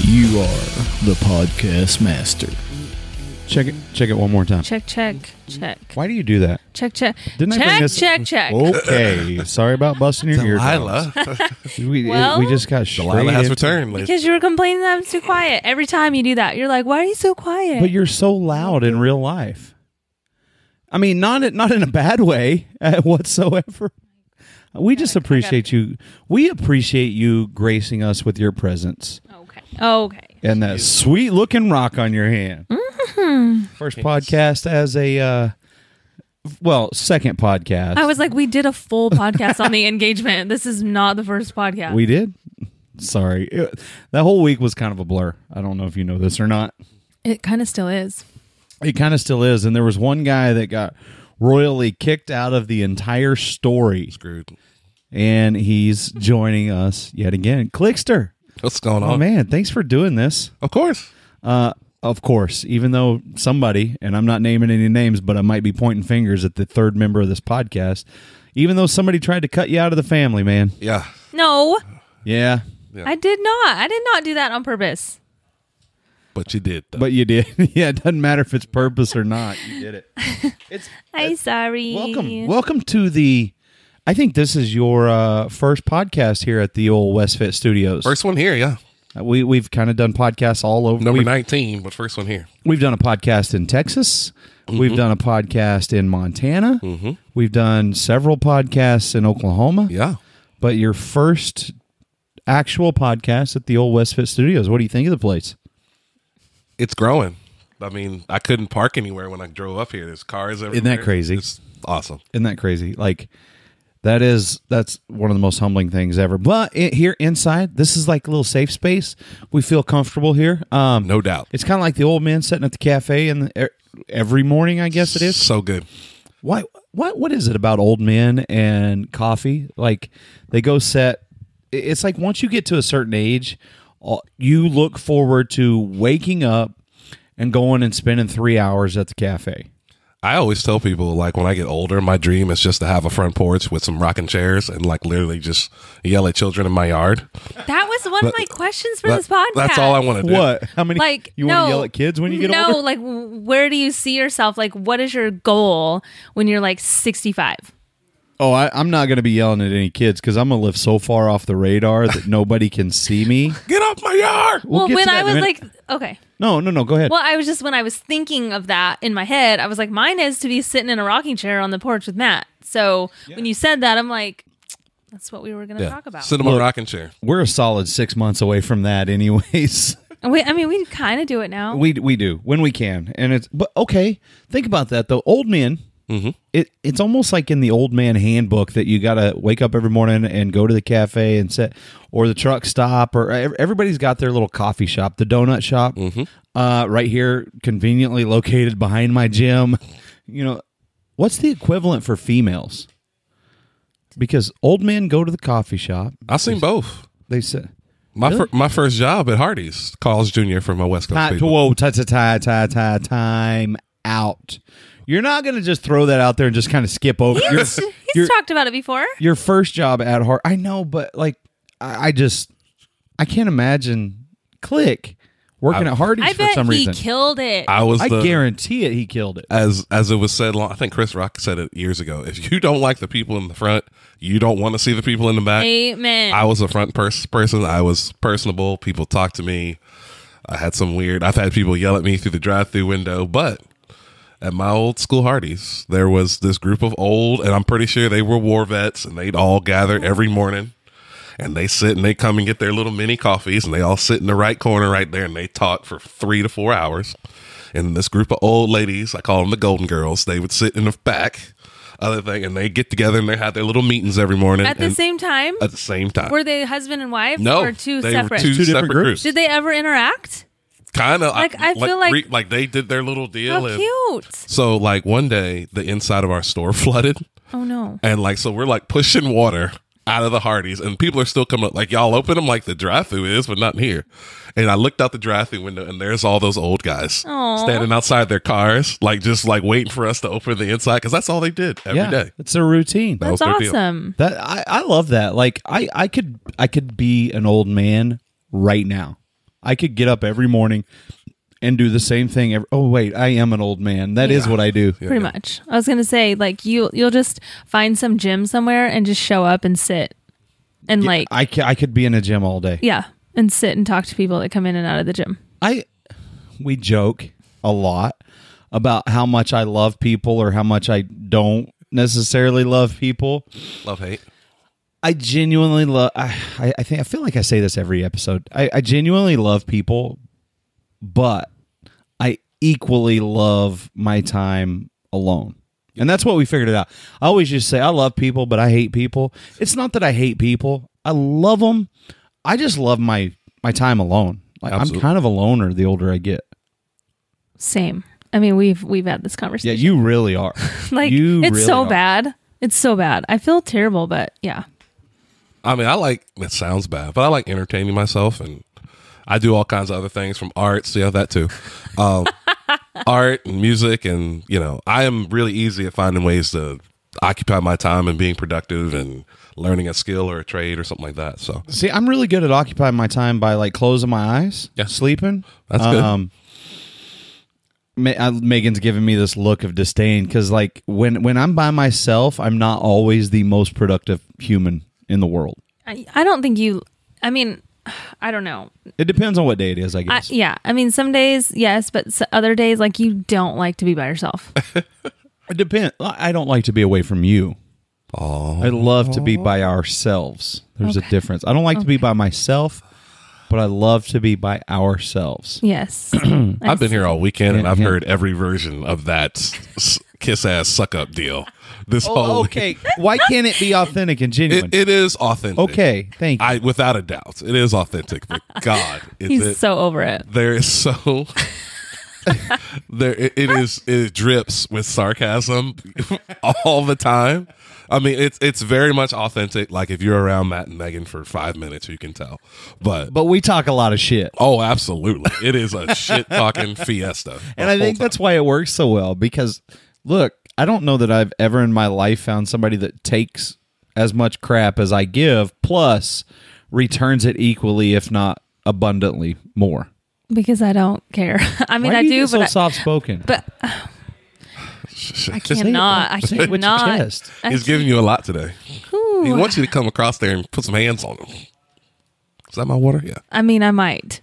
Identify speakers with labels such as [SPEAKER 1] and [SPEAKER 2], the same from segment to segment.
[SPEAKER 1] You are the podcast master.
[SPEAKER 2] Check it. Check it one more time.
[SPEAKER 3] Check, check, check,
[SPEAKER 2] Why do you do that?
[SPEAKER 3] check, check.
[SPEAKER 2] Didn't
[SPEAKER 3] check,
[SPEAKER 2] I bring this? Oh.
[SPEAKER 3] check, check.
[SPEAKER 2] Okay. Sorry about busting your ear.
[SPEAKER 4] Delilah.
[SPEAKER 2] We,
[SPEAKER 3] Well-
[SPEAKER 2] we just got straight
[SPEAKER 4] Delilah has
[SPEAKER 2] into-
[SPEAKER 4] returned. ladies.
[SPEAKER 3] Because you were complaining that I'm too quiet. Every time you do that, you're like, "Why are you so quiet?"
[SPEAKER 2] But you're so loud in real life. I mean, not not in a bad way uh, whatsoever. We just appreciate you. We appreciate you gracing us with your presence
[SPEAKER 3] okay, okay.
[SPEAKER 2] and that sweet looking rock on your hand. First podcast as a uh, well, second podcast.
[SPEAKER 3] I was like, we did a full podcast on the engagement. This is not the first podcast.
[SPEAKER 2] We did. Sorry, It- that whole week was kind of a blur. I don't know if you know this or not.
[SPEAKER 3] it kind of still is.
[SPEAKER 2] It kind of still is. And there was one guy that got royally kicked out of the entire story,
[SPEAKER 4] Screwed.
[SPEAKER 2] and he's joining us yet again. Clickster,
[SPEAKER 4] What's going
[SPEAKER 2] oh
[SPEAKER 4] on?
[SPEAKER 2] man, thanks for doing this.
[SPEAKER 4] Of course.
[SPEAKER 2] Uh, of course, even though somebody, and I'm not naming any names, but I might be pointing fingers at the third member of this podcast. Even though somebody tried to cut you out of the family, man.
[SPEAKER 4] Yeah.
[SPEAKER 3] No,
[SPEAKER 2] Yeah,
[SPEAKER 3] I did not. I did not do that on purpose.
[SPEAKER 4] But you did. Though.
[SPEAKER 2] but you did. yeah, it doesn't matter if it's purpose or not. You did it. It's
[SPEAKER 3] I'm sorry.
[SPEAKER 2] Welcome, welcome to the. I think this is your uh, first podcast here at the old WestFit Studios.
[SPEAKER 4] first one here, yeah.
[SPEAKER 2] Uh, we we've kind of done podcasts all over.
[SPEAKER 4] Number
[SPEAKER 2] we've,
[SPEAKER 4] 19, but first one here.
[SPEAKER 2] we've done a podcast in Texas.
[SPEAKER 4] Mm-hmm.
[SPEAKER 2] We've done a podcast in Montana. We've done several podcasts in Oklahoma.
[SPEAKER 4] Yeah.
[SPEAKER 2] But your first actual podcast at the old WestFit Studios. What do you think of the place?
[SPEAKER 4] It's growing. I mean, I couldn't park anywhere when I drove up here. There's cars everywhere.
[SPEAKER 2] that crazy?
[SPEAKER 4] It's awesome.
[SPEAKER 2] Isn't that crazy? Like that is that's one of the most humbling things ever. But i here inside, this is like a little safe space. We feel comfortable here. Um,
[SPEAKER 4] No doubt.
[SPEAKER 2] it's kind of like the old man sitting at the cafe and the, e- every morning. I guess it is.
[SPEAKER 4] so good.
[SPEAKER 2] Why? What? What is it about old men and coffee? Like they go set. i- It's like once you get to a certain age, all- you look forward to waking up and going and spending three hours at the cafe.
[SPEAKER 4] I always tell people, like, when I get older, my dream is just to have a front porch with some rocking chairs and, like, literally just yell at children in my yard.
[SPEAKER 3] That was one of my questions for this
[SPEAKER 4] That-
[SPEAKER 3] podcast.
[SPEAKER 4] That's all I want to do.
[SPEAKER 2] What? How many?
[SPEAKER 3] like
[SPEAKER 2] you
[SPEAKER 3] no,
[SPEAKER 2] want to yell at kids when you get
[SPEAKER 3] no,
[SPEAKER 2] older?
[SPEAKER 3] like w- where do you see yourself? Like what is your goal when you're like 65?
[SPEAKER 2] Oh, I, I'm not going to be yelling at any kids because I'm going to live so far off the radar that nobody can see me.
[SPEAKER 4] Get off my yard.
[SPEAKER 2] We'll
[SPEAKER 3] well,
[SPEAKER 2] get to
[SPEAKER 3] when
[SPEAKER 2] that
[SPEAKER 3] I
[SPEAKER 2] in a
[SPEAKER 3] was
[SPEAKER 2] minute.
[SPEAKER 3] like okay.
[SPEAKER 2] no, no, no, go ahead.
[SPEAKER 3] Well, I was just when I was thinking of that in my head, I was like mine is to be sitting in a rocking chair on the porch with Matt. So when you said that, I'm like that's what we were going to talk about.
[SPEAKER 4] Sit in my rocking chair.
[SPEAKER 2] We're a solid six months away from that, anyways.
[SPEAKER 3] And we, I mean, we kind of do it now.
[SPEAKER 2] we we do when we can, and it's but okay. Think about that though. Old men, it it's almost like in the old man handbook that you got to wake up every morning and go to the cafe and set or the truck stop or ev- everybody's got their little coffee shop, the donut shop, uh, right here, conveniently located behind my gym. You know, what's the equivalent for females? Because old men go to the coffee shop.
[SPEAKER 4] I've seen both.
[SPEAKER 2] They say,
[SPEAKER 4] My fir- my first job at Hardee's, Carl's Jr. from my West Coast
[SPEAKER 2] Ti-
[SPEAKER 4] people.
[SPEAKER 2] whoa, ti- ti- ti- ti- ti- time out. You're not going to just throw that out there and just kind of skip over your,
[SPEAKER 3] He's
[SPEAKER 2] your,
[SPEAKER 3] talked about it before.
[SPEAKER 2] your first job at Hart. I know, but like, I, I just, I can't imagine Click working at Hardee's
[SPEAKER 3] I
[SPEAKER 2] for
[SPEAKER 3] bet
[SPEAKER 2] some
[SPEAKER 3] he
[SPEAKER 2] reason.
[SPEAKER 3] killed it.
[SPEAKER 4] I was
[SPEAKER 2] I
[SPEAKER 4] the
[SPEAKER 2] guarantee it he killed it.
[SPEAKER 4] as as it was said. Long, I think Chris Rock said it years ago. If you don't like the people in the front, you don't want to see the people in the back.
[SPEAKER 3] Amen.
[SPEAKER 4] I was a front pers- person. I was personable. People talked to me. I had some weird. I've had people yell at me through the drive-through window, but at my old school Hardee's, there was this group of old, and I'm pretty sure they were war vets, and they'd all gather every morning, and they sit and they come and get their little mini coffees, and they all sit in the right corner right there, and they talk for three to four hours. And this group of old ladies, I call them the Golden Girls, they would sit in the back, other thing, and they get together and they had their little meetings every morning
[SPEAKER 3] At the
[SPEAKER 4] and-
[SPEAKER 3] same time,
[SPEAKER 4] at the same time.
[SPEAKER 3] were they husband and wife?
[SPEAKER 4] No,
[SPEAKER 3] or two
[SPEAKER 4] they
[SPEAKER 3] separate.
[SPEAKER 4] Were two,
[SPEAKER 2] Two different
[SPEAKER 4] separate
[SPEAKER 2] groups.
[SPEAKER 4] groups.
[SPEAKER 3] Did they ever interact?
[SPEAKER 4] Kind of
[SPEAKER 3] Like, I feel like-
[SPEAKER 4] like they did their little deal.
[SPEAKER 3] How
[SPEAKER 4] and-
[SPEAKER 3] cute!
[SPEAKER 4] So like one day the inside of our store flooded,
[SPEAKER 3] Oh no!
[SPEAKER 4] and like so we're like pushing water out of the Hardee's, and people are still coming up. Like y'all open them like the drive-through is, but not here. And I looked out the drive-through window, and there's all those old guys
[SPEAKER 3] Aw.
[SPEAKER 4] standing outside their cars, like just like waiting for us to open the inside because that's all they did every day.
[SPEAKER 2] yeah, it's a routine.
[SPEAKER 4] That was
[SPEAKER 3] That's
[SPEAKER 4] their deal.
[SPEAKER 3] awesome.
[SPEAKER 2] That I, I love that. Like I, I could I could be an old man right now. I could get up every morning and do the same thing. Every, oh wait, I am an old man. That is what I do.
[SPEAKER 3] pretty much. I was gonna say like you you'll just find some gym somewhere and just show up and sit and like
[SPEAKER 2] I ca- I could be in a gym all day.
[SPEAKER 3] yeah and sit and talk to people that come in and out of the gym.
[SPEAKER 2] I we joke a lot about how much I love people or how much I don't necessarily love people.
[SPEAKER 4] Love hate.
[SPEAKER 2] I genuinely love. I, I- I think I feel like I say this every episode. I, I genuinely love people, but I equally love my time alone, and that's what we figured it out. I always just say I love people, but I hate people. It's not that I hate people. I love them. I just love my my time alone. Like, I'm
[SPEAKER 4] Absolutely.
[SPEAKER 2] kind of a loner the older I get.
[SPEAKER 3] Same. I mean we've we've had this
[SPEAKER 2] Yeah,
[SPEAKER 3] conversation.
[SPEAKER 2] you really are.
[SPEAKER 3] like
[SPEAKER 2] you
[SPEAKER 3] it's
[SPEAKER 2] really
[SPEAKER 3] so
[SPEAKER 2] are.
[SPEAKER 3] bad. It's so bad. I feel terrible, but yeah.
[SPEAKER 4] I mean, I like it sounds bad, but I like entertaining myself, and I do all kinds of other things from art. So yeah, that too, um, art and music, and you know, I am really easy at finding ways to occupy my time and being productive and learning a skill or a trade or something like that. So
[SPEAKER 2] See, I'm really good at occupying my time by like closing my eyes,
[SPEAKER 4] Yeah.
[SPEAKER 2] sleeping.
[SPEAKER 4] That's good.
[SPEAKER 2] Um, Ma- uh, Megan's giving me this look of disdain because, like, when when I'm by myself, I'm not always the most productive human in the world.
[SPEAKER 3] I, I don't think you I mean I don't know.
[SPEAKER 2] It depends on what day it is, I
[SPEAKER 3] I,
[SPEAKER 2] guess.
[SPEAKER 3] yeah, I mean some days yes, but s- other days like you don't like to be by yourself.
[SPEAKER 2] it depends. I I don't like to be away from you. I love to be by ourselves. There's a difference. I don't like to be by myself, but I love to be by ourselves.
[SPEAKER 3] yes.
[SPEAKER 4] I've been here all weekend, and
[SPEAKER 2] Yeah,
[SPEAKER 4] I've
[SPEAKER 2] yeah.
[SPEAKER 4] heard every version of that s- kiss ass suck up deal. This whole
[SPEAKER 2] Oh, okay. Why can't it be authentic and genuine?
[SPEAKER 4] it, it is authentic.
[SPEAKER 2] okay, thank you.
[SPEAKER 4] I without a doubt, it is authentic. But God, is
[SPEAKER 3] He's
[SPEAKER 4] it
[SPEAKER 3] so over it.
[SPEAKER 4] there is so there it, it is it drips with sarcasm all the time i mean it's it's very much authentic like if you're around matt and megan for five minutes you can tell but
[SPEAKER 2] but we talk a lot of shit.
[SPEAKER 4] oh absolutely it is a shit talking fiesta
[SPEAKER 2] and I think that's why it works so well because look, I don't know that I've ever in my life found somebody that takes as much crap as I give plus returns it equally if not abundantly more.
[SPEAKER 3] Because I don't care. I mean,
[SPEAKER 2] Why
[SPEAKER 3] I
[SPEAKER 2] do,
[SPEAKER 3] do,
[SPEAKER 2] you get so
[SPEAKER 3] but
[SPEAKER 2] soft spoken.
[SPEAKER 3] I, but
[SPEAKER 4] i
[SPEAKER 3] I cannot. I
[SPEAKER 2] Say it with your
[SPEAKER 3] cannot.
[SPEAKER 2] chest.
[SPEAKER 3] I
[SPEAKER 4] he's giving you a lot today
[SPEAKER 3] Ooh.
[SPEAKER 4] he wants you to come across there and put some hands on him is that my water yeah
[SPEAKER 3] I mean, I might.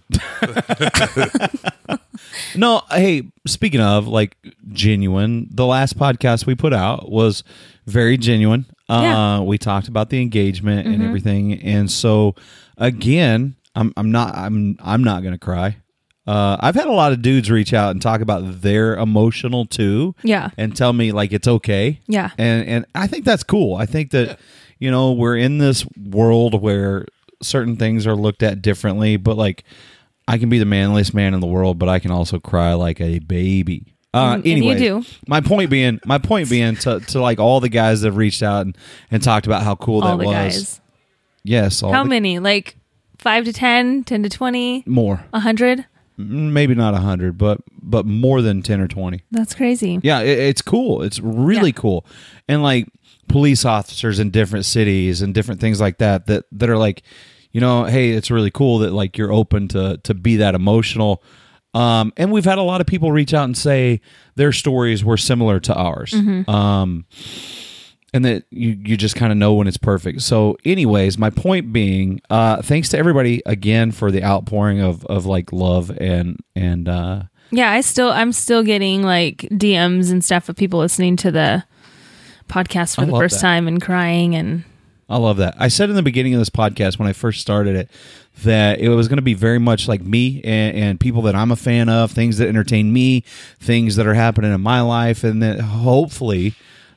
[SPEAKER 2] No, hey, speaking of like genuine, the last podcast we put out was very genuine. Uh,
[SPEAKER 3] Yeah. Mm-hmm.
[SPEAKER 2] We talked about the engagement and everything, and so again, I'm I'm not I'm I'm not gonna cry. Uh, I've had a lot of dudes reach out and talk about their emotional too,
[SPEAKER 3] Yeah.
[SPEAKER 2] and tell me like it's okay,
[SPEAKER 3] Yeah.
[SPEAKER 2] and and I think that's cool. I think that you know we're in this world where certain things are looked at differently, but like I can be the manliest man in the world, but I can also cry like a baby. Uh,
[SPEAKER 3] Mm, you
[SPEAKER 2] anyway,
[SPEAKER 3] do.
[SPEAKER 2] my point being, my point being to, to like all the guys that have reached out and, and talked about how cool
[SPEAKER 3] All
[SPEAKER 2] that
[SPEAKER 3] the
[SPEAKER 2] was.
[SPEAKER 3] guys.
[SPEAKER 2] Yes, all
[SPEAKER 3] How
[SPEAKER 2] the-
[SPEAKER 3] many? Like five to 10, 10 to 20,
[SPEAKER 2] more,
[SPEAKER 3] 100?
[SPEAKER 2] Mm, maybe not a hundred, but but more than ten or twenty.
[SPEAKER 3] That's crazy.
[SPEAKER 2] Yeah, it, it's cool. It's really
[SPEAKER 3] Yeah.
[SPEAKER 2] cool. And like police officers in different cities and different things like that that that are like, you know, hey, it's really cool that like you're open to to be that emotional. Um, and we've had a lot of people reach out and say their stories were similar to ours. Um, and that you, you just kind of know when it's perfect. So, anyways, my point being, uh, thanks to everybody again for the outpouring of, of like love and and uh,
[SPEAKER 3] Yeah, I still I'm still getting like DMs and stuff of people listening to the podcast for
[SPEAKER 2] I
[SPEAKER 3] the
[SPEAKER 2] love
[SPEAKER 3] first
[SPEAKER 2] that.
[SPEAKER 3] time and crying and
[SPEAKER 2] I love that. I said in the beginning of this podcast when I first started it that it was going to be very much like me and, and people that I'm a fan of, things that entertain me, things that are happening in my life, and that hopefully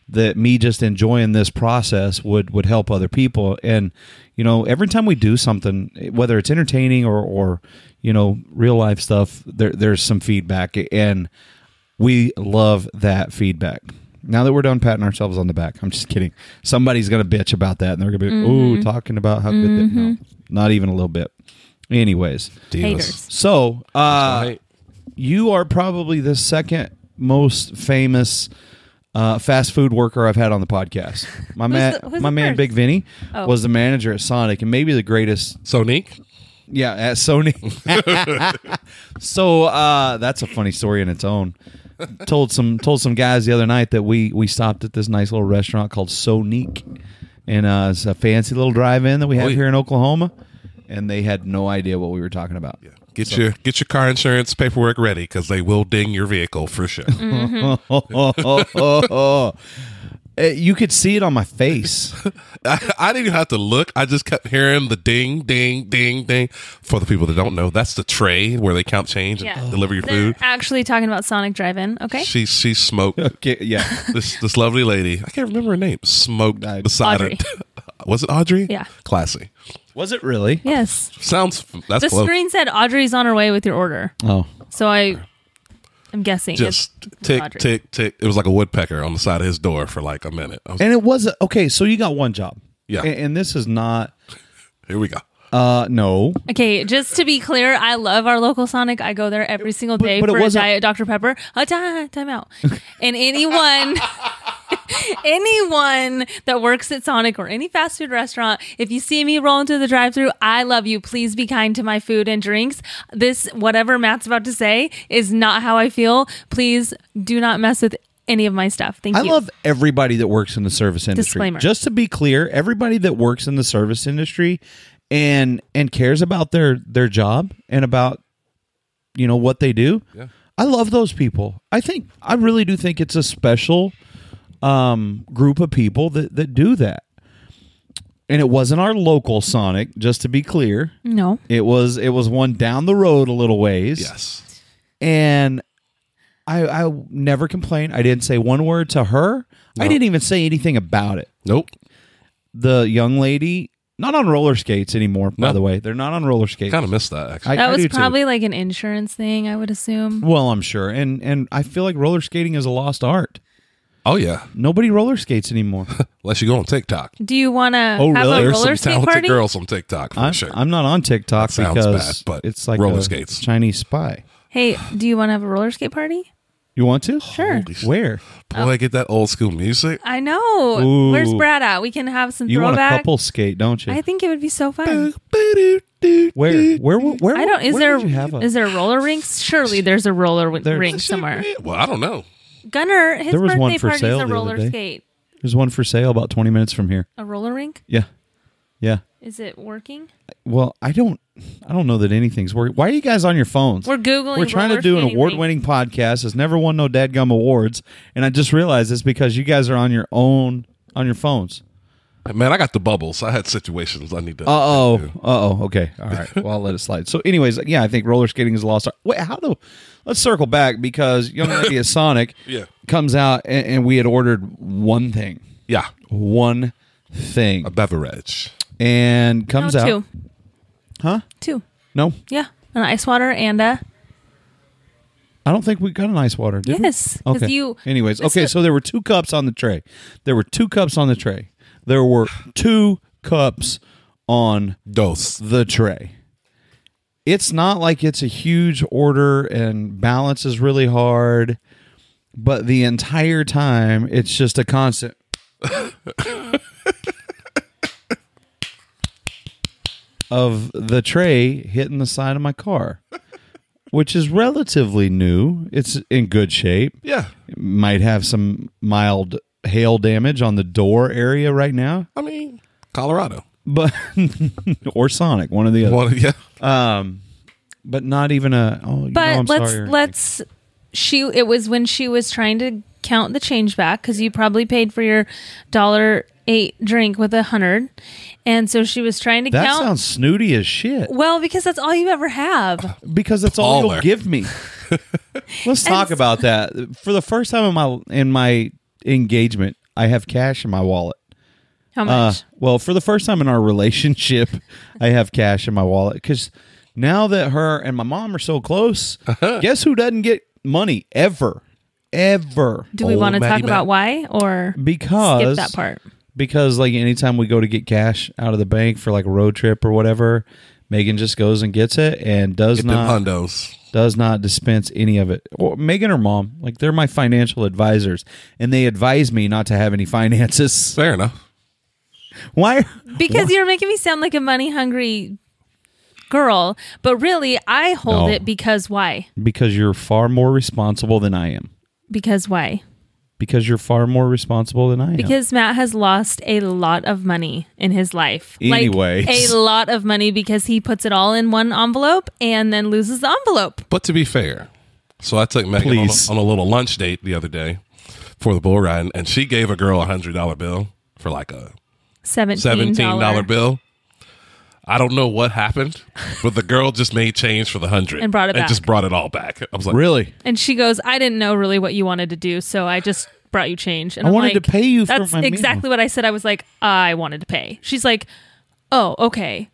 [SPEAKER 2] that me just enjoying this process would would help other people. And you know, every time we do something, whether it's entertaining or or you know real life stuff, there there's some feedback, and we love that feedback. Now that we're done patting ourselves on the back, I'm just kidding. Somebody's gonna bitch about that, and they're gonna be,
[SPEAKER 3] Mm-hmm.
[SPEAKER 2] ooh, talking about how good. That, no, not even a little bit. Anyways,
[SPEAKER 3] haters.
[SPEAKER 2] so uh,
[SPEAKER 4] Right.
[SPEAKER 2] you are probably the second most famous uh, fast food worker I've had on the podcast. My man,
[SPEAKER 3] the- who's
[SPEAKER 2] my
[SPEAKER 3] the
[SPEAKER 2] man,
[SPEAKER 3] first?
[SPEAKER 2] Big Vinny
[SPEAKER 3] Oh.
[SPEAKER 2] was the manager at Sonic, and maybe the greatest
[SPEAKER 4] so neek
[SPEAKER 2] Yeah, at Sony. so uh, that's a funny story in its own. told some told some guys the other night that we we stopped at this nice little restaurant called Sonique, and uh, it's a fancy little drive-in that we have
[SPEAKER 4] Oh, yeah.
[SPEAKER 2] here in Oklahoma, and they had no idea what we were talking about.
[SPEAKER 4] Get your get your car insurance paperwork ready because they will ding your vehicle for sure.
[SPEAKER 2] Uh, you could see it on my face.
[SPEAKER 4] I, I didn't even have to look. I just kept hearing the ding, ding, ding, ding. For the people that don't know, that's the tray where they count change and
[SPEAKER 3] Yeah.
[SPEAKER 4] deliver your
[SPEAKER 3] They're
[SPEAKER 4] food.
[SPEAKER 3] actually talking about Sonic Drive-In. Okay.
[SPEAKER 4] She she smoked
[SPEAKER 2] okay, yeah,
[SPEAKER 4] this this lovely lady. I can't remember her name. Smoked
[SPEAKER 2] I-
[SPEAKER 4] beside
[SPEAKER 3] Audrey.
[SPEAKER 4] her. Was it Audrey?
[SPEAKER 3] Yeah.
[SPEAKER 4] Classy.
[SPEAKER 2] was it really?
[SPEAKER 3] Yes.
[SPEAKER 4] Sounds that's
[SPEAKER 3] The
[SPEAKER 4] close.
[SPEAKER 3] screen said Audrey's on her way with your order.
[SPEAKER 2] Oh,
[SPEAKER 3] So I I'm guessing
[SPEAKER 4] just
[SPEAKER 3] it's
[SPEAKER 4] tick
[SPEAKER 3] Audrey.
[SPEAKER 4] tick tick. It was like a woodpecker on the side of his door for like a minute. I was,
[SPEAKER 2] and it was okay. So you got one job.
[SPEAKER 4] Yeah.
[SPEAKER 2] and, and this is not.
[SPEAKER 4] here we go.
[SPEAKER 2] Uh, no,
[SPEAKER 3] Okay, just to be clear, I love our local Sonic. I go there every single day
[SPEAKER 2] but it
[SPEAKER 3] for a
[SPEAKER 2] wasn't-
[SPEAKER 3] diet Dr. Pepper. A time, time out. and anyone anyone that works at Sonic or any fast food restaurant, if you see me rolling through the drive through, I love you. Please be kind to my food and drinks. This whatever Matt's about to say is not how I feel. Please do not mess with any of my stuff. Thank
[SPEAKER 2] I
[SPEAKER 3] you.
[SPEAKER 2] love everybody that works in the service industry.
[SPEAKER 3] Disclaimer.
[SPEAKER 2] Just to be clear, everybody that works in the service industry and and cares about their their job and about you know what they do. Yeah. I love those people. I think I really do think it's a special um, group of people that that do that. And it wasn't our local Sonic, just to be clear.
[SPEAKER 3] no.
[SPEAKER 2] It was it was one down the road a little ways
[SPEAKER 4] Yes.
[SPEAKER 2] and I I never complained. I didn't say one word to her. I didn't even say anything about it.
[SPEAKER 4] Nope.
[SPEAKER 2] The young lady, not on roller skates anymore. By
[SPEAKER 4] No.
[SPEAKER 2] the way, they're not on roller skates.
[SPEAKER 4] Kind of missed that actually.
[SPEAKER 3] That was
[SPEAKER 2] do too.
[SPEAKER 3] probably like an insurance thing, I would assume.
[SPEAKER 2] well, I'm sure, and and I feel like roller skating is a lost art.
[SPEAKER 4] oh yeah.
[SPEAKER 2] Nobody roller skates anymore.
[SPEAKER 4] Unless you go on TikTok.
[SPEAKER 3] Do you want to
[SPEAKER 2] Oh,
[SPEAKER 3] have
[SPEAKER 2] really?
[SPEAKER 3] a
[SPEAKER 4] There's
[SPEAKER 3] roller
[SPEAKER 4] some
[SPEAKER 3] skate
[SPEAKER 4] talented
[SPEAKER 3] party?
[SPEAKER 4] girls on TikTok for
[SPEAKER 2] I'm,
[SPEAKER 4] sure.
[SPEAKER 2] I'm not on TikTok
[SPEAKER 4] sounds
[SPEAKER 2] because
[SPEAKER 4] bad, but
[SPEAKER 2] it's like
[SPEAKER 4] roller
[SPEAKER 2] a
[SPEAKER 4] skates.
[SPEAKER 2] Chinese spy.
[SPEAKER 3] Hey, do you want to have a roller skate party?
[SPEAKER 2] You want to?
[SPEAKER 3] Sure. Holy
[SPEAKER 2] Where?
[SPEAKER 4] Boy, I get that old school music.
[SPEAKER 3] I know.
[SPEAKER 2] Ooh.
[SPEAKER 3] Where's Brad at? We can have some
[SPEAKER 2] You want a
[SPEAKER 3] throwback.
[SPEAKER 2] couple skate, don't you?
[SPEAKER 3] I think it would be so fun.
[SPEAKER 2] where? Where? Where? where
[SPEAKER 3] I don't. Is
[SPEAKER 2] where
[SPEAKER 3] there
[SPEAKER 2] would you have a-
[SPEAKER 3] is there roller rinks? Surely there's a roller w-
[SPEAKER 2] There's-
[SPEAKER 3] rink somewhere.
[SPEAKER 4] Well, I don't know.
[SPEAKER 3] Gunner, his
[SPEAKER 2] There was
[SPEAKER 3] birthday
[SPEAKER 2] one for
[SPEAKER 3] party
[SPEAKER 2] sale
[SPEAKER 3] is
[SPEAKER 2] the
[SPEAKER 3] a
[SPEAKER 2] other
[SPEAKER 3] roller
[SPEAKER 2] day.
[SPEAKER 3] skate.
[SPEAKER 2] There's one for sale about 20 minutes from here.
[SPEAKER 3] A roller rink?
[SPEAKER 2] Yeah. Yeah.
[SPEAKER 3] Is it working?
[SPEAKER 2] Well, I don't I don't know that anything's working. Why are you guys on your phones?
[SPEAKER 3] We're googling.
[SPEAKER 2] We're trying to
[SPEAKER 3] roller
[SPEAKER 2] do an
[SPEAKER 3] skating
[SPEAKER 2] award winning podcast. It's never won no dadgum awards. And I just realized it's because you guys are on your own on your phones.
[SPEAKER 4] Man, I got the bubbles. I had situations I need to.
[SPEAKER 2] Uh oh. Uh oh. Okay. All right. Well, I'll let it slide. So, anyways, yeah, I think roller skating is a lost art. Wait, how do? Let's circle back because Young Lady at Sonic
[SPEAKER 4] Yeah.
[SPEAKER 2] comes out and, and we had ordered one thing,
[SPEAKER 4] yeah,
[SPEAKER 2] one thing,
[SPEAKER 4] a beverage.
[SPEAKER 2] and
[SPEAKER 3] thing.
[SPEAKER 2] comes
[SPEAKER 3] No,
[SPEAKER 2] out.
[SPEAKER 3] two.
[SPEAKER 2] Huh?
[SPEAKER 3] Two.
[SPEAKER 2] No,
[SPEAKER 3] Yeah, an ice water and a
[SPEAKER 2] I don't think we got an ice water. Did we?
[SPEAKER 3] yes. 'cause
[SPEAKER 2] Okay.
[SPEAKER 3] You.
[SPEAKER 2] Anyways,
[SPEAKER 3] this
[SPEAKER 2] okay.
[SPEAKER 3] is-
[SPEAKER 2] So there were two cups on the tray. There were two cups on the tray. There were two cups on
[SPEAKER 4] Dose.
[SPEAKER 2] the tray. It's not like it's a huge order and balance is really hard, but the entire time it's just a constant. of the tray hitting the side of my car, which is relatively new. It's in good shape
[SPEAKER 4] Yeah.
[SPEAKER 2] might have some mild hail damage on the door area right now,
[SPEAKER 4] I mean, Colorado.
[SPEAKER 2] but or Sonic, one or the other.
[SPEAKER 4] One, yeah.
[SPEAKER 2] Um, but not even a. Oh, you know,
[SPEAKER 3] But
[SPEAKER 2] I'm
[SPEAKER 3] let's
[SPEAKER 2] sorry.
[SPEAKER 3] let's. She. It was when she was trying to count the change back because you probably paid for your dollar eight drink with a hundred, and so she was trying to
[SPEAKER 2] that
[SPEAKER 3] count.
[SPEAKER 2] sounds snooty as shit
[SPEAKER 3] well, because that's all you ever have.
[SPEAKER 2] because that's all
[SPEAKER 4] Baller.
[SPEAKER 2] you'll give me. let's talk about that. For the first time in my in my engagement, I have cash in my wallet.
[SPEAKER 3] How
[SPEAKER 2] Uh,
[SPEAKER 3] much?
[SPEAKER 2] well, for the first time in our relationship, I have cash in my wallet because now that her and my mom are so close,
[SPEAKER 4] Uh-huh.
[SPEAKER 2] guess who doesn't get money ever, ever?
[SPEAKER 3] Do we
[SPEAKER 4] old
[SPEAKER 3] want to talk
[SPEAKER 4] Maddie
[SPEAKER 3] about why or
[SPEAKER 2] oh,
[SPEAKER 3] skip
[SPEAKER 2] Because
[SPEAKER 3] that part?
[SPEAKER 2] Because like anytime we go to get cash out of the bank for like a road trip or whatever, Megan just goes and gets it and does
[SPEAKER 4] Get them
[SPEAKER 2] not
[SPEAKER 4] hundos.
[SPEAKER 2] does not dispense any of it. Or Megan or mom, like they're my financial advisors, and they advise me not to have any finances.
[SPEAKER 4] Fair enough.
[SPEAKER 2] Why?
[SPEAKER 3] Because you're making me sound like a money hungry girl, but really I hold
[SPEAKER 2] No.
[SPEAKER 3] it because why?
[SPEAKER 2] because you're far more responsible than I am.
[SPEAKER 3] Because why?
[SPEAKER 2] Because you're far more responsible than I am.
[SPEAKER 3] Because Matt has lost a lot of money in his life.
[SPEAKER 2] Anyways.
[SPEAKER 3] Like, a lot of money because he puts it all in one envelope and then loses the envelope.
[SPEAKER 4] But to be fair, so I took Megan on a,
[SPEAKER 2] Please.
[SPEAKER 4] on a little lunch date the other day for the bull ride, and she gave a girl a hundred dollar bill for like a
[SPEAKER 3] $17.
[SPEAKER 4] seventeen dollar bill. I don't know what happened, but the girl just made change for the hundred
[SPEAKER 3] And brought it
[SPEAKER 4] and
[SPEAKER 3] back.
[SPEAKER 4] just brought it all back. I was like,
[SPEAKER 2] really,
[SPEAKER 3] And she goes, I didn't know really what you wanted to do, so I just brought you change. And
[SPEAKER 2] I
[SPEAKER 3] I'm
[SPEAKER 2] wanted
[SPEAKER 3] like,
[SPEAKER 2] to pay you for
[SPEAKER 3] That's
[SPEAKER 2] my meal."
[SPEAKER 3] exactly what I said. I was like, I wanted to pay. She's like, Oh, okay.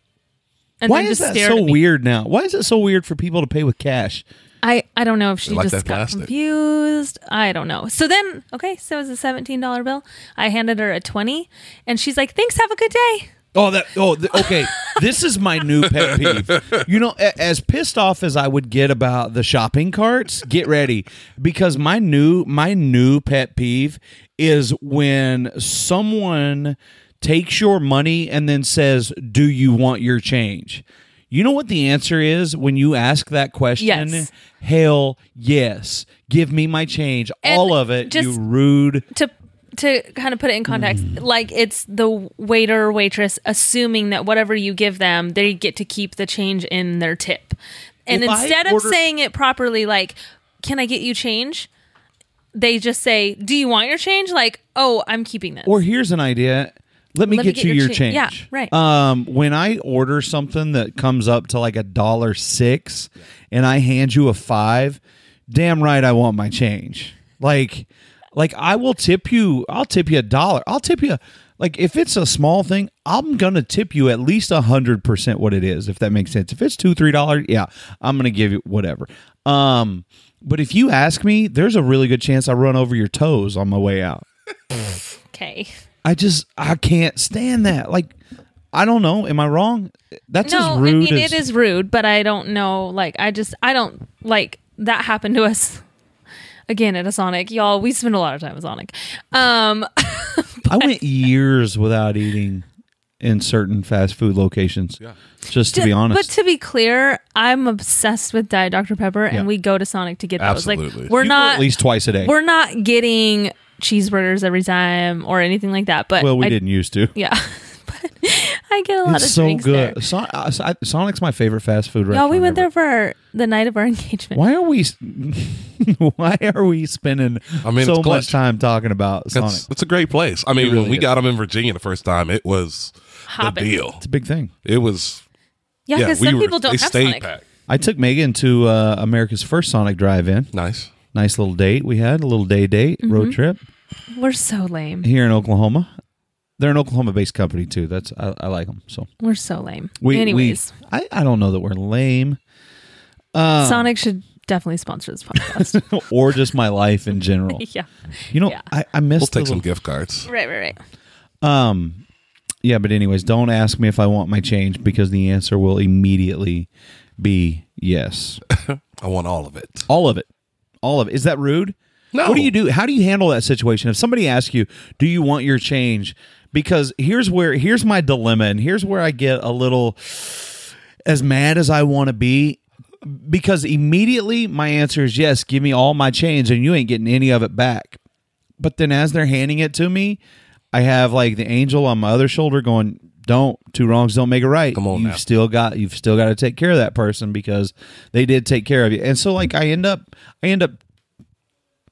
[SPEAKER 3] And
[SPEAKER 2] why
[SPEAKER 3] then
[SPEAKER 2] is
[SPEAKER 3] just
[SPEAKER 2] that
[SPEAKER 3] stared
[SPEAKER 2] so
[SPEAKER 3] at me.
[SPEAKER 2] weird now? Why is it so weird for people to pay with cash?
[SPEAKER 3] I, I don't know if she
[SPEAKER 4] Like
[SPEAKER 3] just
[SPEAKER 4] that
[SPEAKER 3] got
[SPEAKER 4] plastic.
[SPEAKER 3] confused. I don't know. So then, okay, so it was a seventeen dollar bill. I handed her a twenty, and she's like, "Thanks, have a good day."
[SPEAKER 2] Oh, that. Oh, th- okay. this is my new pet peeve. You know, a- as pissed off as I would get about the shopping carts, get ready because my new my new pet peeve is when someone takes your money and then says, "Do you want your change?" You know what the answer is when you ask that question?
[SPEAKER 3] Yes.
[SPEAKER 2] Hell yes. Give me my change.
[SPEAKER 3] And
[SPEAKER 2] All of it,
[SPEAKER 3] just-
[SPEAKER 2] you rude.
[SPEAKER 3] To to kind of put it in context,
[SPEAKER 2] Mm.
[SPEAKER 3] like it's the waiter or waitress assuming that whatever you give them, they get to keep the change in their tip. And
[SPEAKER 2] If I
[SPEAKER 3] instead of
[SPEAKER 2] order-
[SPEAKER 3] saying it properly, like, "Can I get you change?" They just say, "Do you want your change?" Like, "Oh, I'm keeping this."
[SPEAKER 2] Or here's an idea. Let me
[SPEAKER 3] Let me
[SPEAKER 2] get,
[SPEAKER 3] get
[SPEAKER 2] you
[SPEAKER 3] your
[SPEAKER 2] your
[SPEAKER 3] cha-
[SPEAKER 2] change.
[SPEAKER 3] yeah, right.
[SPEAKER 2] Um, when I order something that comes up to like a dollar six, and I hand you a five, damn right I want my change. Like, like I will tip you. I'll tip you a dollar. I'll tip you. Like if it's a small thing, I'm gonna tip you at least a hundred percent what it is. If that makes sense. If it's two three dollars, yeah, I'm gonna give you whatever. Um, but if you ask me, there's a really good chance I run over your toes on my way out.
[SPEAKER 3] okay.
[SPEAKER 2] I just I can't stand that. Like I don't know. Am I wrong? That's
[SPEAKER 3] No,
[SPEAKER 2] as rude
[SPEAKER 3] I mean
[SPEAKER 2] as
[SPEAKER 3] it is rude, but I don't know. Like I just I don't like that happened to us again at a Sonic, y'all. We spend a lot of time at Sonic. Um,
[SPEAKER 2] I went years without eating in certain fast food locations. Yeah. Just to be honest.
[SPEAKER 3] but to be clear, I'm obsessed with Diet Dr Pepper, and
[SPEAKER 2] Yeah.
[SPEAKER 3] we go to Sonic to get those.
[SPEAKER 4] Absolutely.
[SPEAKER 3] Like we're
[SPEAKER 2] You go
[SPEAKER 3] not
[SPEAKER 2] at least twice a day.
[SPEAKER 3] we're not getting cheeseburgers every time or anything like that. But
[SPEAKER 2] Well, we
[SPEAKER 3] I-
[SPEAKER 2] didn't used to.
[SPEAKER 3] Yeah, but I get a lot of
[SPEAKER 2] It's so
[SPEAKER 3] drinks there.
[SPEAKER 2] good. Son- uh, so- Sonic's my favorite fast food
[SPEAKER 3] Y'all,
[SPEAKER 2] restaurant.
[SPEAKER 3] we went
[SPEAKER 2] ever.
[SPEAKER 3] there for our, the night of our engagement.
[SPEAKER 2] Why are we? why are we spending
[SPEAKER 4] I mean,
[SPEAKER 2] so
[SPEAKER 4] it's
[SPEAKER 2] much
[SPEAKER 4] clutch.
[SPEAKER 2] time talking about Sonic?
[SPEAKER 4] It's,
[SPEAKER 2] It's
[SPEAKER 4] it's a great place. I mean,
[SPEAKER 2] really
[SPEAKER 4] when we
[SPEAKER 2] is.
[SPEAKER 4] got them in Virginia the first time, it was
[SPEAKER 3] Hopping.
[SPEAKER 4] the deal.
[SPEAKER 2] a big thing.
[SPEAKER 4] It was
[SPEAKER 3] Yeah,
[SPEAKER 4] yeah.
[SPEAKER 3] because
[SPEAKER 4] we
[SPEAKER 3] some
[SPEAKER 4] were,
[SPEAKER 3] people don't
[SPEAKER 4] they
[SPEAKER 3] have
[SPEAKER 4] stayed
[SPEAKER 3] Sonic.
[SPEAKER 4] packed.
[SPEAKER 2] I took Megan to uh, America's first Sonic drive-in.
[SPEAKER 4] Nice.
[SPEAKER 2] Nice little date we had. A little day date
[SPEAKER 3] Mm-hmm.
[SPEAKER 2] road trip.
[SPEAKER 3] We're so lame.
[SPEAKER 2] here in Oklahoma. They're an Oklahoma-based company too. That's I, I like them. So
[SPEAKER 3] We're so lame.
[SPEAKER 2] we, we-
[SPEAKER 3] Anyways,
[SPEAKER 2] I, I don't know that we're lame uh.
[SPEAKER 3] Sonic should definitely sponsor this podcast.
[SPEAKER 2] or just my life in general.
[SPEAKER 3] yeah.
[SPEAKER 2] You know,
[SPEAKER 3] Yeah.
[SPEAKER 2] I, I miss
[SPEAKER 4] We'll take
[SPEAKER 2] the
[SPEAKER 4] some
[SPEAKER 2] little-
[SPEAKER 4] gift cards.
[SPEAKER 3] Right, right, right.
[SPEAKER 2] um. Yeah, but anyways, don't ask me if I want my change because the answer will immediately be yes.
[SPEAKER 4] I want all of it.
[SPEAKER 2] All of it, all of it. Is that rude?
[SPEAKER 4] No.
[SPEAKER 2] What do you do? How do you handle that situation? If somebody asks you, "Do you want your change?" Because here's where here's my dilemma, and here's where I get a little as mad as I want to be. Because immediately my answer is yes, give me all my change, and you ain't getting any of it back. But then as they're handing it to me, I have like the angel on my other shoulder going, "Don't two wrongs don't make a right."
[SPEAKER 4] Come on
[SPEAKER 2] you've
[SPEAKER 4] now.
[SPEAKER 2] still got you've still got to take care of that person because they did take care of you. And so like I end up I end up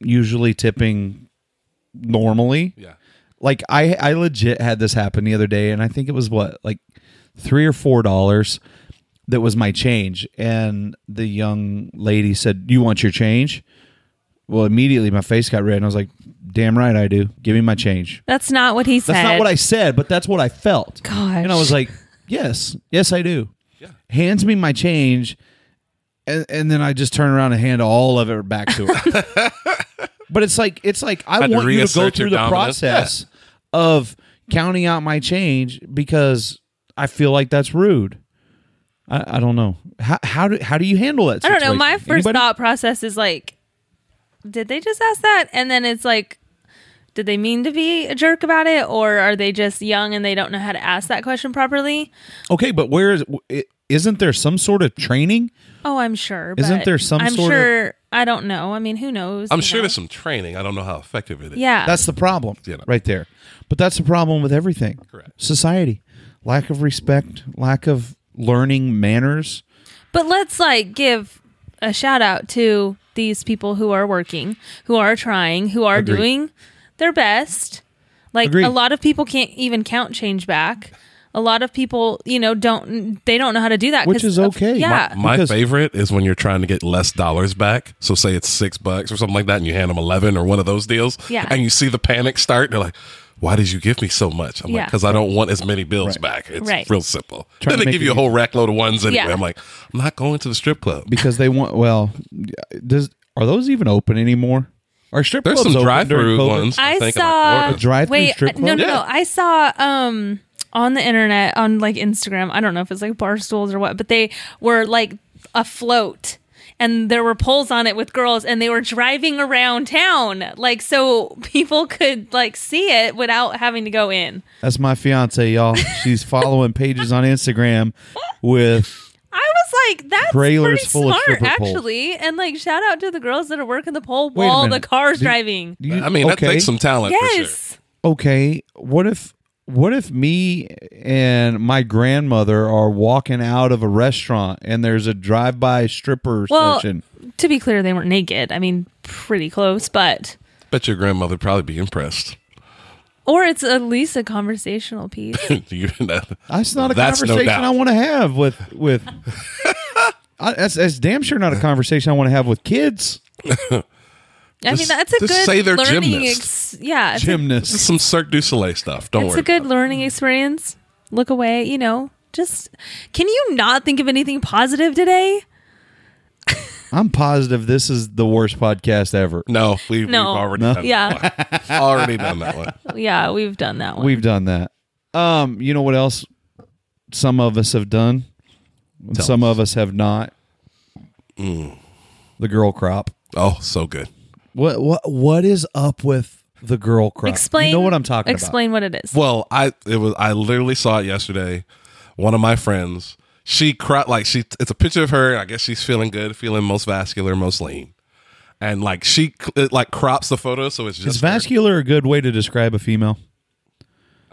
[SPEAKER 2] usually tipping normally.
[SPEAKER 4] Yeah.
[SPEAKER 2] Like I I legit had this happen the other day and I think it was what like 3 or 4 dollars that was my change and the young lady said, "You want your change?" Well, immediately my face got red and I was like, "Damn right I do. Give me my change."
[SPEAKER 3] That's not what he said.
[SPEAKER 2] That's not what I said, but that's what I felt.
[SPEAKER 3] Gosh.
[SPEAKER 2] And I was like, yes, yes, I do. Hands me my change. And, and then I just turn around and hand all of it back to her. but it's like, it's like, I
[SPEAKER 4] Had to
[SPEAKER 2] want you to go
[SPEAKER 4] reassert
[SPEAKER 2] through
[SPEAKER 4] your
[SPEAKER 2] the
[SPEAKER 4] dominance.
[SPEAKER 2] process of counting out my change because I feel like that's rude. I, I don't know. How, how do, how do you handle that?
[SPEAKER 3] I don't know.
[SPEAKER 2] situation?
[SPEAKER 3] My first
[SPEAKER 2] Anybody?
[SPEAKER 3] thought process is like, did they just ask that? And then it's like, did they mean to be a jerk about it, or are they just young and they don't know how to ask that question properly?
[SPEAKER 2] Okay. But where is it? isn't there some sort of training?
[SPEAKER 3] Oh, I'm sure.
[SPEAKER 2] Isn't
[SPEAKER 3] but
[SPEAKER 2] there some
[SPEAKER 3] I'm
[SPEAKER 2] sort of-
[SPEAKER 3] sure. I don't know. I mean, who knows?
[SPEAKER 4] I'm
[SPEAKER 3] you
[SPEAKER 4] sure
[SPEAKER 3] know?
[SPEAKER 4] there's some training. I don't know how effective it is.
[SPEAKER 3] Yeah.
[SPEAKER 2] That's the problem
[SPEAKER 4] You know.
[SPEAKER 2] right there. But that's the problem with everything.
[SPEAKER 4] Correct.
[SPEAKER 2] Society. Lack of respect, lack of learning manners.
[SPEAKER 3] But let's like give a shout out to these people who are working, who are trying, who are
[SPEAKER 2] Agreed.
[SPEAKER 3] doing their best. Like
[SPEAKER 2] Agreed.
[SPEAKER 3] a lot of people can't even count change back. A lot of people, you know, don't they don't know how to do that,
[SPEAKER 2] Which
[SPEAKER 3] 'cause
[SPEAKER 2] is
[SPEAKER 3] of-
[SPEAKER 2] okay.
[SPEAKER 3] yeah,
[SPEAKER 4] My
[SPEAKER 2] Because-
[SPEAKER 4] favorite is when you're trying to get less dollars back. So say it's six bucks or something like that, and you hand them eleven or one of those deals.
[SPEAKER 3] Yeah.
[SPEAKER 4] And you see the panic start. They're like, "Why did you give me so much?" I'm like,
[SPEAKER 3] Yeah.
[SPEAKER 4] "Because I don't want as many bills back." It's
[SPEAKER 3] Right.
[SPEAKER 4] real simple.
[SPEAKER 2] Trying to
[SPEAKER 4] then they
[SPEAKER 2] make
[SPEAKER 4] give
[SPEAKER 2] it
[SPEAKER 4] you a whole rack load of ones anyway.
[SPEAKER 3] Yeah.
[SPEAKER 4] I'm like, "I'm not going to the strip club."
[SPEAKER 2] because they want well does are those even open anymore are strip
[SPEAKER 4] There's
[SPEAKER 2] clubs
[SPEAKER 4] some
[SPEAKER 2] open during
[SPEAKER 4] drive-through
[SPEAKER 2] COVID?
[SPEAKER 4] ones. I,
[SPEAKER 3] I,
[SPEAKER 4] think, in, like,
[SPEAKER 3] saw
[SPEAKER 4] Florida.
[SPEAKER 2] Drive-through
[SPEAKER 3] Wait,
[SPEAKER 2] strip
[SPEAKER 3] no,
[SPEAKER 2] club?
[SPEAKER 3] no,
[SPEAKER 4] Yeah.
[SPEAKER 3] no. I saw um on the internet on like Instagram. I don't know if it's like bar stools or what, but they were like afloat. And there were poles on it with girls, and they were driving around town, like so people could like see it without having to go in.
[SPEAKER 2] that's my fiance y'all she's following pages on instagram with
[SPEAKER 3] I was like, "That's
[SPEAKER 2] Trailers
[SPEAKER 3] pretty
[SPEAKER 2] full of
[SPEAKER 3] smart,
[SPEAKER 2] stripper poles.
[SPEAKER 3] actually." And like, shout out to the girls that are working the pole
[SPEAKER 2] Wait a
[SPEAKER 3] while the
[SPEAKER 2] minute.
[SPEAKER 3] car's
[SPEAKER 2] Do-
[SPEAKER 3] driving.
[SPEAKER 2] do you-
[SPEAKER 4] I mean, that takes some talent. For sure.
[SPEAKER 3] yes,
[SPEAKER 2] okay what if what if me and my grandmother are walking out of a restaurant and there's a drive-by stripper
[SPEAKER 3] Well,
[SPEAKER 2] session
[SPEAKER 3] to be clear, they weren't naked. I mean, pretty close, but
[SPEAKER 4] Bet your grandmother probably be impressed.
[SPEAKER 3] Or it's at least a conversational piece.
[SPEAKER 4] You know,
[SPEAKER 2] that's not a
[SPEAKER 4] that's no
[SPEAKER 2] conversation
[SPEAKER 4] doubt.
[SPEAKER 2] i want to have with with I, that's, that's damn sure not a conversation i want to have with kids
[SPEAKER 3] I mean,
[SPEAKER 4] Just-
[SPEAKER 3] that's a
[SPEAKER 4] just
[SPEAKER 3] good
[SPEAKER 4] say they're
[SPEAKER 3] learning.
[SPEAKER 4] gymnasts.
[SPEAKER 3] Ex- yeah, it's, a,
[SPEAKER 4] this
[SPEAKER 2] gymnasts
[SPEAKER 4] is some Cirque du Soleil stuff. Don't
[SPEAKER 3] it's
[SPEAKER 4] worry.
[SPEAKER 3] a good learning experience. Look away, you know. Just can you not think of anything positive today?
[SPEAKER 2] I'm positive this is the worst podcast ever.
[SPEAKER 4] No, we,
[SPEAKER 3] No.
[SPEAKER 4] we've already
[SPEAKER 2] No.
[SPEAKER 4] done
[SPEAKER 3] Yeah,
[SPEAKER 4] that one. already done that one.
[SPEAKER 3] yeah, we've done that one.
[SPEAKER 2] We've done that. Um, you know what else some of us have done? And
[SPEAKER 4] Tell
[SPEAKER 2] some of us Mm. have not. The girl crop.
[SPEAKER 4] Oh, so good.
[SPEAKER 2] What what what is up with the girl crop?
[SPEAKER 3] explain.
[SPEAKER 2] You know what I'm talking
[SPEAKER 3] Explain what it is.
[SPEAKER 4] Well, I it was I literally saw it yesterday. One of my friends, she cried like she. It's a picture of her. I guess she's feeling good, feeling most vascular, most lean, and like she it like crops the photo, so it's
[SPEAKER 2] about.
[SPEAKER 4] just
[SPEAKER 2] Is
[SPEAKER 4] her.
[SPEAKER 2] vascular a good way to describe a female?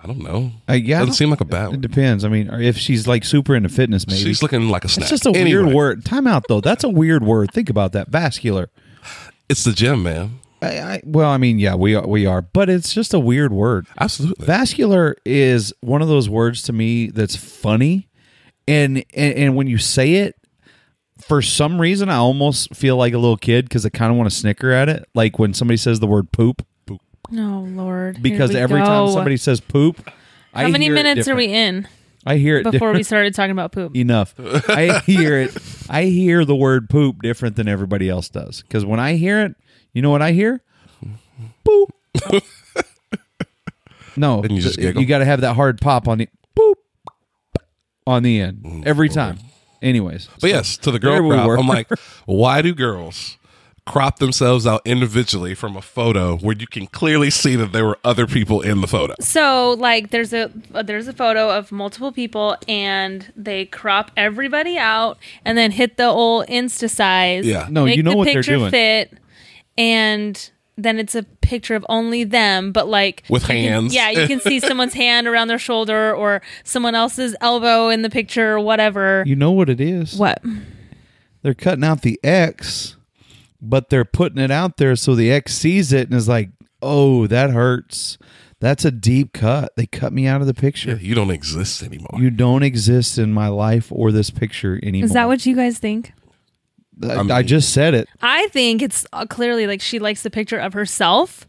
[SPEAKER 4] I don't know.
[SPEAKER 2] Uh, yeah, I
[SPEAKER 4] doesn't
[SPEAKER 2] don't-
[SPEAKER 4] seem like a bad
[SPEAKER 2] It
[SPEAKER 4] one.
[SPEAKER 2] depends. I mean, or if she's like super into fitness, maybe.
[SPEAKER 4] She's looking like a
[SPEAKER 2] it's
[SPEAKER 4] snack.
[SPEAKER 2] just a
[SPEAKER 4] Anyway,
[SPEAKER 2] weird word. Time out though. That's a weird word. Think about that. Vascular.
[SPEAKER 4] It's the gym, man.
[SPEAKER 2] I, I, well, I mean, yeah, we are, we are, but it's just a weird word.
[SPEAKER 4] Absolutely.
[SPEAKER 2] Vascular is one of those words to me that's funny, and and, and when you say it, for some reason, I almost feel like a little kid because I kind of want to snicker at it, like when somebody says the word poop,
[SPEAKER 3] oh Lord, here
[SPEAKER 2] because
[SPEAKER 3] we
[SPEAKER 2] every
[SPEAKER 3] go.
[SPEAKER 2] time somebody says poop,
[SPEAKER 3] how many minutes are we in
[SPEAKER 2] I hear it
[SPEAKER 3] before we
[SPEAKER 2] different
[SPEAKER 3] started talking about poop?
[SPEAKER 2] enough. I hear it. I hear the word poop different than everybody else does because when I hear it, you know what I hear? Boop. no,
[SPEAKER 4] Didn't you just giggle?
[SPEAKER 2] got to have that hard pop on the boop on the end every time. Anyways,
[SPEAKER 4] But yes, to the girl
[SPEAKER 2] There we
[SPEAKER 4] crop,
[SPEAKER 2] were.
[SPEAKER 4] I'm like, why do girls crop themselves out individually from a photo where you can clearly see that there were other people in the photo?
[SPEAKER 3] So like there's a there's a photo of multiple people and they crop everybody out and then hit the old insta size.
[SPEAKER 4] Yeah.
[SPEAKER 2] No,
[SPEAKER 3] make
[SPEAKER 2] you know
[SPEAKER 3] the
[SPEAKER 2] what they're
[SPEAKER 3] picture
[SPEAKER 2] doing.
[SPEAKER 3] fit and then it's a picture of only them but like
[SPEAKER 4] With
[SPEAKER 3] you can-
[SPEAKER 4] hands.
[SPEAKER 3] yeah, you can see someone's hand around their shoulder or someone else's elbow in the picture or whatever.
[SPEAKER 2] you know what it is.
[SPEAKER 3] what?
[SPEAKER 2] They're cutting out the X, but they're putting it out there so the X sees it and is like, "Oh, that hurts. That's a deep cut. They cut me out of the picture."
[SPEAKER 4] You don't exist anymore.
[SPEAKER 2] You don't exist in my life or this picture anymore.
[SPEAKER 3] Is that what you guys think?
[SPEAKER 2] I, I just said it?
[SPEAKER 3] I think it's uh, clearly like she likes the picture of herself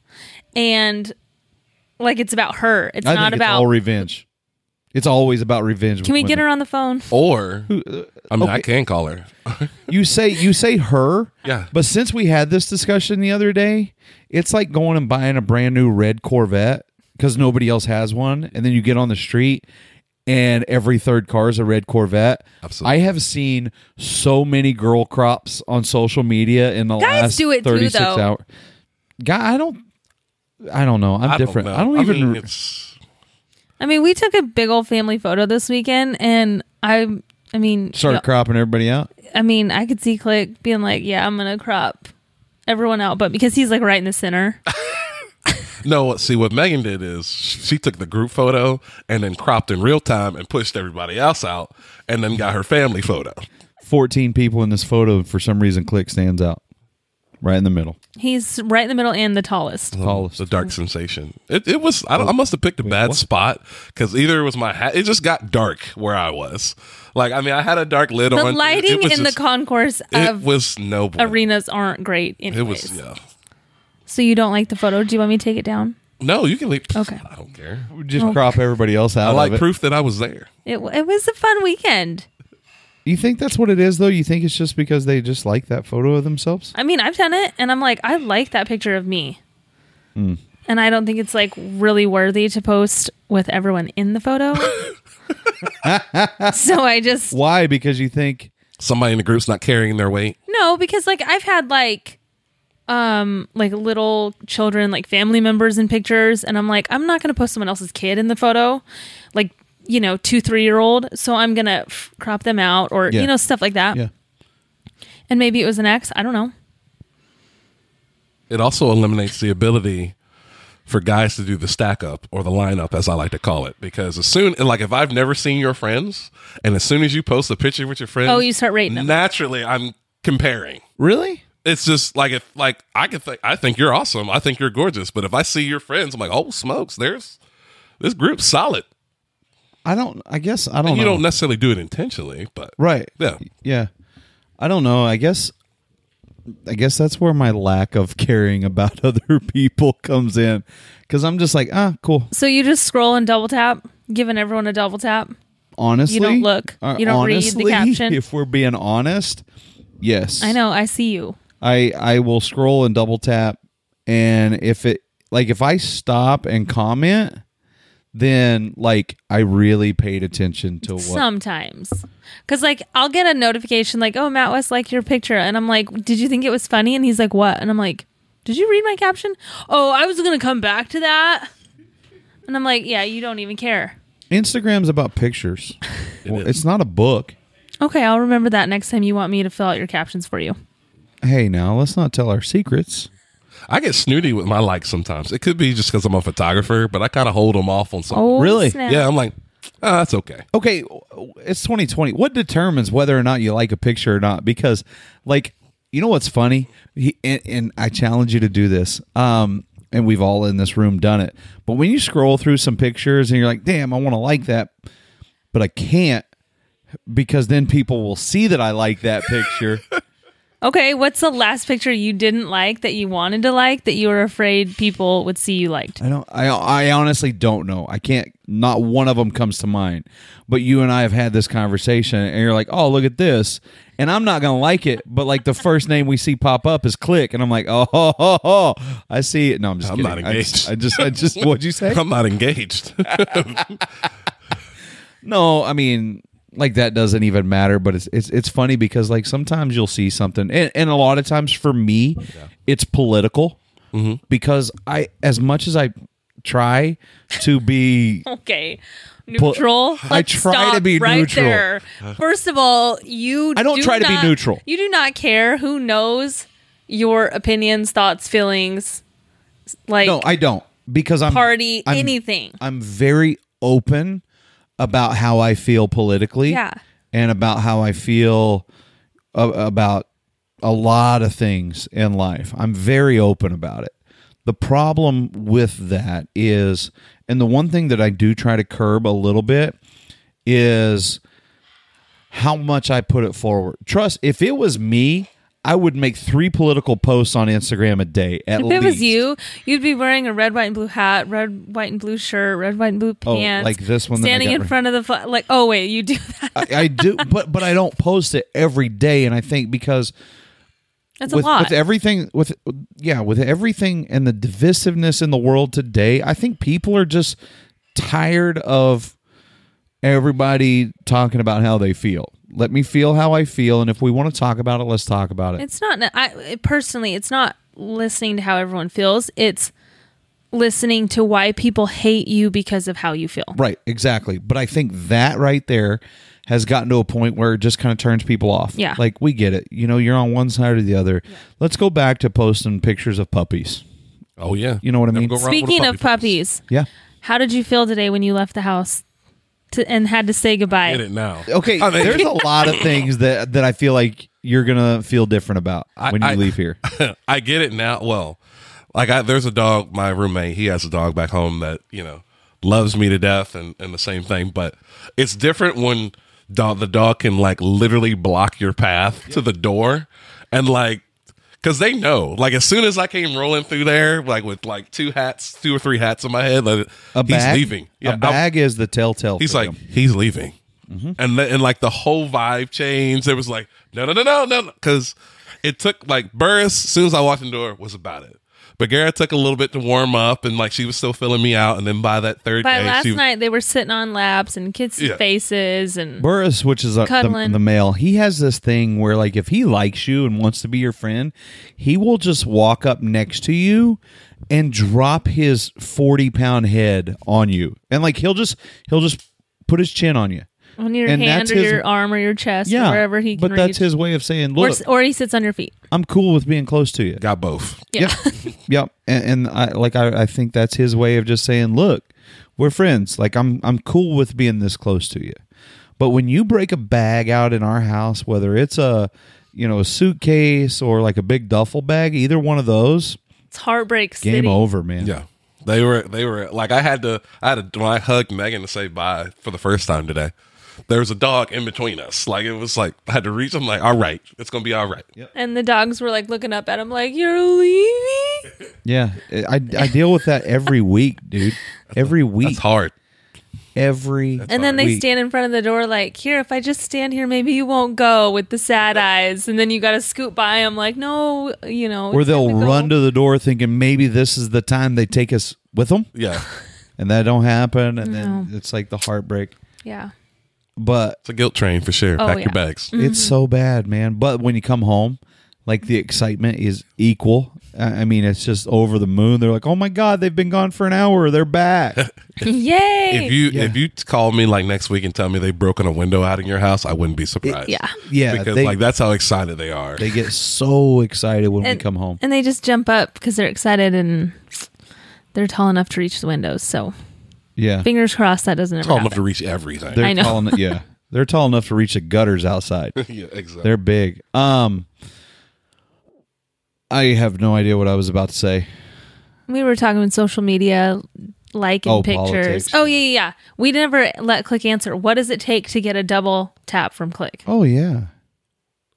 [SPEAKER 3] and like it's about her. It's
[SPEAKER 2] I
[SPEAKER 3] not
[SPEAKER 2] think it's
[SPEAKER 3] about
[SPEAKER 2] all revenge. It's always about revenge.
[SPEAKER 3] Can we get her on the phone?
[SPEAKER 4] or
[SPEAKER 2] uh,
[SPEAKER 4] I mean, I can call her.
[SPEAKER 2] You say you say her.
[SPEAKER 4] Yeah.
[SPEAKER 2] But since we had this discussion the other day, it's like going and buying a brand new red Corvette because nobody else has one, and then you get on the street. And every third car is a red Corvette.
[SPEAKER 4] Absolutely.
[SPEAKER 2] I have seen so many girl crops on social media in the
[SPEAKER 3] Guys
[SPEAKER 2] last
[SPEAKER 3] do it too,
[SPEAKER 2] 36
[SPEAKER 3] though.
[SPEAKER 2] hours. Guy, I don't, I don't know. I'm different. I don't even.
[SPEAKER 4] mean, it's
[SPEAKER 3] I mean, we took a big old family photo this weekend, and I I mean,
[SPEAKER 2] Started
[SPEAKER 3] you know,
[SPEAKER 2] cropping everybody out.
[SPEAKER 3] I mean, I could see Click being like, "Yeah, I'm gonna crop everyone out," but because he's like right in the center,
[SPEAKER 4] No, see what Megan did is sh- she took the group photo and then cropped in real time and pushed everybody else out, and then got her family photo.
[SPEAKER 2] 14 people in this photo for some reason click stands out right in the middle
[SPEAKER 3] he's right in the middle and the tallest.
[SPEAKER 2] tallest
[SPEAKER 4] Um, The dark sensation. It, it was. I, don't, I must have picked a bad spot because either it was my hat. It just got dark where I was. Like I mean, I had a dark lid
[SPEAKER 3] The
[SPEAKER 4] on. It-
[SPEAKER 3] lighting
[SPEAKER 4] it was
[SPEAKER 3] in
[SPEAKER 4] just-
[SPEAKER 3] the concourse
[SPEAKER 4] It
[SPEAKER 3] of
[SPEAKER 4] was noble.
[SPEAKER 3] arenas aren't great. Anyways.
[SPEAKER 4] It was yeah.
[SPEAKER 3] So you don't like the photo? Do you want me to take it down?
[SPEAKER 4] No, you can leave.
[SPEAKER 3] Okay.
[SPEAKER 4] I don't care.
[SPEAKER 2] just crop everybody else out
[SPEAKER 4] I like
[SPEAKER 2] of it.
[SPEAKER 4] proof that I was there.
[SPEAKER 3] It w- it was a fun weekend.
[SPEAKER 2] you think that's what it is though you think it's just because they just like that photo of themselves
[SPEAKER 3] I mean, I've done it, and I'm like, I like that picture of me.
[SPEAKER 2] Hmm.
[SPEAKER 3] And I don't think it's like really worthy to post with everyone in the photo. so I just
[SPEAKER 2] why because you think
[SPEAKER 4] Somebody in the group's not carrying their weight.
[SPEAKER 3] No, because like I've had like um like little children, like family members in pictures, and I'm like, I'm not gonna post someone else's kid in the photo. Like, you know, two, three year old. So I'm gonna f- crop them out or
[SPEAKER 2] Yeah.
[SPEAKER 3] you know, stuff like that.
[SPEAKER 2] yeah
[SPEAKER 3] And maybe it was an ex. I don't know.
[SPEAKER 4] It also eliminates the ability for guys to do the stack up or the lineup, as I like to call it, because as soon like if I've never seen your friends, and as soon as you post a picture with your friends,
[SPEAKER 3] Oh, you start rating them.
[SPEAKER 4] Naturally, I'm comparing.
[SPEAKER 2] really
[SPEAKER 4] It's just like if like I could think I think you're awesome, I think you're gorgeous, but if I see your friends, I'm like, oh smokes, there's this group's solid.
[SPEAKER 2] i don't i guess i don't
[SPEAKER 4] And
[SPEAKER 2] know
[SPEAKER 4] you don't necessarily do it intentionally, but
[SPEAKER 2] Oh, right
[SPEAKER 4] yeah,
[SPEAKER 2] yeah i don't know i guess i guess that's where my lack of caring about other people comes in because i'm just like ah cool
[SPEAKER 3] So you just scroll and double tap, giving everyone a double tap.
[SPEAKER 2] honestly
[SPEAKER 3] look.
[SPEAKER 2] uh,
[SPEAKER 3] You don't read the
[SPEAKER 2] honestly,
[SPEAKER 3] caption.
[SPEAKER 2] if we're being honest yes
[SPEAKER 3] I know, I see you.
[SPEAKER 2] I I will scroll and double tap, and if it like if I stop and comment, then like I really paid attention to what.
[SPEAKER 3] Sometimes. Because, like, I'll get a notification, like, oh, Matt West liked your picture. And I'm like, did you think it was funny? And he's like, what? And I'm like, did you read my caption? Oh, I was going to come back to that. And I'm like, yeah, you don't even care.
[SPEAKER 2] Instagram's about pictures. Well, It's not a book.
[SPEAKER 3] Okay, I'll remember that next time you want me to fill out your captions for you.
[SPEAKER 2] Hey, now let's not tell our secrets.
[SPEAKER 4] I get snooty with my likes sometimes. It could be just because I'm a photographer, but I kind of hold them off on something.
[SPEAKER 3] Oh,
[SPEAKER 2] Really?
[SPEAKER 3] snap.
[SPEAKER 4] yeah, I'm like, ah, that's okay.
[SPEAKER 2] Okay, it's 2020. What determines whether or not you like a picture or not? Because, like, you know what's funny? He, and, and I challenge you to do this. Um, and we've all in this room done it. But when you scroll through some pictures and you're like, damn, I want to like that, but I can't because then people will see that I like that picture.
[SPEAKER 3] Okay, what's the last picture you didn't like that you wanted to like that you were afraid people would see you liked?
[SPEAKER 2] I don't. I, I honestly don't know. I can't. Not one of them comes to mind. But you and I have had this conversation, and you're like, "Oh, look at this," and I'm not gonna like it. But like the first name we see pop up is Click, and I'm like, "Oh, ho, ho, ho. I see it." No, I'm just.
[SPEAKER 4] I'm
[SPEAKER 2] kidding.
[SPEAKER 4] not
[SPEAKER 2] I just-
[SPEAKER 4] engaged.
[SPEAKER 2] I just. I just. what'd you say?
[SPEAKER 4] I'm not engaged.
[SPEAKER 2] No, I mean, like that doesn't even matter. But it's it's it's funny because like sometimes you'll see something, and, and a lot of times for me, it's political
[SPEAKER 4] Mm-hmm.
[SPEAKER 2] because I as much as I try to be
[SPEAKER 3] Okay. Neutral.
[SPEAKER 2] I
[SPEAKER 3] Let's
[SPEAKER 2] try
[SPEAKER 3] stop
[SPEAKER 2] to be
[SPEAKER 3] right
[SPEAKER 2] neutral. Uh.
[SPEAKER 3] There. First of all, you
[SPEAKER 2] I don't
[SPEAKER 3] do
[SPEAKER 2] try to be
[SPEAKER 3] not-
[SPEAKER 2] neutral.
[SPEAKER 3] You do not care who knows your opinions, thoughts, feelings, like
[SPEAKER 2] No, I don't because I'm
[SPEAKER 3] party,
[SPEAKER 2] I'm-
[SPEAKER 3] anything.
[SPEAKER 2] I'm very open about how I feel politically,
[SPEAKER 3] Yeah.
[SPEAKER 2] and about how I feel a- about a lot of things in life. I'm very open about it. The problem with that is, and the one thing that I do try to curb a little bit is how much I put it forward. Trust, if it was me, I would make three political posts on Instagram a day at
[SPEAKER 3] if
[SPEAKER 2] least.
[SPEAKER 3] it was you, you'd be wearing a red, white, and blue hat, red, white, and blue shirt, red, white, and blue
[SPEAKER 2] Oh,
[SPEAKER 3] pants.
[SPEAKER 2] like this one that I
[SPEAKER 3] Standing
[SPEAKER 2] got
[SPEAKER 3] in
[SPEAKER 2] right-
[SPEAKER 3] front of the, fla- like, oh, wait, you do that.
[SPEAKER 2] I, I do, but but I don't post it every day, and I think because
[SPEAKER 3] That's
[SPEAKER 2] with,
[SPEAKER 3] a lot.
[SPEAKER 2] with everything with yeah with everything and the divisiveness in the world today, I think people are just tired of everybody talking about how they feel. Let me feel how I feel, and if we want to talk about it, let's talk about it.
[SPEAKER 3] It's not. I it- personally, it's not listening to how everyone feels. It's listening to why people hate you because of how you feel.
[SPEAKER 2] Right, exactly. But I think that right there has gotten to a point where it just kind of turns people off.
[SPEAKER 3] Yeah.
[SPEAKER 2] Like we get it. You know, you're on one side or the other. Let's go back to posting pictures of puppies.
[SPEAKER 4] Oh yeah,
[SPEAKER 2] You know what I
[SPEAKER 4] Never
[SPEAKER 2] mean?
[SPEAKER 4] go wrong with a
[SPEAKER 3] Speaking of
[SPEAKER 4] puppy.
[SPEAKER 3] puppies,
[SPEAKER 2] Yeah.
[SPEAKER 3] how did you feel today when you left the house to, and had to say goodbye?
[SPEAKER 4] Get it now.
[SPEAKER 2] Okay.
[SPEAKER 4] I mean-
[SPEAKER 2] there's a lot of things that that I feel like you're gonna feel different about
[SPEAKER 4] I-
[SPEAKER 2] when you
[SPEAKER 4] I-
[SPEAKER 2] leave here.
[SPEAKER 4] I get it now. Well, like I, there's a dog. My roommate, he has a dog back home that you know loves me to death, and and the same thing. But it's different when dog the dog can like literally block your path to the door, and like because they know. Like as soon as I came rolling through there, like with like two hats, two or three hats on my head, like
[SPEAKER 2] A
[SPEAKER 4] he's
[SPEAKER 2] bag.
[SPEAKER 4] leaving.
[SPEAKER 2] a
[SPEAKER 4] Yeah, I-
[SPEAKER 2] bag is the telltale.
[SPEAKER 4] he's
[SPEAKER 2] for
[SPEAKER 4] like
[SPEAKER 2] them.
[SPEAKER 4] he's leaving and then and like the whole vibe changed it was like no no no no no because it took like burris as soon as i walked in the door was about it but Gara took a little bit to warm up and like she was still filling me out and then by that third
[SPEAKER 3] By
[SPEAKER 4] day
[SPEAKER 3] last
[SPEAKER 4] she
[SPEAKER 3] night, they were sitting on laps and kids'
[SPEAKER 4] Yeah.
[SPEAKER 3] faces, and
[SPEAKER 2] Burris, which is uh the,
[SPEAKER 3] Cuddling.
[SPEAKER 2] the male, he has this thing where, like, if he likes you and wants to be your friend, he will just walk up next to you and drop his forty pound head on you, and like he'll just he'll just put his chin on you.
[SPEAKER 3] on your
[SPEAKER 2] and
[SPEAKER 3] hand
[SPEAKER 2] that's
[SPEAKER 3] or
[SPEAKER 2] his-
[SPEAKER 3] your arm or your chest, or
[SPEAKER 2] Yeah,
[SPEAKER 3] wherever he can
[SPEAKER 2] but that's
[SPEAKER 3] reach.
[SPEAKER 2] his way of saying,
[SPEAKER 3] or,
[SPEAKER 2] "Look,
[SPEAKER 3] s- or he sits on your feet.
[SPEAKER 2] I'm cool with being close to you."
[SPEAKER 4] got both
[SPEAKER 3] Yeah.
[SPEAKER 2] Yep. yep. And, and I like I, I think that's his way of just saying, look, we're friends. Like I'm I'm cool with being this close to you. But when you break a bag out in our house, whether it's a you know, a suitcase or like a big duffel bag, either one of those,
[SPEAKER 3] It's heartbreak
[SPEAKER 2] game
[SPEAKER 3] city.
[SPEAKER 2] over, man.
[SPEAKER 4] yeah they were they were like i had to i had to when i hugged megan to say bye for the first time today there was a dog in between us like it was like i had to reach i'm like all right it's gonna be all right
[SPEAKER 3] And the dogs were like looking up at him, like, You're leaving?
[SPEAKER 2] Yeah. I, I deal with that every week, dude. Every week.
[SPEAKER 4] it's hard
[SPEAKER 2] Every
[SPEAKER 3] And then they
[SPEAKER 2] week.
[SPEAKER 3] stand in front of the door, like, Here, if I just stand here, maybe you won't go with the sad eyes. And then you got to scoot by him, like, No, you know.
[SPEAKER 2] Or
[SPEAKER 3] it's
[SPEAKER 2] they'll
[SPEAKER 3] time
[SPEAKER 2] run
[SPEAKER 3] go."
[SPEAKER 2] to the door thinking maybe this is the time they take us with them.
[SPEAKER 4] yeah
[SPEAKER 2] and that don't happen and then
[SPEAKER 3] No.
[SPEAKER 2] it's like the heartbreak
[SPEAKER 3] Yeah.
[SPEAKER 2] but
[SPEAKER 4] it's a guilt train for sure
[SPEAKER 3] Oh,
[SPEAKER 4] pack
[SPEAKER 3] yeah.
[SPEAKER 4] your bags
[SPEAKER 2] it's so bad man but when you come home like the excitement is equal i I mean it's just over the moon they're like oh my god they've been gone for an hour they're back
[SPEAKER 3] Yay.
[SPEAKER 4] If you
[SPEAKER 2] Yeah.
[SPEAKER 4] if you t- call me like next week and tell me they've broken a window out in your house, I wouldn't be surprised.
[SPEAKER 3] yeah.
[SPEAKER 2] yeah
[SPEAKER 4] because
[SPEAKER 2] they,
[SPEAKER 4] like that's how excited they are.
[SPEAKER 2] they get so excited when
[SPEAKER 3] And-
[SPEAKER 2] we come home
[SPEAKER 3] And they just jump up because they're excited and they're tall enough to reach the windows. So
[SPEAKER 2] yeah
[SPEAKER 3] fingers crossed that doesn't ever
[SPEAKER 4] tall
[SPEAKER 3] happen.
[SPEAKER 4] enough to reach everything.
[SPEAKER 2] they're
[SPEAKER 3] I know.
[SPEAKER 2] tall enough yeah they're tall enough to reach the gutters outside
[SPEAKER 4] yeah, exactly.
[SPEAKER 2] they're big um i have no idea what i was about to say
[SPEAKER 3] We were talking on social media, liking
[SPEAKER 2] Oh,
[SPEAKER 3] pictures.
[SPEAKER 2] politics.
[SPEAKER 3] Oh yeah, yeah, yeah. We never let Click answer. What does it take to get a double tap from Click?
[SPEAKER 2] oh yeah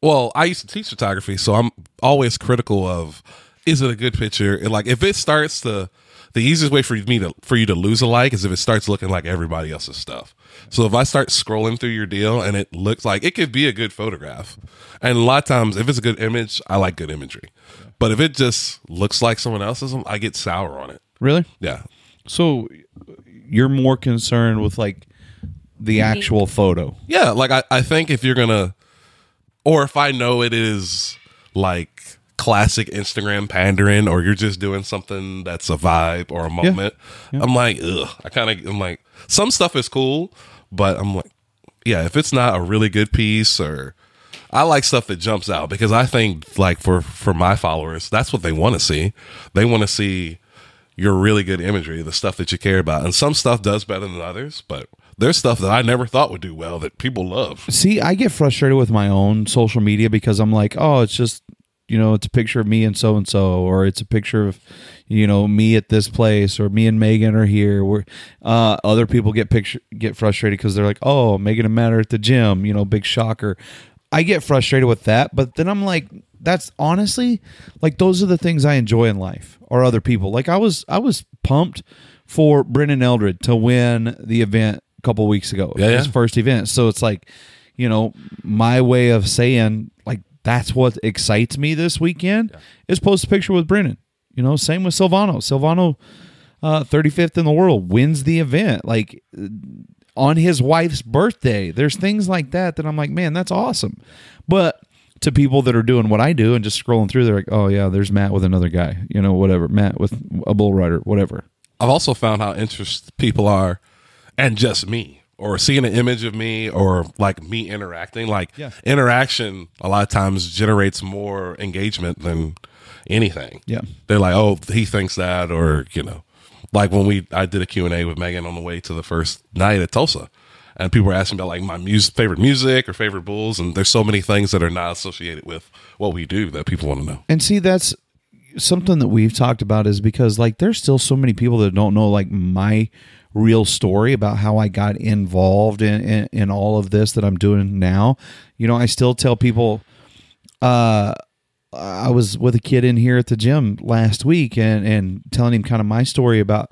[SPEAKER 4] Well, I used to teach photography, so I'm always critical of is it a good picture? And like if it starts to the easiest way for me to for you to lose a like is if it starts looking like everybody else's stuff. So if I start scrolling through your deal and it looks like it could be a good photograph, and a lot of times if it's a good image, I like good imagery. But if it just looks like someone else's, I get sour on it.
[SPEAKER 2] really
[SPEAKER 4] Yeah,
[SPEAKER 2] So you're more concerned with like the actual photo.
[SPEAKER 4] Yeah, like I, I think if you're gonna or if I know it is like classic Instagram pandering or you're just doing something that's a vibe or a moment, I'm like, ugh. I kinda I'm like some stuff is cool, but I'm like yeah, if it's not a really good piece or I like stuff that jumps out because I think like for for my followers, that's what they want to see. They want to see your really good imagery, the stuff that you care about. And some stuff does better than others, but there's stuff that I never thought would do well that people love.
[SPEAKER 2] See, I get frustrated with my own social media because I'm like, oh, it's just you know, it's a picture of me and so and so, or it's a picture of you know me at this place, or me and Megan are here. Where uh, other people get picture get frustrated because they're like, oh, Megan and Matt are at the gym. You know, big shocker. I get frustrated with that, but then I'm like, that's honestly like those are the things I enjoy in life or other people. Like I was I was pumped for Brennan Eldred to win the event a couple weeks ago.
[SPEAKER 4] Yeah, yeah.
[SPEAKER 2] His first event. So it's like, you know, my way of saying like that's what excites me this weekend is post a picture with Brennan. You know, same with Silvano. Silvano uh, 35th in the world wins the event. Like on his wife's birthday. There's things like that that I'm like, man, that's awesome. But to people that are doing what I do and just scrolling through, they're like, oh yeah, there's Matt with another guy, you know, whatever. Matt with a bull rider, whatever.
[SPEAKER 4] I've also found how interested people are and just me. or seeing an image of me or like me interacting. Like
[SPEAKER 2] Yeah.
[SPEAKER 4] interaction a lot of times generates more engagement than anything.
[SPEAKER 2] Yeah.
[SPEAKER 4] They're like, oh, he thinks that or, you know, like when we I did a Q&A with Megan on the way to the first night at Tulsa. And people were asking about like my music, favorite music or favorite bulls, and there's so many things that are not associated with what we do that people want to know.
[SPEAKER 2] And see, that's something that we've talked about is because like there's still so many people that don't know like my real story about how I got involved in in, in all of this that I'm doing now. You know, I still tell people uh I was with a kid in here at the gym last week and and telling him kind of my story about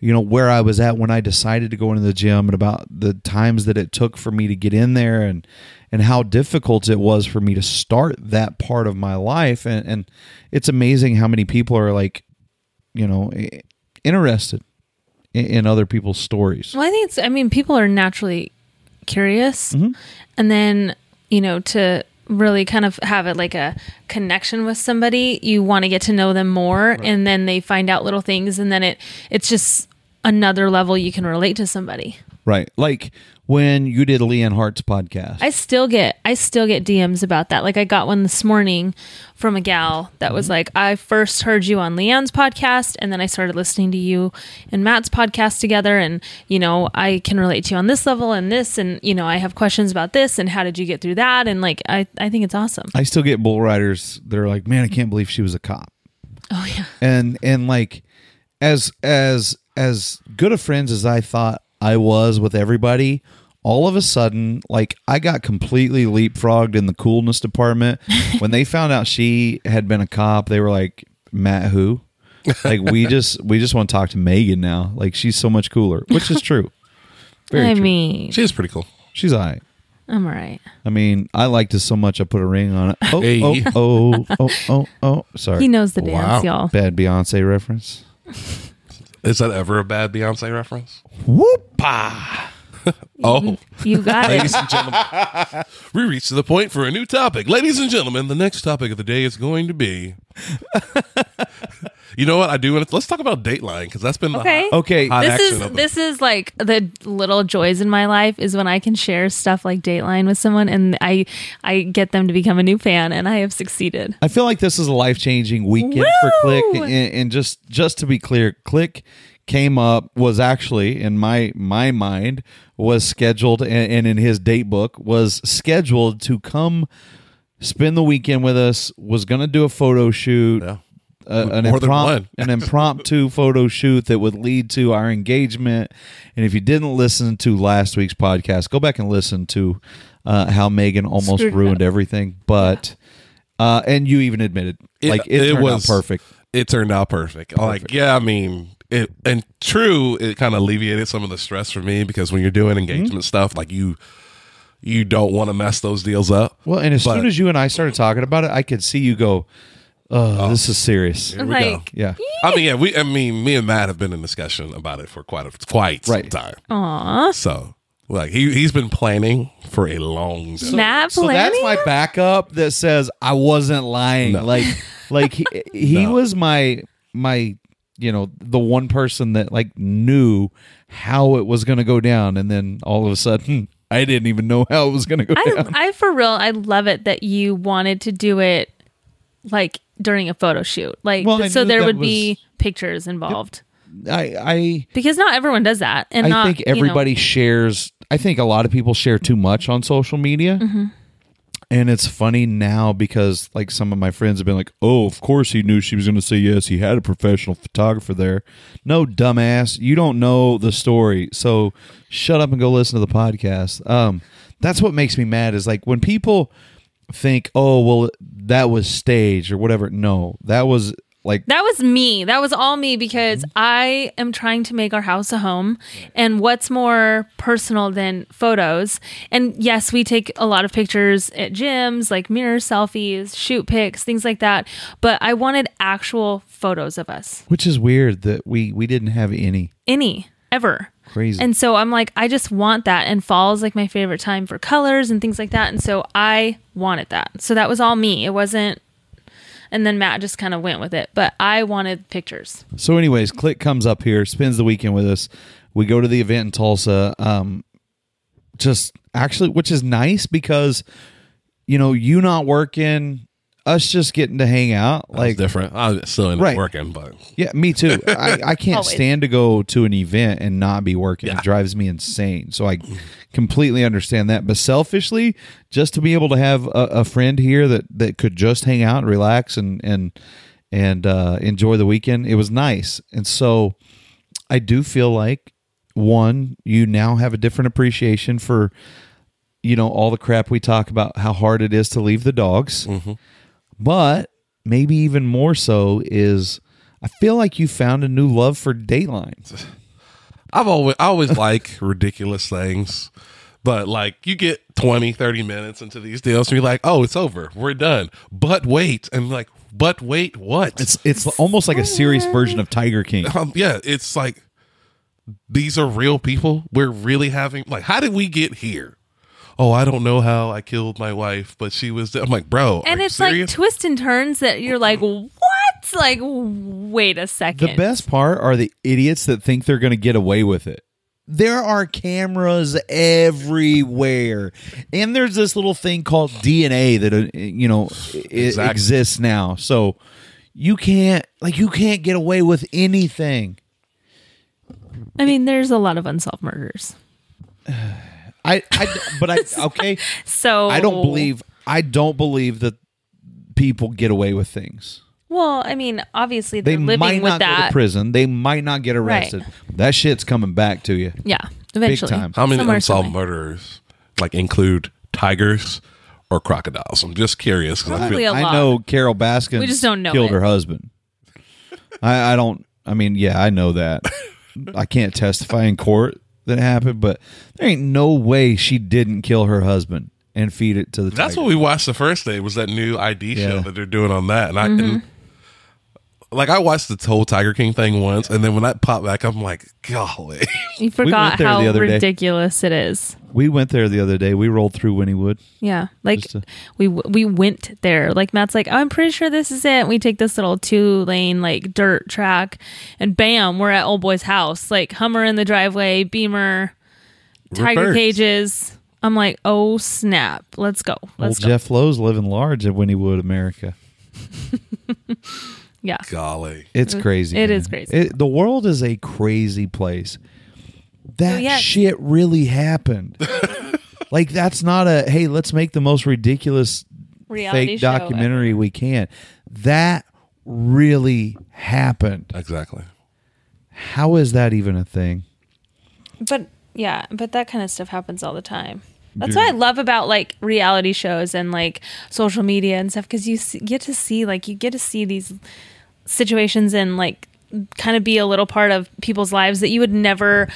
[SPEAKER 2] you know where I was at when I decided to go into the gym and about the times that it took for me to get in there and and how difficult it was for me to start that part of my life and and it's amazing how many people are like you know i- interested in, in other people's stories
[SPEAKER 3] Well, I think it's, I mean, people are naturally curious. And then, you know, to really kind of have it like a connection with somebody, you want to get to know them more. And then they find out little things. And then it, it's just another level you can relate to somebody.
[SPEAKER 2] right like when you did Leanne Hart's podcast
[SPEAKER 3] I still get, I still get DMs about that. Like I got one this morning from a gal that
[SPEAKER 2] Mm-hmm.
[SPEAKER 3] was like, I first heard you on Leanne's podcast. And then I started listening to you and Matt's podcast together. And, you know, I can relate to you on this level and this. And, you know, I have questions about this and how did you get through that? And like, I, I think it's awesome.
[SPEAKER 2] I still get bull riders that are like, "Man, I can't believe she was a cop."
[SPEAKER 3] Oh yeah.
[SPEAKER 2] And and like, as as as good of friends as I thought I was with everybody, all of a sudden, like I got completely leapfrogged in the coolness department. when they found out she had been a cop, they were like, "Matt, who?" like we just we just want to talk to Megan now. Like she's so much cooler, which is true. Very
[SPEAKER 3] I
[SPEAKER 2] true.
[SPEAKER 3] mean,
[SPEAKER 4] She is pretty cool.
[SPEAKER 2] she's all right.
[SPEAKER 3] I'm all right.
[SPEAKER 2] I mean, I liked it so much I put a ring on it. Oh,
[SPEAKER 4] Hey.
[SPEAKER 2] oh, oh, oh, oh, oh. Sorry.
[SPEAKER 3] He knows the
[SPEAKER 4] Wow.
[SPEAKER 3] dance, y'all.
[SPEAKER 2] Bad Beyonce reference.
[SPEAKER 4] Is that ever a bad Beyonce reference?
[SPEAKER 2] Whoopah. Mm-hmm.
[SPEAKER 4] Oh,
[SPEAKER 3] You got it.
[SPEAKER 4] we reached the point for a new topic. Ladies and gentlemen, the next topic of the day is going to be. you know what? I do want to. Let's talk about Dateline because that's been the
[SPEAKER 3] Okay.
[SPEAKER 4] hot-
[SPEAKER 2] Okay.
[SPEAKER 4] hot
[SPEAKER 3] This
[SPEAKER 4] action
[SPEAKER 3] is
[SPEAKER 4] of the-
[SPEAKER 3] this is like the little joys in my life is when I can share stuff like Dateline with someone and I I get them to become a new fan and I have succeeded.
[SPEAKER 2] I feel like this is a life changing weekend for
[SPEAKER 3] Woo!
[SPEAKER 2] Click. And, and just just to be clear, Click came up was actually in my my mind was scheduled and, and in his date book was scheduled to come spend the weekend with us. Was going to do a photo shoot.
[SPEAKER 4] Yeah.
[SPEAKER 2] a- an,
[SPEAKER 4] More than
[SPEAKER 2] improm-
[SPEAKER 4] one.
[SPEAKER 2] an impromptu photo shoot that would lead to our engagement. And if you didn't listen to last week's podcast, go back and listen to uh, how Megan almost
[SPEAKER 3] Screwed it
[SPEAKER 2] ruined everything. But uh, and you even admitted,
[SPEAKER 4] It-
[SPEAKER 2] like it,
[SPEAKER 4] it
[SPEAKER 2] turned out
[SPEAKER 4] was-
[SPEAKER 2] perfect.
[SPEAKER 4] It turned out perfect. I'm Like, yeah, I mean, it and true, it kind of alleviated some of the stress for me because when you're doing
[SPEAKER 3] Mm-hmm.
[SPEAKER 4] engagement stuff, like you, you don't want to mess those deals up.
[SPEAKER 2] Well, and as
[SPEAKER 4] But-
[SPEAKER 2] soon as you and I started talking about it, I could see you go, "Oh, this is serious."
[SPEAKER 4] Here we go.
[SPEAKER 3] Like-
[SPEAKER 2] Yeah,
[SPEAKER 4] I mean, yeah, we. I mean, me and Matt have been in discussion about it for quite a quite
[SPEAKER 2] Right.
[SPEAKER 4] some time.
[SPEAKER 3] Aw.
[SPEAKER 4] So, like, he he's been planning for a long time.
[SPEAKER 3] Matt
[SPEAKER 2] so that's
[SPEAKER 3] Bellamy?
[SPEAKER 2] my backup that says I wasn't lying. Like, like he, he was my my you know the one person that like knew how it was going to go down, and then all of a sudden I didn't even know how it was going to go down.
[SPEAKER 3] I I for real I love it that you wanted to do it like during a photo shoot. Like
[SPEAKER 2] Well, I
[SPEAKER 3] so
[SPEAKER 2] knew
[SPEAKER 3] there
[SPEAKER 2] that
[SPEAKER 3] would be pictures involved.
[SPEAKER 2] I
[SPEAKER 3] Because not everyone does that. And
[SPEAKER 2] I, I
[SPEAKER 3] not
[SPEAKER 2] think
[SPEAKER 3] you know-
[SPEAKER 2] everybody shares. I think a lot of people share too much on social media.
[SPEAKER 3] Mm-hmm.
[SPEAKER 2] And it's funny now because like some of my friends have been like, "Oh, of course he knew she was going to say yes. He had a professional photographer there." No, dumbass, you don't know the story. So shut up and go listen to the podcast. Um, that's what makes me mad is like when people think, "Oh, well, that was staged or whatever." No, that was like
[SPEAKER 3] That was me. That was all me because I am trying to make our house a home. And what's more personal than photos? And yes, we take a lot of pictures at gyms, like mirror selfies, shoot pics, things like that. But I wanted actual photos of us,
[SPEAKER 2] which is weird that we we didn't have any
[SPEAKER 3] any, ever.
[SPEAKER 2] crazy.
[SPEAKER 3] And so I'm like, I just want that. And fall is like my favorite time for colors and things like that. And so I wanted that. So that was all me. It wasn't. And then Matt just kind of went with it. But I wanted pictures.
[SPEAKER 2] So, anyways, Click comes up here, spends the weekend with us. We go to the event in Tulsa. Um, just actually, which is nice because, you know, you not working, us just getting to hang out.
[SPEAKER 4] Like,
[SPEAKER 2] Like,
[SPEAKER 4] different. I still end up
[SPEAKER 2] Right.
[SPEAKER 4] working, but
[SPEAKER 2] yeah, me too. I, I can't
[SPEAKER 3] Always.
[SPEAKER 2] stand to go to an event and not be working. It drives me insane. So I completely understand that. But selfishly, just to be able to have a, a friend here that that could just hang out, and relax, and and and uh, enjoy the weekend, it was nice. And so I do feel like one, you now have a different appreciation for you know all the crap we talk about how hard it is to leave the dogs but maybe even more so is I feel like you found a new love for Dateline.
[SPEAKER 4] I've always I always like ridiculous things. But like you get 20, 30 minutes into these deals and you're like, "Oh, it's over. We're done." But wait, and like, "But wait, what?"
[SPEAKER 2] It's it's almost like a serious version of Tiger King.
[SPEAKER 4] um, yeah, it's like these are real people. We're really having like, how did we get here? Oh, I don't know how I killed my wife, but she was. I'm like, bro,
[SPEAKER 3] and
[SPEAKER 4] are you
[SPEAKER 3] it's
[SPEAKER 4] serious?
[SPEAKER 3] like twists and turns that you're like, what? Like, wait a second.
[SPEAKER 2] The best part are the idiots that think they're going to get away with it. There are cameras everywhere, and there's this little thing called DNA that uh, you know i-
[SPEAKER 4] Exactly.
[SPEAKER 2] exists now. So you can't like you can't get away with anything.
[SPEAKER 3] I mean, there's a lot of unsolved murders.
[SPEAKER 2] I, I but I okay.
[SPEAKER 3] So
[SPEAKER 2] I don't believe I don't believe that people get away with things.
[SPEAKER 3] Well, I mean, obviously
[SPEAKER 2] They
[SPEAKER 3] they're living
[SPEAKER 2] might
[SPEAKER 3] with
[SPEAKER 2] not go
[SPEAKER 3] that.
[SPEAKER 2] to prison. They might not get arrested. That shit's coming back to you.
[SPEAKER 3] Yeah, eventually.
[SPEAKER 2] time.
[SPEAKER 4] how many
[SPEAKER 3] Somewhere,
[SPEAKER 4] unsolved
[SPEAKER 3] somewhere.
[SPEAKER 4] murderers like include tigers or crocodiles? I'm just curious. 'cause I
[SPEAKER 3] Probably
[SPEAKER 4] feel,
[SPEAKER 3] a
[SPEAKER 2] I
[SPEAKER 3] lot.
[SPEAKER 2] know Carol Baskin
[SPEAKER 3] We just don't know
[SPEAKER 2] killed
[SPEAKER 3] it.
[SPEAKER 2] her husband. I, I don't I mean, yeah, I know that. I can't testify in court that it happened, but there ain't no way she didn't kill her husband and feed it to the
[SPEAKER 4] that's
[SPEAKER 2] tiger.
[SPEAKER 4] what we watched the first day was that new ID show
[SPEAKER 2] Yeah.
[SPEAKER 4] that they're doing on that, and I
[SPEAKER 3] Mm-hmm.
[SPEAKER 4] and, like I watched the whole Tiger King thing once, and then when that popped back, I'm like, golly,
[SPEAKER 3] You forgot
[SPEAKER 2] there the
[SPEAKER 3] how
[SPEAKER 2] other day.
[SPEAKER 3] ridiculous it is.
[SPEAKER 2] we went there the other day. We rolled through Winniewood.
[SPEAKER 3] Yeah, like
[SPEAKER 2] Just a-
[SPEAKER 3] we w- we went there. Like Matt's like, I'm pretty sure this is it. And we take this little two lane like dirt track, and bam, we're at old boy's house. Like Hummer in the driveway, Beamer, tiger
[SPEAKER 4] birds.
[SPEAKER 3] cages. I'm like, oh snap, let's go,
[SPEAKER 2] Well,
[SPEAKER 3] let's go.
[SPEAKER 2] Jeff Lowe's living large at Winniewood, America.
[SPEAKER 3] yeah,
[SPEAKER 4] golly.
[SPEAKER 2] It's crazy.
[SPEAKER 3] Mm-hmm. it
[SPEAKER 2] It is
[SPEAKER 3] is crazy.
[SPEAKER 2] the world is a crazy place. That
[SPEAKER 3] Oh, yes.
[SPEAKER 2] shit really happened. like that's not a hey, let's make the most ridiculous
[SPEAKER 3] Reality
[SPEAKER 2] fake
[SPEAKER 3] show
[SPEAKER 2] documentary we can. That really happened.
[SPEAKER 4] Exactly.
[SPEAKER 2] How is that even a thing?
[SPEAKER 3] but yeah, but that kind of stuff happens all the time. That's what I love about like reality shows and like social media and stuff because you s get to see like you get to see these situations and like kind of be a little part of people's lives that you would never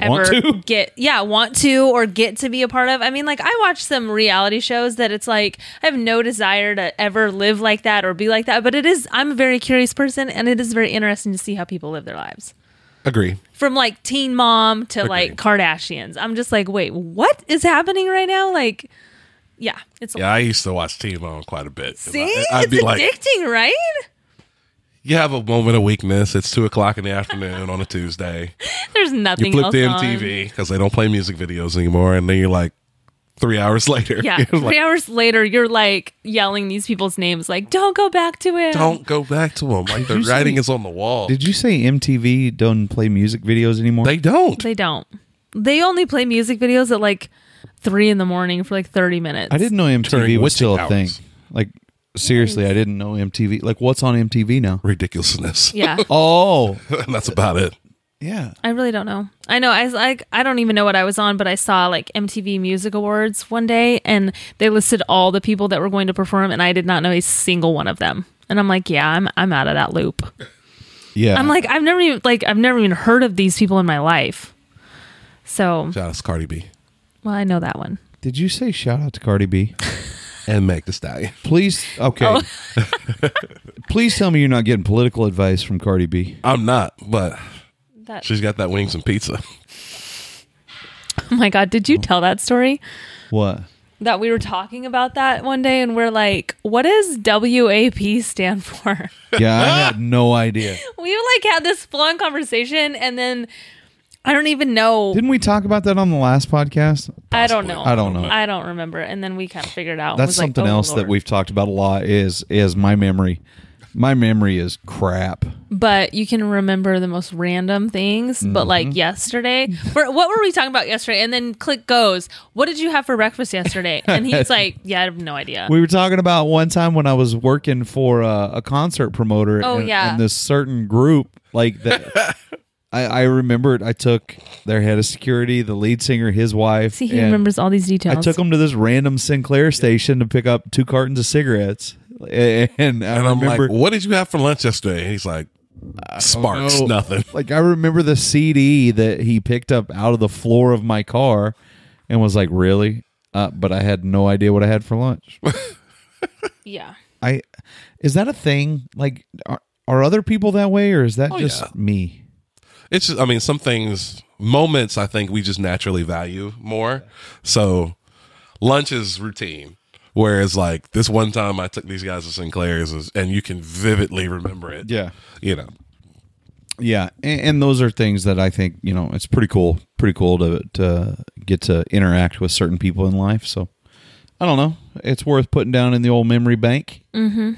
[SPEAKER 3] ever
[SPEAKER 2] Want to?
[SPEAKER 3] get yeah want to or get to be a part of i mean like i watch some reality shows that it's like i have no desire to ever live like that or be like that but it is i'm a very curious person and it is very interesting to see how people live their lives
[SPEAKER 4] Agree.
[SPEAKER 3] from like Teen Mom to like Kardashians. I'm just like, wait, what is happening right now? Like, yeah, it's a
[SPEAKER 4] Yeah, I used to watch T Bone quite a bit.
[SPEAKER 3] See,
[SPEAKER 4] I, would
[SPEAKER 3] it's
[SPEAKER 4] be like,
[SPEAKER 3] addicting, right?
[SPEAKER 4] you have a moment of weakness. It's two o'clock in the afternoon on a Tuesday.
[SPEAKER 3] There's
[SPEAKER 4] You
[SPEAKER 3] nothing
[SPEAKER 4] flip
[SPEAKER 3] else
[SPEAKER 4] to
[SPEAKER 3] on.
[SPEAKER 4] MTV because they don't play music videos anymore, and then you're like, three hours later,
[SPEAKER 3] Yeah,
[SPEAKER 4] you're
[SPEAKER 3] three
[SPEAKER 4] like,
[SPEAKER 3] hours later, you're like yelling these people's names, like, "Don't go back to it."
[SPEAKER 4] don't go back to them. Like the
[SPEAKER 2] you see-
[SPEAKER 4] writing is on the wall.
[SPEAKER 2] Did you say MTV don't play music videos anymore?
[SPEAKER 4] they don't.
[SPEAKER 3] They don't. They only play music videos at like three in the morning for like 30 minutes.
[SPEAKER 2] I didn't know MTV
[SPEAKER 4] During
[SPEAKER 2] was still a
[SPEAKER 4] witching
[SPEAKER 2] thing.
[SPEAKER 4] hours.
[SPEAKER 2] Like seriously, I didn't know MTV. Like what's on MTV now?
[SPEAKER 4] Ridiculousness.
[SPEAKER 3] Yeah.
[SPEAKER 2] Oh,
[SPEAKER 4] and that's about it.
[SPEAKER 2] yeah.
[SPEAKER 3] I really don't know. I know I was like I don't even know what I was on, but I saw like MTV Music Awards one day and they listed all the people that were going to perform and I did not know a single one of them. And I'm like, yeah, I'm I'm out of that loop.
[SPEAKER 2] Yeah.
[SPEAKER 3] I'm like I've never even like I've never even heard of these people in my life. So,
[SPEAKER 4] Shout out to Cardi B
[SPEAKER 3] well, I know that one.
[SPEAKER 2] Did you say shout out to Cardi B?
[SPEAKER 4] and Meg Thee Stallion.
[SPEAKER 2] Please, okay.
[SPEAKER 3] Oh.
[SPEAKER 2] Please tell me you're not getting political advice from Cardi B.
[SPEAKER 4] I'm not, but
[SPEAKER 3] That,
[SPEAKER 4] she's got that wings and pizza.
[SPEAKER 3] oh my god, did you tell that story?
[SPEAKER 2] What?
[SPEAKER 3] That we were talking about that one day and we're like, what does WAP stand for?
[SPEAKER 2] Yeah, I had no idea.
[SPEAKER 3] we like had this full on conversation and then I don't even know.
[SPEAKER 2] Didn't we talk about that on the last podcast?
[SPEAKER 3] I don't know.
[SPEAKER 4] Possibly.
[SPEAKER 2] I don't know.
[SPEAKER 3] I don't remember. And then we kind of figured it out.
[SPEAKER 2] That's
[SPEAKER 3] Was like,
[SPEAKER 2] something
[SPEAKER 3] oh,
[SPEAKER 2] else
[SPEAKER 3] Lord.
[SPEAKER 2] that we've talked about a lot. Is is my memory? My memory is crap.
[SPEAKER 3] But you can remember the most random things.
[SPEAKER 2] Mm-hmm.
[SPEAKER 3] But like yesterday, for, what were we talking about yesterday? And then click goes. What did you have for breakfast yesterday? And he's like, Yeah, I have no idea.
[SPEAKER 2] We were talking about one time when I was working for a, a concert promoter.
[SPEAKER 3] Oh,
[SPEAKER 2] and,
[SPEAKER 3] yeah.
[SPEAKER 2] and this certain group like that. I, I remembered I took their head of security, the lead singer, his wife.
[SPEAKER 3] See, he
[SPEAKER 2] and
[SPEAKER 3] remembers all these
[SPEAKER 2] I
[SPEAKER 3] details.
[SPEAKER 2] took them to this random Sinclair station to pick up two cartons of cigarettes, and, I
[SPEAKER 4] And I'm
[SPEAKER 2] remember
[SPEAKER 4] like, what did you have for lunch yesterday? And he's like, sparks,
[SPEAKER 2] know.
[SPEAKER 4] nothing.
[SPEAKER 2] like I remember the CD that he picked up out of the floor of my car and was like, "Really?" Uh, but I had no idea what I had for lunch.
[SPEAKER 3] yeah.
[SPEAKER 2] I is that a thing? Like, are, are other people that way, or is that just
[SPEAKER 4] Oh, yeah.
[SPEAKER 2] me?
[SPEAKER 4] It's just, I mean, some things, moments, I think we just naturally value more. So lunch is routine. Whereas, like, this one time I took these guys to Sinclair's is- and you can vividly remember it.
[SPEAKER 2] Yeah.
[SPEAKER 4] You know,
[SPEAKER 2] Yeah, and, and those are things that I think you know it's pretty cool. Pretty cool to to get to interact with certain people in life. So I don't know. It's worth putting down in the old memory bank. Mm-hmm.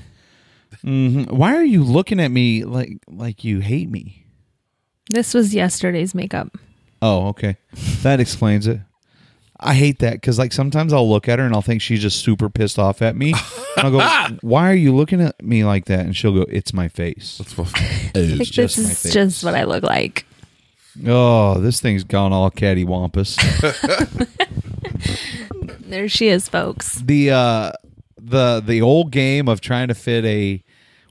[SPEAKER 2] Mm-hmm. Why are you looking at me like like you hate me?
[SPEAKER 3] This was yesterday's makeup.
[SPEAKER 2] Oh, okay. That explains it. I hate that because like sometimes I'll look at her and I'll think she's just super pissed off at me. And I'll go, "Why are you looking at me like that?" And she'll go, "It's my face."
[SPEAKER 4] it's what-
[SPEAKER 3] Like,
[SPEAKER 2] just my
[SPEAKER 3] this
[SPEAKER 2] face.
[SPEAKER 3] is just what I look like.
[SPEAKER 2] Oh, this thing's gone all cattywampus.
[SPEAKER 3] There she is, folks.
[SPEAKER 2] the uh the the old game of trying to fit a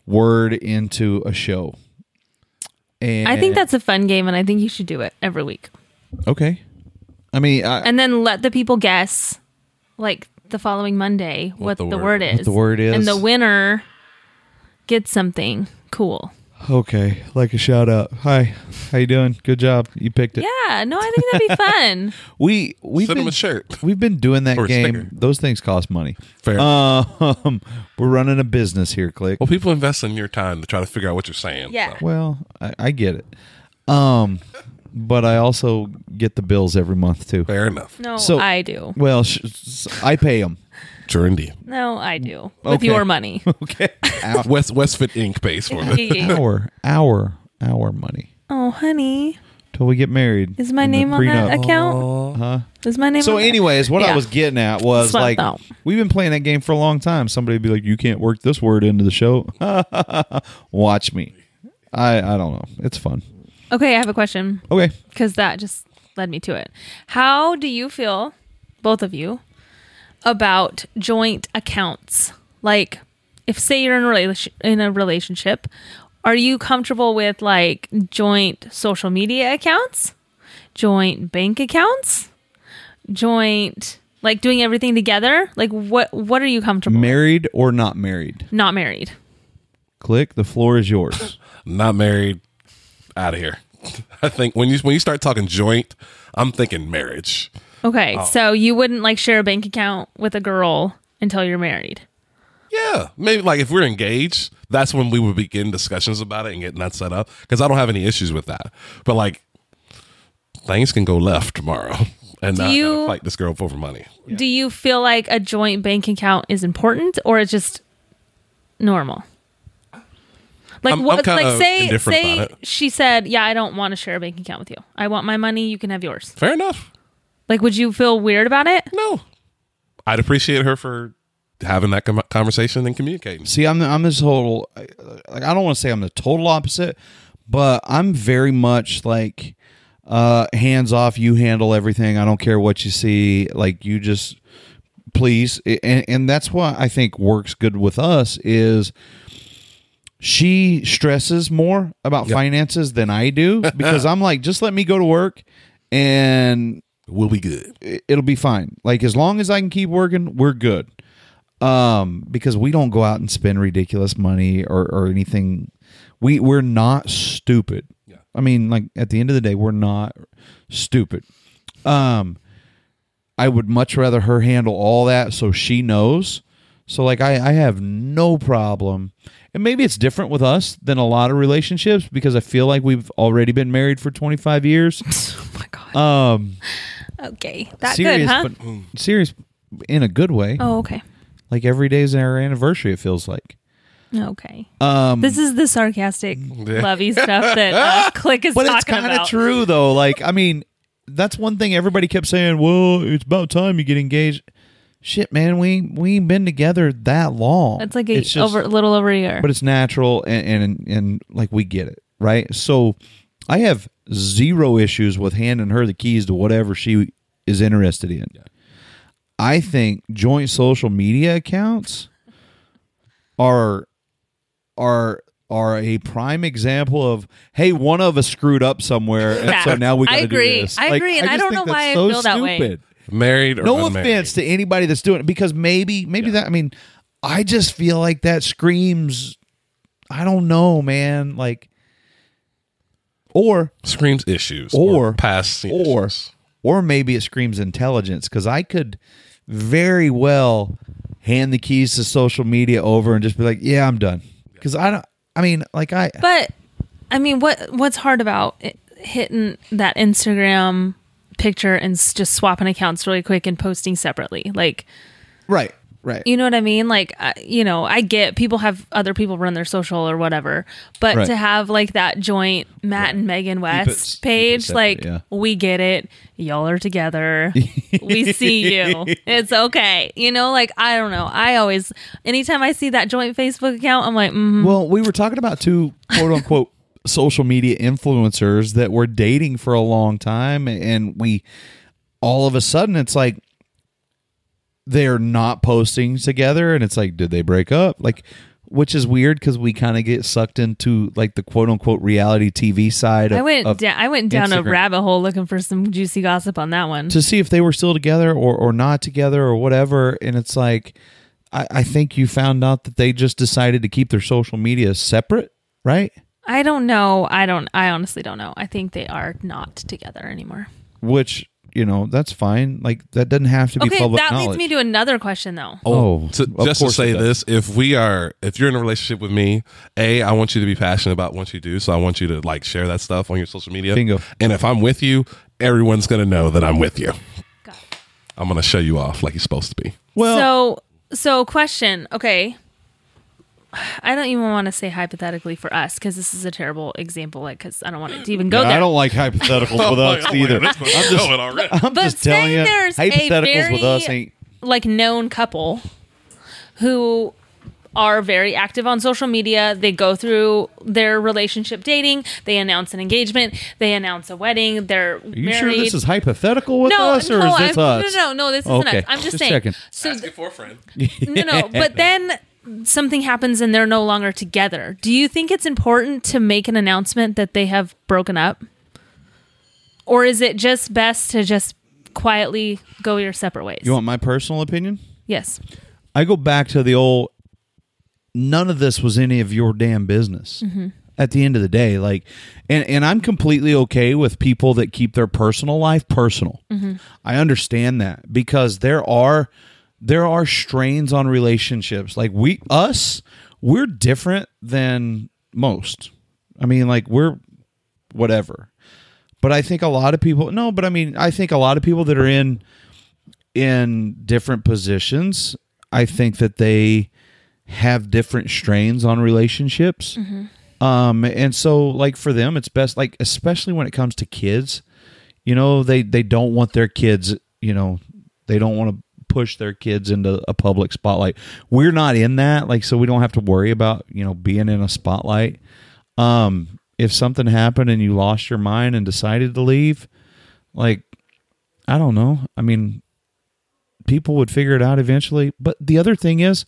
[SPEAKER 2] word into a show. And
[SPEAKER 3] I think that's a fun game, and I think you should do it every week.
[SPEAKER 2] okay. I mean, I,
[SPEAKER 3] And then let the people guess, like the following Monday, what,
[SPEAKER 4] the
[SPEAKER 3] the, word,
[SPEAKER 4] word-
[SPEAKER 3] is.
[SPEAKER 2] what the word is.
[SPEAKER 3] And the winner gets something cool.
[SPEAKER 2] okay, like a shout out. Hi, how you doing? Good job, you picked it.
[SPEAKER 3] Yeah, no, I think that'd be fun.
[SPEAKER 2] We we've
[SPEAKER 4] Send him
[SPEAKER 2] been
[SPEAKER 4] a shirt.
[SPEAKER 2] we've been doing that
[SPEAKER 4] Or a
[SPEAKER 2] game.
[SPEAKER 4] sticker.
[SPEAKER 2] Those things cost money.
[SPEAKER 4] Fair.
[SPEAKER 2] Um, we're running a business here, click.
[SPEAKER 4] well, people invest in your time to try to figure out what you're saying.
[SPEAKER 3] Yeah.
[SPEAKER 2] Well, I, I get it. Um, but I also get the bills every month too.
[SPEAKER 4] Fair enough.
[SPEAKER 3] No,
[SPEAKER 2] So-
[SPEAKER 3] I do.
[SPEAKER 2] Well, sh- s- I pay them.
[SPEAKER 4] Sure, indeed.
[SPEAKER 3] No, I do. With
[SPEAKER 2] Okay.
[SPEAKER 3] your money.
[SPEAKER 2] Okay.
[SPEAKER 4] West Westfit Inc. pays for it.
[SPEAKER 2] our our our money
[SPEAKER 3] oh, honey.
[SPEAKER 2] till we get married.
[SPEAKER 3] Is my
[SPEAKER 2] And the
[SPEAKER 3] name on that
[SPEAKER 2] prenup.
[SPEAKER 3] account? Huh? Is my name
[SPEAKER 2] So,
[SPEAKER 3] on that-
[SPEAKER 2] anyways, what I
[SPEAKER 3] Yeah.
[SPEAKER 2] was getting at was
[SPEAKER 3] That's what I
[SPEAKER 2] like
[SPEAKER 3] thought.
[SPEAKER 2] we've been playing that game for a long time. Somebody would be like, "You can't work this word into the show." Watch me. I I don't know. It's fun.
[SPEAKER 3] Okay, I have a question.
[SPEAKER 2] Okay.
[SPEAKER 3] because that just led me to it. How do you feel, both of you, about joint accounts? Like, if say you're in a relation in a relationship, are you comfortable with like joint social media accounts, joint bank accounts, joint like doing everything together? Like, what what are you comfortable? with?
[SPEAKER 2] Married or not married?
[SPEAKER 3] Not married.
[SPEAKER 2] Click. The floor is yours.
[SPEAKER 4] Not married. Out of here. I think when you when you start talking joint, I'm thinking marriage.
[SPEAKER 3] Okay, so you wouldn't like share a bank account with a girl until you're married.
[SPEAKER 4] Yeah, maybe like if we're engaged, that's when we would begin discussions about it and getting that set up. Because I don't have any issues with that. But like, things can go left tomorrow, and I
[SPEAKER 3] you-
[SPEAKER 4] gotta fight this girl over money.
[SPEAKER 3] Do you feel like a joint bank account is important or it's just normal? Like
[SPEAKER 4] I'm- I'm
[SPEAKER 3] what
[SPEAKER 4] kinda
[SPEAKER 3] like say
[SPEAKER 4] indifferent
[SPEAKER 3] say
[SPEAKER 4] about
[SPEAKER 3] she said, "Yeah, I don't want to share a bank account with you. I want my money, you can have yours."
[SPEAKER 4] Fair enough.
[SPEAKER 3] Like would you feel weird about it?
[SPEAKER 4] No, I'd appreciate her for having that com- conversation and communicating.
[SPEAKER 2] See, I'm I'm this total. Like, I don't want to say I'm the total opposite, but I'm very much like uh, hands off. You handle everything. I don't care what you see. Like you just please, and and that's what I think works good with us is she stresses more about finances than I do because I'm like just let me go to work and
[SPEAKER 4] We'll be good.
[SPEAKER 2] it- it'll be fine. Like as long as I can keep working, we're good. Um, because we don't go out and spend ridiculous money or, or anything. We we're not stupid. Yeah. I mean, like at the end of the day, we're not stupid. Um, I would much rather her handle all that so she knows So like I, I have no problem. And maybe it's different with us than a lot of relationships because I feel like we've already been married for 25 years.
[SPEAKER 3] Oh my god.
[SPEAKER 2] Um
[SPEAKER 3] okay. That
[SPEAKER 2] serious
[SPEAKER 3] good, huh?
[SPEAKER 2] but serious in a good way.
[SPEAKER 3] oh, okay.
[SPEAKER 2] Like every day is our anniversary it feels like.
[SPEAKER 3] Okay.
[SPEAKER 2] Um
[SPEAKER 3] This is the sarcastic, lovey stuff that uh, Click is
[SPEAKER 2] But
[SPEAKER 3] talking
[SPEAKER 2] it's kind
[SPEAKER 3] about.
[SPEAKER 2] of true though. Like I mean, that's one thing everybody kept saying. Well, it's about time you get engaged. Shit, man, we we ain't been together that long.
[SPEAKER 3] It's like a
[SPEAKER 2] It's just-
[SPEAKER 3] over, little over a year.
[SPEAKER 2] but it's natural and, and and like we get it right. So I have zero issues with handing her the keys to whatever she is interested in. I think joint social media accounts are are are a prime example of hey one of us screwed up somewhere and
[SPEAKER 3] Yeah.
[SPEAKER 2] so now we
[SPEAKER 3] I
[SPEAKER 2] gotta
[SPEAKER 3] agree.
[SPEAKER 2] do this.
[SPEAKER 3] I agree, and I
[SPEAKER 2] just
[SPEAKER 3] don't
[SPEAKER 2] think
[SPEAKER 3] know
[SPEAKER 2] that's
[SPEAKER 3] why I
[SPEAKER 2] so
[SPEAKER 3] feel that way.
[SPEAKER 2] stupid.
[SPEAKER 4] Married or
[SPEAKER 2] No
[SPEAKER 4] unmarried.
[SPEAKER 2] offense to anybody that's doing it because maybe maybe that I mean I just feel like that screams I don't know, man, like or
[SPEAKER 4] Screams issues
[SPEAKER 2] Or-
[SPEAKER 4] past
[SPEAKER 2] or-
[SPEAKER 4] issues.
[SPEAKER 2] or maybe it screams intelligence cuz I could very well hand the keys to social media over and just be like, "Yeah, I'm done." Cuz I don't I mean, like I
[SPEAKER 3] But I mean, what what's hard about it, hitting that Instagram picture and s- just swapping accounts really quick and posting separately? Like,
[SPEAKER 2] right, right.
[SPEAKER 3] you know what I mean? Like, I you know, I get people have other people run their social or whatever, but
[SPEAKER 2] Right.
[SPEAKER 3] to have like that joint Matt and Megan West
[SPEAKER 2] s- keep it
[SPEAKER 3] page,
[SPEAKER 2] separate,
[SPEAKER 3] like,
[SPEAKER 2] yeah.
[SPEAKER 3] we get it. Y'all are together. we see you. It's okay. You know, like, I don't know. I always, anytime I see that joint Facebook account, I'm like, mm,
[SPEAKER 2] Well, we were talking about two quote unquote social media influencers that were dating for a long time, and we all of a sudden it's like they're not posting together, and it's like, did they break up? Like, which is weird because we kind of get sucked into like the quote unquote reality TV side. Of,
[SPEAKER 3] I went
[SPEAKER 2] of-
[SPEAKER 3] down. I went down a
[SPEAKER 2] Instagram.
[SPEAKER 3] rabbit hole looking for some juicy gossip on that one.
[SPEAKER 2] to see if they were still together or, or not together or whatever. And it's like, I, I think you found out that they just decided to keep their social media separate, right?
[SPEAKER 3] I don't know. I don't. I honestly don't know. I think they are not together anymore.
[SPEAKER 2] which you know that's fine. Like that doesn't have to be
[SPEAKER 3] Okay,
[SPEAKER 2] public
[SPEAKER 3] that
[SPEAKER 2] knowledge.
[SPEAKER 3] leads me to another question, though.
[SPEAKER 2] oh,
[SPEAKER 4] to,
[SPEAKER 2] of
[SPEAKER 4] just to
[SPEAKER 2] course it
[SPEAKER 4] say
[SPEAKER 2] does.
[SPEAKER 4] this if we are if you're in a relationship with me a i want you to be passionate about what you do so i want you to like share that stuff on your social media
[SPEAKER 2] Bingo.
[SPEAKER 4] and if i'm with you everyone's gonna know that i'm with you
[SPEAKER 3] Got it.
[SPEAKER 4] i'm gonna show you off like you're supposed to be
[SPEAKER 2] Well,
[SPEAKER 3] so, so question. Okay, I don't even want to say hypothetically for us because this is a terrible example. Like, because I don't want it to even go there.
[SPEAKER 2] like
[SPEAKER 4] Oh
[SPEAKER 2] hypotheticals with us either. I'm just,
[SPEAKER 4] already.
[SPEAKER 2] I'm
[SPEAKER 3] But
[SPEAKER 2] just telling
[SPEAKER 3] say
[SPEAKER 2] you,
[SPEAKER 3] there's a
[SPEAKER 2] hypotheticals with us
[SPEAKER 3] very-
[SPEAKER 2] ain't.
[SPEAKER 3] like known couple who are very active on social media. They go through their relationship dating. They announce an engagement. They announce a wedding. They're
[SPEAKER 2] Are you
[SPEAKER 3] married.
[SPEAKER 2] sure this is hypothetical with
[SPEAKER 3] no,
[SPEAKER 2] us or
[SPEAKER 3] no,
[SPEAKER 2] is this
[SPEAKER 3] I'm-
[SPEAKER 2] us?
[SPEAKER 3] no, no, no, this isn't
[SPEAKER 2] Okay,
[SPEAKER 3] us. I'm just,
[SPEAKER 2] just
[SPEAKER 3] saying.
[SPEAKER 2] checking.
[SPEAKER 3] So th-
[SPEAKER 4] for a friend
[SPEAKER 3] no, no, but then something happens and they're no longer together. Do you think it's important to make an announcement that they have broken up? Or is it just best to just quietly go your separate ways?
[SPEAKER 2] You want my personal opinion?
[SPEAKER 3] yes.
[SPEAKER 2] I go back to the old none of this was any of your damn business. At the end of the day, like and and I'm completely okay with people that keep their personal life personal. I understand that because there are there are strains on relationships. Like we us, we're different than most. I mean, like we're whatever. But I think a lot of people no, but I mean, I think a lot of people that are in in different positions, I think that they have different strains on relationships. Um, and so like for them, it's best like especially when it comes to kids, you know, they they don't want their kids, you know, they don't want to push their kids into a public spotlight. We're not in that, like so we don't have to worry about, you know, being in a spotlight. Um, if something happened and you lost your mind and decided to leave, like I don't know. I mean, people would figure it out eventually. But the other thing is,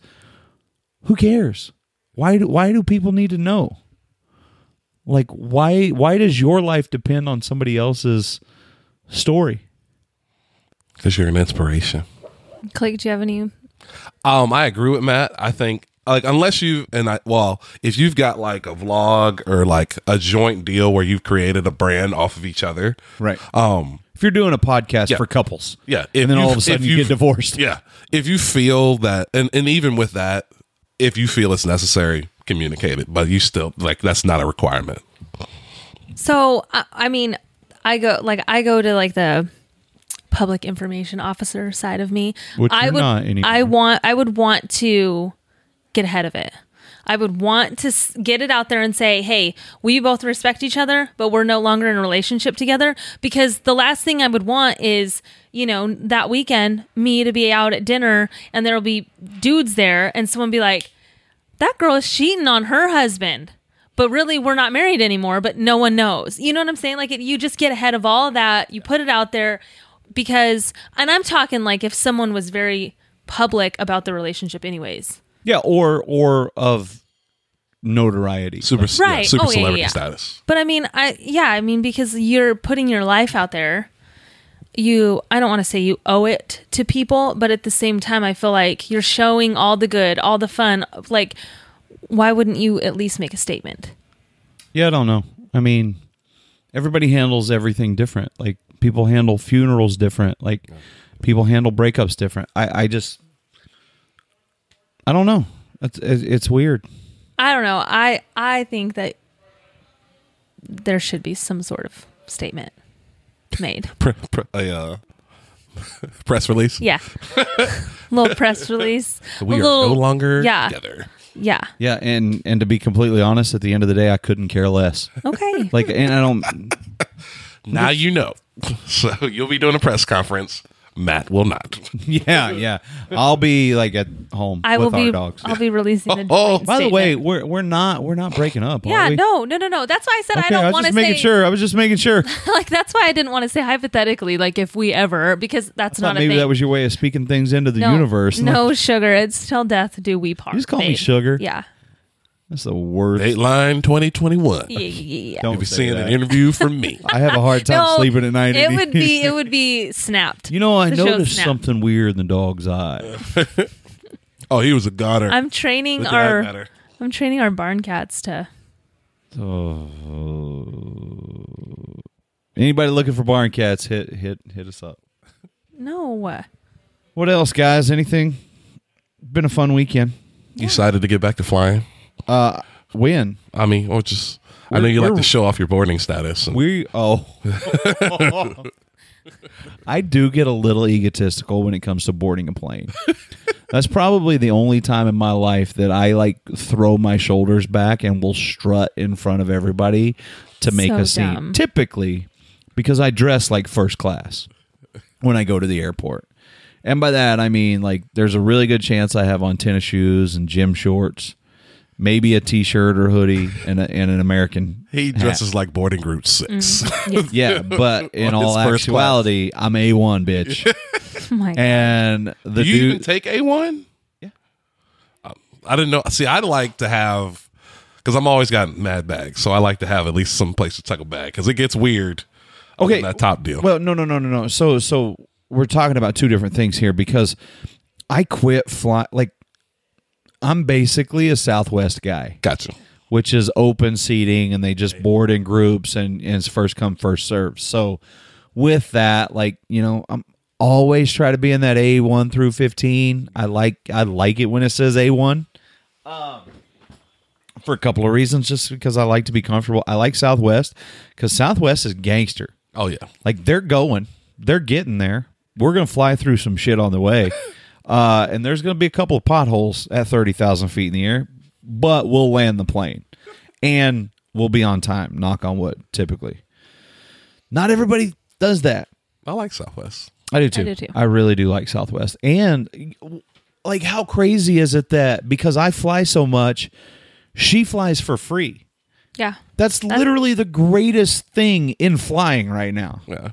[SPEAKER 2] who cares? Why do why do people need to know? Like why why does your life depend on somebody else's story?
[SPEAKER 4] because you're an inspiration
[SPEAKER 3] Click, do you have any
[SPEAKER 4] Um, I agree with Matt. I think like unless you and I well, if you've got like a vlog or like a joint deal where you've created a brand off of each other,
[SPEAKER 2] Right.
[SPEAKER 4] Um,
[SPEAKER 2] If you're doing a podcast
[SPEAKER 4] Yeah.
[SPEAKER 2] for couples,
[SPEAKER 4] Yeah. if
[SPEAKER 2] and then
[SPEAKER 4] you-
[SPEAKER 2] all of a sudden
[SPEAKER 4] if
[SPEAKER 2] you,
[SPEAKER 4] you-
[SPEAKER 2] get divorced.
[SPEAKER 4] Yeah. If you feel that, and, and even with that, if you feel it's necessary, communicate it. But you still, like, that's not a requirement.
[SPEAKER 3] So I, I mean, I go like I go to like the public information officer side of me.
[SPEAKER 2] Which
[SPEAKER 3] I
[SPEAKER 2] you're
[SPEAKER 3] would
[SPEAKER 2] not anymore.
[SPEAKER 3] I want I would want to get ahead of it. I would want to s- get it out there and say, "Hey, we both respect each other, but we're no longer in a relationship together." Because the last thing I would want is, you know, that weekend me to be out at dinner and there'll be dudes there and someone be like, that girl is cheating on her husband. But really, we're not married anymore, but no one knows. You know what I'm saying? Like, it, you just get ahead of all that. You put it out there because, and I'm talking like if someone was very public about the relationship, anyways.
[SPEAKER 2] Yeah, or or of notoriety.
[SPEAKER 4] Super, yeah,
[SPEAKER 3] Right.
[SPEAKER 4] super
[SPEAKER 3] Oh, yeah,
[SPEAKER 4] celebrity
[SPEAKER 3] yeah, yeah.
[SPEAKER 4] status.
[SPEAKER 3] But I mean, I, yeah, I mean, because you're putting your life out there. You, I don't want to say you owe it to people, but at the same time, I feel like you're showing all the good, all the fun. Like, why wouldn't you at least make a statement?
[SPEAKER 2] Yeah, I don't know. I mean, everybody handles everything different. Like people handle funerals different. Like people handle breakups different. I I just I don't know. It's it's it's weird.
[SPEAKER 3] I don't know. I I think that there should be some sort of statement made.
[SPEAKER 4] Pre, pre, a, uh, press release.
[SPEAKER 3] Yeah. little press release.
[SPEAKER 4] We
[SPEAKER 3] A
[SPEAKER 4] are
[SPEAKER 3] little-
[SPEAKER 4] no longer
[SPEAKER 3] yeah.
[SPEAKER 4] together.
[SPEAKER 3] Yeah.
[SPEAKER 2] Yeah, and and to be completely honest, at the end of the day, I couldn't care less.
[SPEAKER 3] Okay.
[SPEAKER 2] Like, and I don't.
[SPEAKER 4] Now you know. So you'll be doing a press conference. Matt will not.
[SPEAKER 2] Yeah, yeah. I'll be like at home
[SPEAKER 3] I will
[SPEAKER 2] with our
[SPEAKER 3] be
[SPEAKER 2] dogs.
[SPEAKER 3] I'll be releasing a
[SPEAKER 4] Oh,
[SPEAKER 3] joint
[SPEAKER 2] By the way,
[SPEAKER 3] statement.
[SPEAKER 2] we're we're not we're not breaking up. are
[SPEAKER 3] Yeah,
[SPEAKER 2] we?
[SPEAKER 3] no, no, no, no. That's why I said
[SPEAKER 2] Okay,
[SPEAKER 3] I
[SPEAKER 2] I,
[SPEAKER 3] don't
[SPEAKER 2] was
[SPEAKER 3] want to
[SPEAKER 2] just making
[SPEAKER 3] say
[SPEAKER 2] sure. I was just making sure. I
[SPEAKER 3] like that's why I didn't want to say hypothetically like if we ever because that's
[SPEAKER 2] thought
[SPEAKER 3] not a
[SPEAKER 2] maybe
[SPEAKER 3] thing.
[SPEAKER 2] that was your way of speaking things into the
[SPEAKER 3] no,
[SPEAKER 2] universe. and
[SPEAKER 3] No sugar. It's till death do we part.
[SPEAKER 2] just call me
[SPEAKER 3] babe.
[SPEAKER 2] sugar.
[SPEAKER 3] Yeah.
[SPEAKER 2] That's the worst.
[SPEAKER 4] Dateline 2021.
[SPEAKER 3] Yeah, yeah, yeah.
[SPEAKER 2] Don't
[SPEAKER 4] You'll be
[SPEAKER 2] say
[SPEAKER 4] seeing
[SPEAKER 2] that.
[SPEAKER 4] an interview from me.
[SPEAKER 2] I have a hard time
[SPEAKER 3] No,
[SPEAKER 2] sleeping at night.
[SPEAKER 3] It would be it would be snapped.
[SPEAKER 2] You know, I
[SPEAKER 3] The show's
[SPEAKER 2] noticed
[SPEAKER 3] snapped.
[SPEAKER 2] something weird in the dog's eye.
[SPEAKER 4] Oh, he was a godder.
[SPEAKER 3] I'm training
[SPEAKER 4] With the eye
[SPEAKER 3] our
[SPEAKER 4] matter.
[SPEAKER 3] I'm training our barn cats to
[SPEAKER 2] Oh, Anybody looking for barn cats? Hit hit hit us up.
[SPEAKER 3] no.
[SPEAKER 2] What else, guys? Anything? Been a fun weekend.
[SPEAKER 4] You decided to get back to flying.
[SPEAKER 2] Win.
[SPEAKER 4] I mean, or just I
[SPEAKER 2] We're-
[SPEAKER 4] know you like
[SPEAKER 2] we're-
[SPEAKER 4] to show off your boarding status. and-
[SPEAKER 2] We oh. I do get a little egotistical when it comes to boarding a plane. That's probably the only time in my life that I like throw my shoulders back and will strut in front of everybody to make
[SPEAKER 3] So
[SPEAKER 2] a scene.
[SPEAKER 3] dumb.
[SPEAKER 2] Typically, because I dress like first class when I go to the airport. And by that I mean like there's a really good chance I have on tennis shoes and gym shorts, maybe a t-shirt or hoodie and, a, and an American
[SPEAKER 4] he
[SPEAKER 2] hat.
[SPEAKER 4] dresses like boarding group
[SPEAKER 2] Mm-hmm.
[SPEAKER 4] 6
[SPEAKER 2] Yeah, but in
[SPEAKER 4] On his
[SPEAKER 2] all
[SPEAKER 4] first
[SPEAKER 2] actuality, I'm a one bitch,
[SPEAKER 3] Oh my god.
[SPEAKER 2] and the
[SPEAKER 4] Do you even
[SPEAKER 2] dude.
[SPEAKER 4] take A one?
[SPEAKER 2] Yeah.
[SPEAKER 4] I didn't know. See, I'd like to have because I'm always got mad bags, so I like to have at least some place to tuck a bag because it gets weird. on
[SPEAKER 2] Okay,
[SPEAKER 4] that top deal.
[SPEAKER 2] well, no, no, no, no, no. So, so we're talking about two different things here because I quit fly. Like, I'm basically a Southwest guy,
[SPEAKER 4] gotcha.
[SPEAKER 2] which is open seating, and they just board in groups, and, and it's first come first served. So, with that, like you know, I'm always try to be in that A one through fifteen. I like I like it when it says A one. for a couple of reasons just because I like to be comfortable. I like Southwest because Southwest is gangster.
[SPEAKER 4] Oh yeah.
[SPEAKER 2] Like they're going, they're getting there. We're going to fly through some shit on the way. Uh, and there's going to be a couple of potholes at 30,000 feet in the air, but we'll land the plane and we'll be on time, knock on wood, typically. Not everybody does that.
[SPEAKER 4] I like Southwest.
[SPEAKER 2] I do too. I
[SPEAKER 3] do too.
[SPEAKER 2] really do like Southwest. And like how crazy is it that because I fly so much, she flies for free.
[SPEAKER 3] Yeah.
[SPEAKER 2] That's literally the greatest thing in flying right now
[SPEAKER 4] Yeah.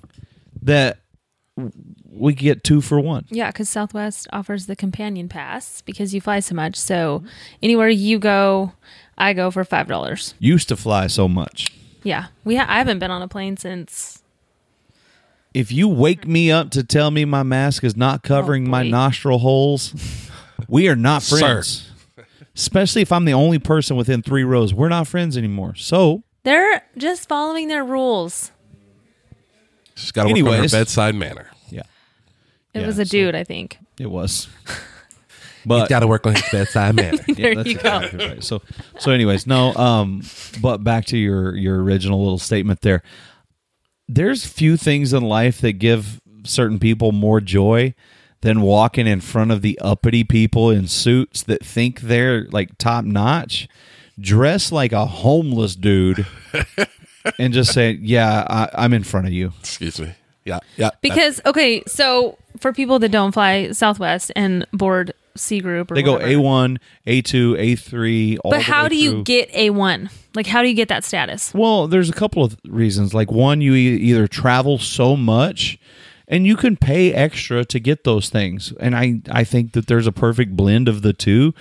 [SPEAKER 2] that we get two for one.
[SPEAKER 3] Yeah, because Southwest offers the companion pass because you fly so much. So anywhere you go, I go for five dollars.
[SPEAKER 2] Used to fly so much.
[SPEAKER 3] Yeah, we ha- I haven't been on a plane since.
[SPEAKER 2] If you wake me up to tell me my mask is not covering my
[SPEAKER 3] boy.
[SPEAKER 2] nostril holes, we are not
[SPEAKER 4] Sir.
[SPEAKER 2] friends. Especially if I'm the only person within three rows. We're not friends anymore. So
[SPEAKER 3] They're just following their rules.
[SPEAKER 4] She's got to work on her
[SPEAKER 2] Anyways.
[SPEAKER 4] bedside manner.
[SPEAKER 2] Yeah,
[SPEAKER 3] It
[SPEAKER 2] Yeah,
[SPEAKER 3] was a
[SPEAKER 2] so-
[SPEAKER 3] dude, I think.
[SPEAKER 2] it was. But
[SPEAKER 4] to work on his bedside manner.
[SPEAKER 2] yeah,
[SPEAKER 3] there
[SPEAKER 2] that's
[SPEAKER 3] you go.
[SPEAKER 2] exactly right. So, so anyways, no. Um, but back to your your original little statement there. There's few things in life that give certain people more joy than walking in front of the uppity people in suits that think they're like top notch, dressed like a homeless dude, and just saying, "Yeah, I, I'm in front of you."
[SPEAKER 4] Excuse me. Yeah, yeah.
[SPEAKER 3] Because okay, so for people that don't fly Southwest and board C group, or
[SPEAKER 2] They go
[SPEAKER 3] whatever,
[SPEAKER 2] A one, A two, A three.
[SPEAKER 3] But how do you get A one? Like, how do you get that status?
[SPEAKER 2] Well, there's a couple of reasons. Like one, you e- either travel so much and you can pay extra to get those things. And I I think that there's a perfect blend of the two.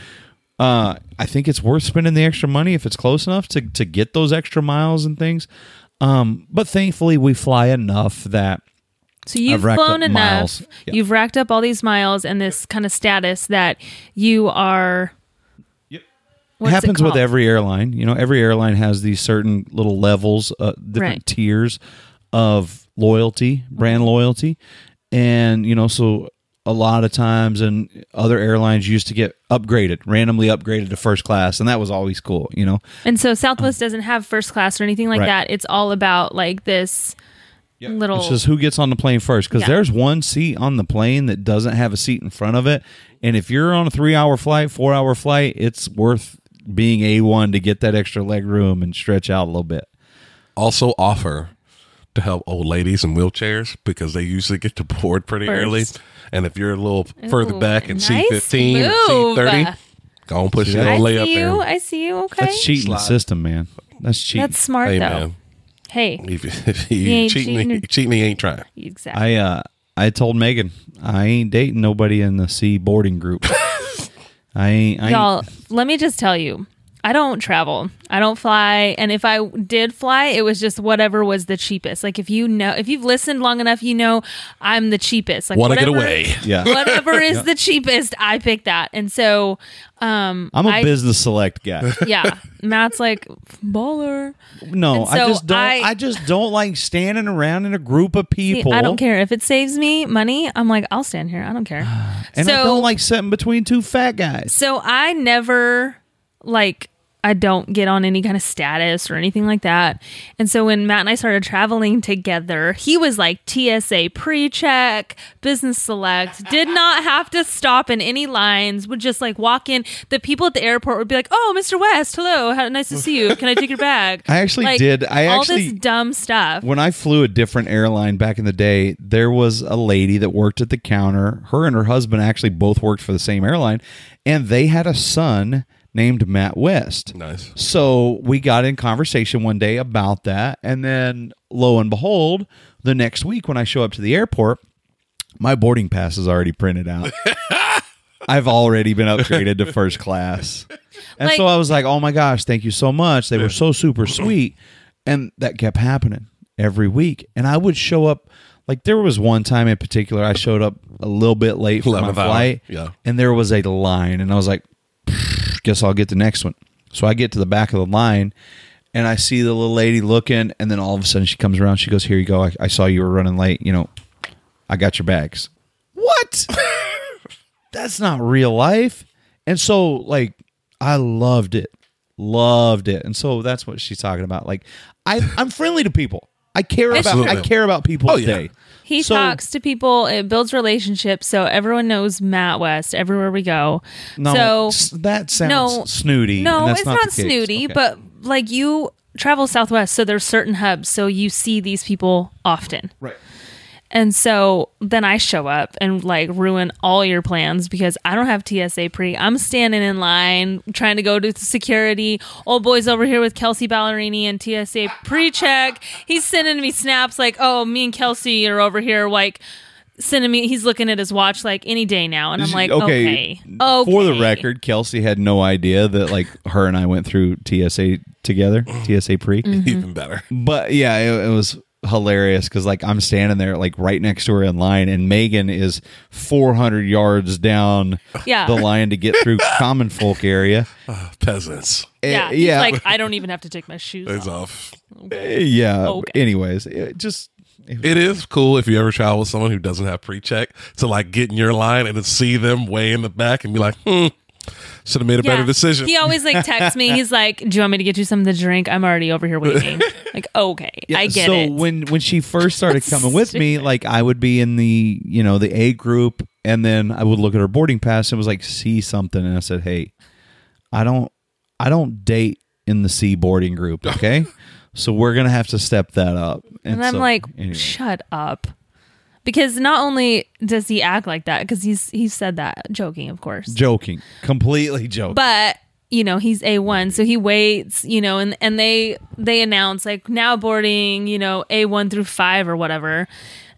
[SPEAKER 2] Uh, I think it's worth spending the extra money if it's close enough to to get those extra miles and things. Um, but thankfully we fly enough that
[SPEAKER 3] So you've
[SPEAKER 2] I've racked
[SPEAKER 3] flown
[SPEAKER 2] up
[SPEAKER 3] enough,
[SPEAKER 2] miles. Yeah.
[SPEAKER 3] you've racked up all these miles and this kind of status that you are. Yep.
[SPEAKER 2] it happens with every airline. You know, every airline has these certain little levels, uh, different
[SPEAKER 3] Right.
[SPEAKER 2] tiers of loyalty, brand loyalty, and you know, so a lot of times, and other airlines used to get upgraded, randomly upgraded to first class, and that was always cool. You know,
[SPEAKER 3] And so Southwest doesn't have first class or anything like
[SPEAKER 2] Uh-huh. Right.
[SPEAKER 3] that. It's all about like this little.
[SPEAKER 2] It's just who gets on the plane first because
[SPEAKER 3] Yeah.
[SPEAKER 2] there's one seat on the plane that doesn't have a seat in front of it. And if you're on a three hour flight, four hour flight, it's worth being A1 to get that extra leg room and stretch out a little bit.
[SPEAKER 4] Also offer to help old ladies in wheelchairs because they usually get to board pretty
[SPEAKER 3] First.
[SPEAKER 4] early. And if you're a little further
[SPEAKER 3] Ooh,
[SPEAKER 4] back in
[SPEAKER 3] nice
[SPEAKER 4] C fifteen, C
[SPEAKER 3] move.
[SPEAKER 4] thirty, go on push that
[SPEAKER 3] I
[SPEAKER 4] old lay up
[SPEAKER 3] see you.
[SPEAKER 4] there.
[SPEAKER 3] I see you. Okay.
[SPEAKER 2] That's cheating the
[SPEAKER 4] Slide.
[SPEAKER 2] system, man. That's cheating.
[SPEAKER 3] That's smart
[SPEAKER 4] Hey
[SPEAKER 3] though.
[SPEAKER 4] man,
[SPEAKER 3] Hey,
[SPEAKER 4] if, you- if you,
[SPEAKER 3] You ain't
[SPEAKER 4] cheating,
[SPEAKER 3] cheating.
[SPEAKER 4] cheating, cheating, he ain't trying.
[SPEAKER 3] exactly.
[SPEAKER 2] I uh I told Megan I ain't dating nobody in the C boarding group. I ain't, I ain't
[SPEAKER 3] Y'all, let me just tell you, I don't travel. I don't fly, and if I did fly, it was just whatever was the cheapest. Like if you know, if you've listened long enough, you know I'm the cheapest. Like
[SPEAKER 4] Want to get
[SPEAKER 3] whatever-
[SPEAKER 4] away?
[SPEAKER 2] yeah.
[SPEAKER 3] Whatever is the cheapest, I pick that. And so, um,
[SPEAKER 2] I'm a
[SPEAKER 3] I-
[SPEAKER 2] business select guy.
[SPEAKER 3] Yeah, Matt's like baller.
[SPEAKER 2] No,
[SPEAKER 3] And
[SPEAKER 2] I
[SPEAKER 3] so
[SPEAKER 2] just don't.
[SPEAKER 3] I-
[SPEAKER 2] I, just don't like standing around in a group of
[SPEAKER 3] See,
[SPEAKER 2] people.
[SPEAKER 3] I don't care if it saves me money. I'm like, I'll stand here. I don't care.
[SPEAKER 2] and I don't like sitting between two fat guys.
[SPEAKER 3] So I never like I don't get on any kind of status or anything like that. And so when Matt and I started traveling together, he was like TSA pre-check, business select, did not have to stop in any lines, would just like walk in. The people at the airport would be like, "Oh, Mr. West, hello. How nice to see you. Can I take your bag?"
[SPEAKER 2] I actually
[SPEAKER 3] Like,
[SPEAKER 2] did. I
[SPEAKER 3] all
[SPEAKER 2] actually-
[SPEAKER 3] this dumb stuff.
[SPEAKER 2] When I flew a different airline back in the day, there was a lady that worked at the counter. Her and her husband actually both worked for the same airline, and they had a son named Matt West.
[SPEAKER 4] Nice.
[SPEAKER 2] So we got in conversation one day about that. And then lo and behold, the next week when I show up to the airport, my boarding pass is already printed out. I've already been upgraded to first class. And so
[SPEAKER 3] Like-
[SPEAKER 2] I was like, oh my gosh, thank you so much. They were so super sweet. And that kept happening every week. And I would show up, like, there was one time in particular, I showed up a little bit late for my
[SPEAKER 4] 11th hour.
[SPEAKER 2] flight.
[SPEAKER 4] Yeah.
[SPEAKER 2] And there was a line. And I was like, guess I'll get the next one. So I get to the back of the line and I see the little lady looking. And then all of a sudden she comes around. She goes, Here you go. I, I saw you were running late. You know, I got your bags. What? That's not real life. And so, like, I loved it. Loved it. And so that's what she's talking about. Like, I, I'm friendly to people. I care about I
[SPEAKER 4] Absolutely.
[SPEAKER 2] care about people
[SPEAKER 4] Oh, yeah.
[SPEAKER 2] today.
[SPEAKER 3] He
[SPEAKER 2] So-
[SPEAKER 3] talks to people. It builds relationships, so everyone knows Matt West everywhere we go.
[SPEAKER 2] No,
[SPEAKER 3] so
[SPEAKER 2] s- that sounds snooty.
[SPEAKER 3] No,
[SPEAKER 2] and that's
[SPEAKER 3] it's not,
[SPEAKER 2] the case.
[SPEAKER 3] snooty,
[SPEAKER 2] Okay.
[SPEAKER 3] but like you travel Southwest, so there's certain hubs, so you see these people often.
[SPEAKER 2] right.
[SPEAKER 3] And so then I show up and like ruin all your plans because I don't have TSA pre. I'm standing in line trying to go to security. Old boy's over here with Kelsey Ballerini and TSA pre check. He's sending me snaps like, oh, me and Kelsey are over here, like sending me, he's looking at his watch like any day now. And I'm like, okay. okay.
[SPEAKER 2] For the record, Kelsey had no idea that like her and I went through TSA together, TSA pre.
[SPEAKER 3] Mm-hmm.
[SPEAKER 4] Even better.
[SPEAKER 2] But yeah, it, it was hilarious because like I'm standing there like right next to her in line, and Megan is 400 yards down
[SPEAKER 3] Yeah.
[SPEAKER 2] the line to get through common folk area.
[SPEAKER 4] Peasants.
[SPEAKER 2] Eh,
[SPEAKER 3] Yeah. he's
[SPEAKER 2] yeah,
[SPEAKER 3] like, I don't even have to take my shoes
[SPEAKER 4] It's
[SPEAKER 3] off.
[SPEAKER 4] off.
[SPEAKER 2] eh, yeah.
[SPEAKER 3] Okay.
[SPEAKER 2] Anyways, it just
[SPEAKER 4] It is cool if you ever travel with someone who doesn't have pre check to like get in your line and to see them way in the back and be like, hmm, should have made a
[SPEAKER 3] Yeah.
[SPEAKER 4] better decision.
[SPEAKER 3] He always like texts me. He's like, "Do you want me to get you something to drink? I'm already over here waiting." like, okay, I get
[SPEAKER 2] so
[SPEAKER 3] it.
[SPEAKER 2] when when she first started coming with me, like I would be in the you know the A group, and then I would look at her boarding pass and was like, see something, and I said, hey, I don't I don't date in the C boarding group, okay? so we're gonna have to step that up.
[SPEAKER 3] and I'm
[SPEAKER 2] so-
[SPEAKER 3] like,
[SPEAKER 2] anyway.
[SPEAKER 3] "Shut up," because not only does he act like that, because he's he said that joking, of course,
[SPEAKER 2] joking, completely joking.
[SPEAKER 3] but you know he's a1 so he waits you know and and they they announce like now boarding you know a1 through 5 or whatever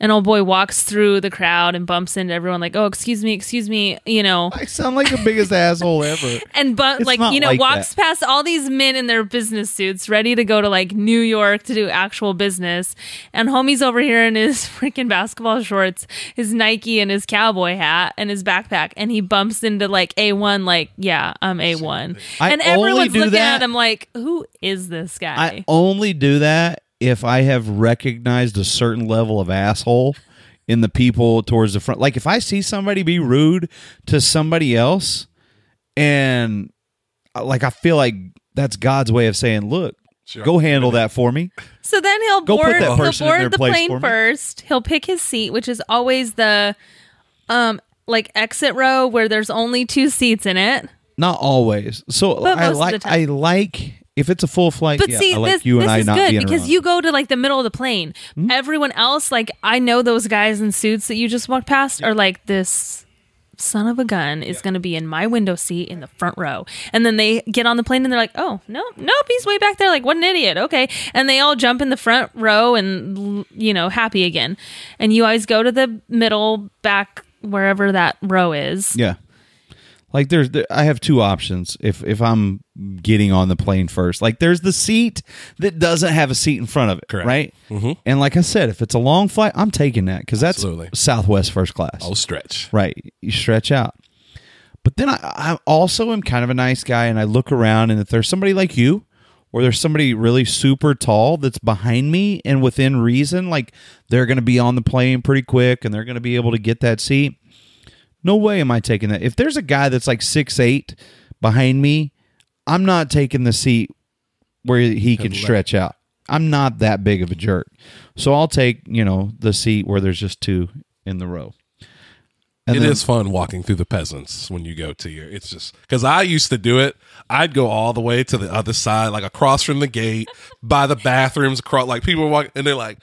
[SPEAKER 3] and old boy walks through the crowd and bumps into everyone like oh excuse me excuse me you know
[SPEAKER 2] I sound like the biggest asshole ever.
[SPEAKER 3] and but
[SPEAKER 2] It's
[SPEAKER 3] like
[SPEAKER 2] not
[SPEAKER 3] you know
[SPEAKER 2] like
[SPEAKER 3] walks
[SPEAKER 2] that.
[SPEAKER 3] past all these men in their business suits ready to go to like new york to do actual business and homie's over here in his freaking basketball shorts his nike and his cowboy hat and his backpack and he bumps into like a1 like yeah i'm a1
[SPEAKER 2] I
[SPEAKER 3] and
[SPEAKER 2] only
[SPEAKER 3] everyone's
[SPEAKER 2] do
[SPEAKER 3] looking
[SPEAKER 2] that-
[SPEAKER 3] at him like who is this guy
[SPEAKER 2] I only do that if I have recognized a certain level of asshole in the people towards the front. Like if I see somebody be rude to somebody else and uh, like I feel like that's God's way of saying, look,
[SPEAKER 4] Sure.
[SPEAKER 2] go handle that for me.
[SPEAKER 3] So then he'll
[SPEAKER 2] Go put
[SPEAKER 3] board,
[SPEAKER 2] that
[SPEAKER 3] he'll
[SPEAKER 2] person in
[SPEAKER 3] board
[SPEAKER 2] their
[SPEAKER 3] the
[SPEAKER 2] place for
[SPEAKER 3] plane
[SPEAKER 2] me.
[SPEAKER 3] first. He'll pick his seat, which is always the um like exit row where there's only two seats in it.
[SPEAKER 2] Not always. So
[SPEAKER 3] But
[SPEAKER 2] I
[SPEAKER 3] most of the
[SPEAKER 2] like
[SPEAKER 3] time.
[SPEAKER 2] I like if it's a full flight,
[SPEAKER 3] But
[SPEAKER 2] yeah,
[SPEAKER 3] see,
[SPEAKER 2] I like
[SPEAKER 3] this,
[SPEAKER 2] you and
[SPEAKER 3] this
[SPEAKER 2] I
[SPEAKER 3] is
[SPEAKER 2] not
[SPEAKER 3] good
[SPEAKER 2] being
[SPEAKER 3] because
[SPEAKER 2] around. Hmm?
[SPEAKER 3] you go to like the middle of the plane. Everyone else, like I know those guys in suits that you just walked past are like this son of a gun is going to be in my window seat in the front row. And then they get on the plane and they're like, "Oh, no, nope, he's way back there. Like, what an idiot." Okay. And they all jump in the front row and you know, happy again. And you always go to the middle back wherever that row is.
[SPEAKER 2] Yeah. Like there's there, I have two options if if I'm getting on the plane first. Like there's the seat that doesn't have a seat in front of it,
[SPEAKER 4] Correct.
[SPEAKER 2] right? Mm-hmm. And like I said, if it's a long flight, I'm taking that cuz that's
[SPEAKER 4] Absolutely. Oh,
[SPEAKER 2] Southwest first class.
[SPEAKER 4] I'll stretch.
[SPEAKER 2] Right. You stretch out. But then I, I also am kind of a nice guy and I look around and if there's somebody like you or there's somebody really super tall that's behind me and within reason, like they're going to be on the plane pretty quick and they're going to be able to get that seat. No way am I taking that. If there's a guy that's like six eight behind me, I'm not taking the seat where he can stretch out. I'm not that big of a jerk. So I'll take, you know, the seat where there's just two in the row.
[SPEAKER 4] It is
[SPEAKER 2] then-
[SPEAKER 4] fun walking through the peasants when you go to your. It's just because I used to do it. I'd go all the way to the other side, like across from the gate, by the bathrooms, across. Like people walk, and they're like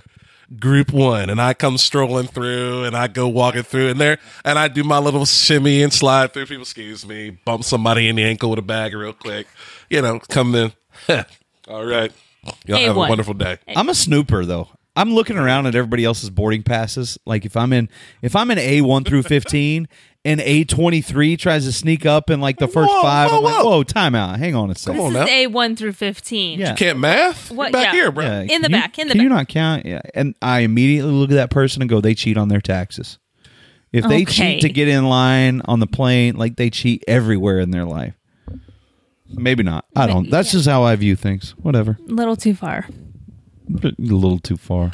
[SPEAKER 4] group one, and I come strolling through, and I go walking through, and there, and I do my little shimmy and slide through. People, excuse me, bump somebody in the ankle with a bag real quick. You know, come in. all right, y'all have a
[SPEAKER 3] A1.
[SPEAKER 4] wonderful day.
[SPEAKER 2] I'm a snooper though. I'm looking around at everybody else's boarding passes. Like if I'm in if I'm in A one through fifteen and A twenty three tries to sneak up in like the first
[SPEAKER 4] Whoa,
[SPEAKER 2] five,
[SPEAKER 4] whoa,
[SPEAKER 2] I'm like,
[SPEAKER 4] whoa.
[SPEAKER 2] whoa, timeout. Hang on a second.
[SPEAKER 4] on
[SPEAKER 3] This
[SPEAKER 4] now.
[SPEAKER 3] is A1 through 15.
[SPEAKER 2] Yeah.
[SPEAKER 4] Can't math?
[SPEAKER 3] What-
[SPEAKER 4] Back
[SPEAKER 3] yeah.
[SPEAKER 4] here, bro.
[SPEAKER 2] Yeah,
[SPEAKER 3] In the
[SPEAKER 2] can
[SPEAKER 3] back,
[SPEAKER 2] You,
[SPEAKER 3] in the
[SPEAKER 2] can you not count? Yeah. And I immediately look at that person and go, they cheat on their taxes. If they
[SPEAKER 3] Okay.
[SPEAKER 2] cheat to get in line on the plane, like they cheat everywhere in their life. Maybe not. I don't. That's just how I view things. Whatever.
[SPEAKER 3] Little too far.
[SPEAKER 2] A little too far.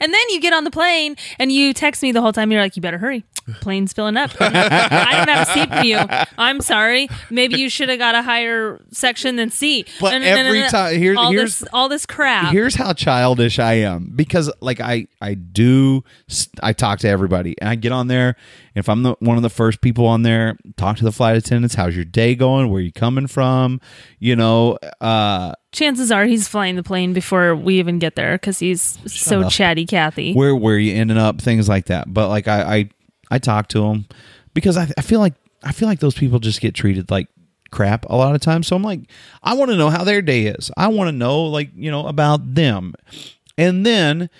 [SPEAKER 3] And then you get on the plane and you text me the whole time. You're like, you better hurry. Plane's filling up. I don't have a seat for you. I'm sorry. Maybe you should have got a higher section than C.
[SPEAKER 2] But
[SPEAKER 3] No, no, no, no,
[SPEAKER 2] every
[SPEAKER 3] no.
[SPEAKER 2] time- here-
[SPEAKER 3] all
[SPEAKER 2] here's-
[SPEAKER 3] this, all this crap.
[SPEAKER 2] Here's how childish I am because like I I do s- I talk to everybody and I get on there and if I'm the, one of the first people on there talk to the flight attendants how's your day going where you coming from you know uh
[SPEAKER 3] Chances are he's flying the plane before we even get there because he's so chatty, Cathy.
[SPEAKER 2] where where you ending up things like that but like I I, I talk to them because I, I feel like I feel like those people just get treated like crap a lot of times so I'm like I want to know how their day is I want to know like you know about them and then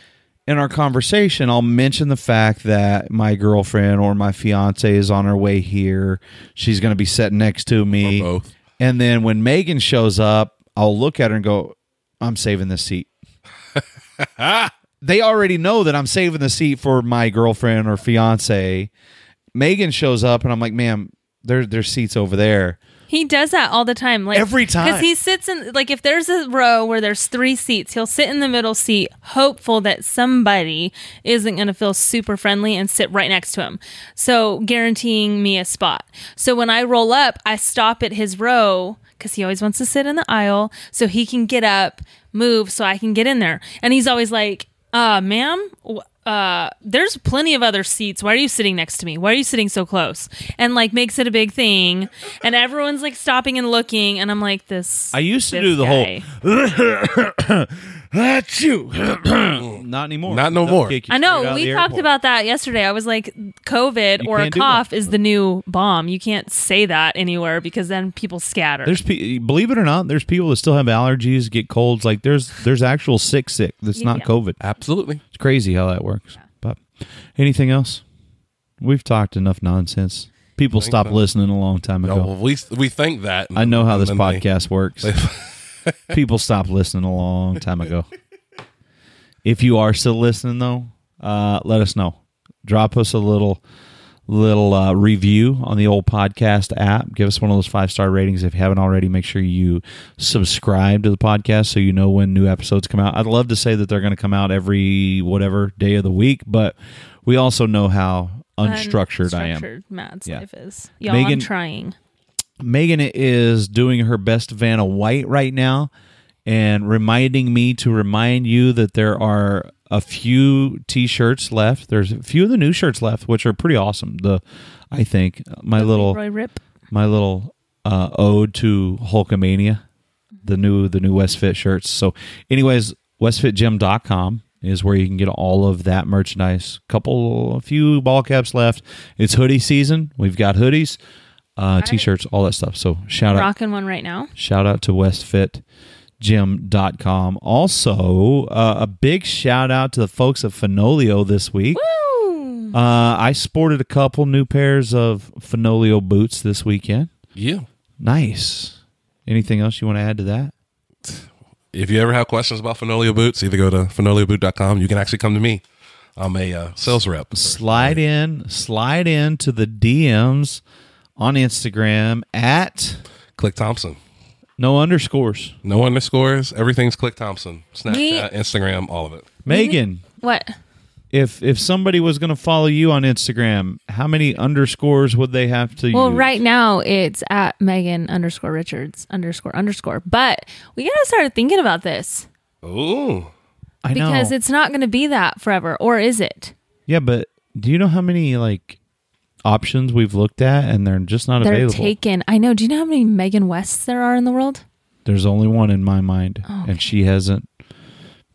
[SPEAKER 2] in our conversation I'll mention the fact that my girlfriend or my fiance is on her way here she's going to be sitting next to me
[SPEAKER 4] Or both.
[SPEAKER 2] and then when Megan shows up I'll look at her and go I'm saving this seat they already know that I'm saving the seat for my girlfriend or fiance. Megan shows up and I'm like, ma'am, there, there's seats over there.
[SPEAKER 3] He does that all the time. Like
[SPEAKER 2] Every time.
[SPEAKER 3] because he sits in like if there's a row where there's three seats, he'll sit in the middle seat, hopeful that somebody isn't going to feel super friendly and sit right next to him, so guaranteeing me a spot. So when I roll up, I stop at his row because he always wants to sit in the aisle so he can get up, move, so I can get in there. And he's always like, "Uh, ma'am." wh- Uh, there's plenty of other seats. Why are you sitting next to me? Why are you sitting so close? And like makes it a big thing, and everyone's like stopping and looking, and I'm like, this.
[SPEAKER 2] I used to
[SPEAKER 3] this
[SPEAKER 2] do the
[SPEAKER 3] guy.
[SPEAKER 2] whole achoo. Not anymore.
[SPEAKER 4] Not no
[SPEAKER 2] They'll
[SPEAKER 4] more.
[SPEAKER 2] kick you
[SPEAKER 3] I
[SPEAKER 2] straight
[SPEAKER 3] know
[SPEAKER 2] out
[SPEAKER 3] we
[SPEAKER 2] the
[SPEAKER 3] talked
[SPEAKER 2] airport.
[SPEAKER 3] about that yesterday. I was like, COVID
[SPEAKER 2] You
[SPEAKER 3] or a
[SPEAKER 2] can't do
[SPEAKER 3] cough
[SPEAKER 2] that.
[SPEAKER 3] is the new bomb. You can't say that anywhere because then people scatter.
[SPEAKER 2] There's pe- believe it or not, there's people that still have allergies, get colds. Like there's there's actual sick sick that's not
[SPEAKER 3] Yeah.
[SPEAKER 2] COVID.
[SPEAKER 4] Absolutely.
[SPEAKER 2] It's crazy how that works. But anything else? We've talked enough nonsense. People stopped listening a long time ago.
[SPEAKER 4] No, well, we we think that.
[SPEAKER 2] I know how this
[SPEAKER 4] And then they-
[SPEAKER 2] podcast works. People stopped listening a long time ago. If you are still listening though, uh, let us know. Drop us a little little uh, review on the old podcast app. Give us one of those five star ratings if you haven't already. Make sure you subscribe to the podcast so you know when new episodes come out. I'd love to say that they're going to come out every whatever day of the week, but we also know how unstructured I am.
[SPEAKER 3] Unstructured Matt's
[SPEAKER 2] Yeah.
[SPEAKER 3] life is. Y'all,
[SPEAKER 2] Megan-
[SPEAKER 3] I'm trying.
[SPEAKER 2] Megan is doing her best Vanna White right now and reminding me to remind you that there are a few t-shirts left. There's a few of the new shirts left which are pretty awesome. The I think my little
[SPEAKER 3] Roy Rip.
[SPEAKER 2] my little uh, ode to Hulkamania, the new the new Westfit shirts. So, anyways, westfitgym.com is where you can get all of that merchandise. Couple, a few ball caps left. It's hoodie season. We've got hoodies, uh, t-shirts, all that stuff. So shout out
[SPEAKER 3] Rocking one right now.
[SPEAKER 2] Shout out to westfitgym.com. Also, uh, a big shout out to the folks at Finolio this week.
[SPEAKER 3] Woo!
[SPEAKER 2] Uh, I sported a couple new pairs of Finolio boots this weekend.
[SPEAKER 4] Yeah.
[SPEAKER 2] Nice. Anything else you want to add to that?
[SPEAKER 4] If you ever have questions about Finolio Boots, either go to finolioboot.com. You can actually come to me. I'm a uh, sales rep.
[SPEAKER 2] Slide in, slide in to the DMs on Instagram at
[SPEAKER 4] Click Thompson.
[SPEAKER 2] no underscores.
[SPEAKER 4] No underscores. Everything's Click Thompson. Snapchat,
[SPEAKER 3] Me-
[SPEAKER 4] Instagram, all of it.
[SPEAKER 2] Megan,
[SPEAKER 3] What?
[SPEAKER 2] if if somebody was going to follow you on Instagram, how many underscores would they have to
[SPEAKER 3] Well,
[SPEAKER 2] use?
[SPEAKER 3] right now it's at Megan underscore Richards underscore underscore. But we gotta start thinking about this
[SPEAKER 4] Ooh.
[SPEAKER 2] I know.
[SPEAKER 3] because it's not gonna be that forever, or is it?
[SPEAKER 2] Yeah, but do you know how many like options we've looked at and they're just not
[SPEAKER 3] They're
[SPEAKER 2] available?
[SPEAKER 3] taken. I know. Do you know how many Megan Wests there are in the world?
[SPEAKER 2] There's only one in my mind,
[SPEAKER 3] Oh,
[SPEAKER 2] and she hasn't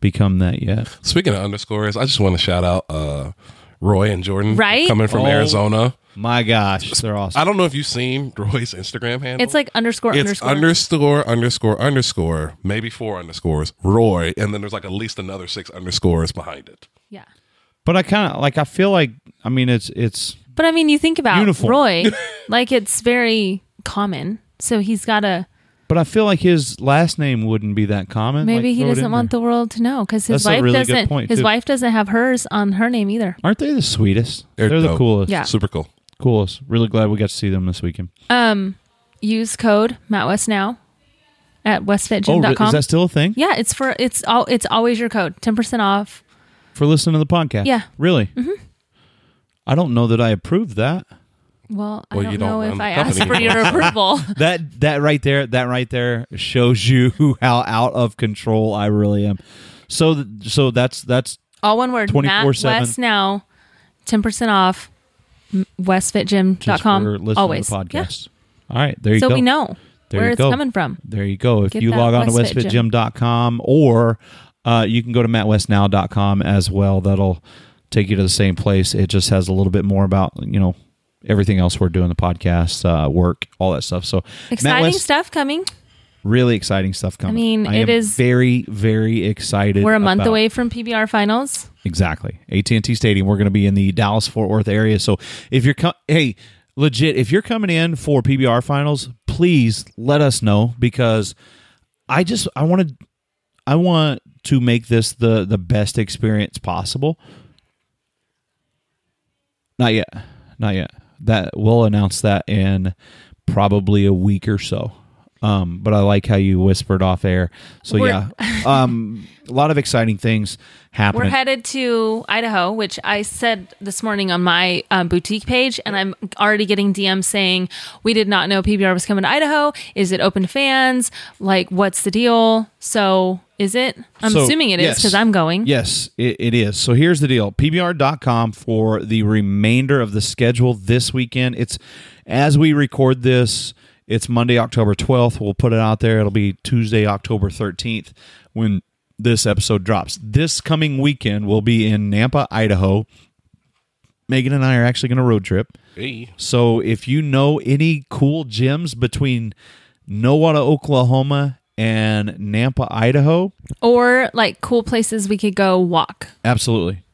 [SPEAKER 2] become that yet.
[SPEAKER 4] Speaking of underscores, I just want to shout out uh, Roy and Jordan.
[SPEAKER 3] Right?
[SPEAKER 4] Coming from
[SPEAKER 2] Oh.
[SPEAKER 4] Arizona.
[SPEAKER 2] My gosh, they're awesome.
[SPEAKER 4] I don't know if you've seen Roy's Instagram handle.
[SPEAKER 3] It's like underscore
[SPEAKER 4] it's
[SPEAKER 3] underscore.
[SPEAKER 4] underscore underscore underscore maybe four underscores Roy and then there's like at least another six underscores behind it.
[SPEAKER 3] yeah.
[SPEAKER 2] but I kind of like. I feel like. I mean, it's it's
[SPEAKER 3] But I mean, you think about
[SPEAKER 2] Uniform.
[SPEAKER 3] Roy, like it's very common. So he's got to,
[SPEAKER 2] But I feel like his last name wouldn't be that common.
[SPEAKER 3] maybe he doesn't want the world to know because his
[SPEAKER 2] That's a
[SPEAKER 3] wife
[SPEAKER 2] really good
[SPEAKER 3] doesn't,
[SPEAKER 2] point,
[SPEAKER 3] his
[SPEAKER 2] too.
[SPEAKER 3] wife doesn't have hers on her name either.
[SPEAKER 2] Aren't they the sweetest?
[SPEAKER 4] They're
[SPEAKER 2] They're, the
[SPEAKER 4] dope.
[SPEAKER 2] coolest.
[SPEAKER 3] Yeah.
[SPEAKER 4] Super cool.
[SPEAKER 2] Coolest. Really glad we got to see them this weekend.
[SPEAKER 3] Um, use code Matt West now at
[SPEAKER 2] Oh, re-
[SPEAKER 3] westfitgym.com.
[SPEAKER 2] is that still a thing
[SPEAKER 3] yeah, it's for, it's all, it's always your code. 10% off.
[SPEAKER 2] for listening to the podcast?
[SPEAKER 3] Yeah. Mm-hmm.
[SPEAKER 2] Really? I don't know that I approve that.
[SPEAKER 3] Well, I
[SPEAKER 4] Well,
[SPEAKER 3] don't,
[SPEAKER 4] you don't
[SPEAKER 3] know
[SPEAKER 4] run
[SPEAKER 3] if
[SPEAKER 4] the
[SPEAKER 3] I asked for
[SPEAKER 4] company
[SPEAKER 3] your approval.
[SPEAKER 2] that that right there that right there shows you how out of control I really am. So th- so that's that's
[SPEAKER 3] All one word. Matt
[SPEAKER 2] 24/7.
[SPEAKER 3] West now, 10% off. m-
[SPEAKER 2] just for
[SPEAKER 3] Westfitgym.com.
[SPEAKER 2] listening
[SPEAKER 3] Always.
[SPEAKER 2] to the
[SPEAKER 3] Yeah.
[SPEAKER 2] podcast. All right, there you
[SPEAKER 3] so
[SPEAKER 2] go.
[SPEAKER 3] we know
[SPEAKER 2] There
[SPEAKER 3] where
[SPEAKER 2] you
[SPEAKER 3] it's
[SPEAKER 2] go.
[SPEAKER 3] coming from.
[SPEAKER 2] There you go. If
[SPEAKER 3] Get
[SPEAKER 2] you
[SPEAKER 3] that
[SPEAKER 2] log on to
[SPEAKER 3] Westfit Gym.
[SPEAKER 2] westfitgym.com or uh, you can go to mattwestnow.com as well. That'll take you to the same place. It just has a little bit more about, you know, everything else we're doing the podcast, uh, work, all that stuff. So Matt
[SPEAKER 3] Exciting
[SPEAKER 2] West-
[SPEAKER 3] stuff coming.
[SPEAKER 2] really exciting stuff coming.
[SPEAKER 3] mean,
[SPEAKER 2] am
[SPEAKER 3] it is-
[SPEAKER 2] very very excited.
[SPEAKER 3] We're a month
[SPEAKER 2] about-
[SPEAKER 3] away from PBR finals.
[SPEAKER 2] Exactly. AT&T Stadium. We're going to be in the Dallas Fort Worth area. So if you're com- hey, legit, if you're coming in for PBR finals, please let us know because I just I want to I want to make this the the best experience possible. Not yet. Not yet. That we'll announce that in probably a week or so. Um, but I like how you whispered off air. So
[SPEAKER 3] We're-
[SPEAKER 2] yeah, um, a lot of exciting things
[SPEAKER 3] We're
[SPEAKER 2] happening.
[SPEAKER 3] headed to Idaho, which I said this morning on my um, boutique page, and I'm already getting DMs saying, We did not know PBR was coming to Idaho. Is it open to fans? Like, what's the deal? So, is it? I'm
[SPEAKER 2] So,
[SPEAKER 3] assuming it is
[SPEAKER 2] yes.
[SPEAKER 3] because I'm going.
[SPEAKER 2] Yes, it, it is. So here's the deal PBR.com for the remainder of the schedule this weekend. It's as we record this, it's Monday, October 12th. We'll put it out there. It'll be Tuesday, October 13th when this episode drops. This coming weekend, we'll be in Nampa, Idaho. Megan and I are actually going to road trip.
[SPEAKER 4] Hey.
[SPEAKER 2] So if you know any cool gyms between Nowata, Oklahoma and Nampa, Idaho,
[SPEAKER 3] Or like cool places we could go walk
[SPEAKER 2] absolutely.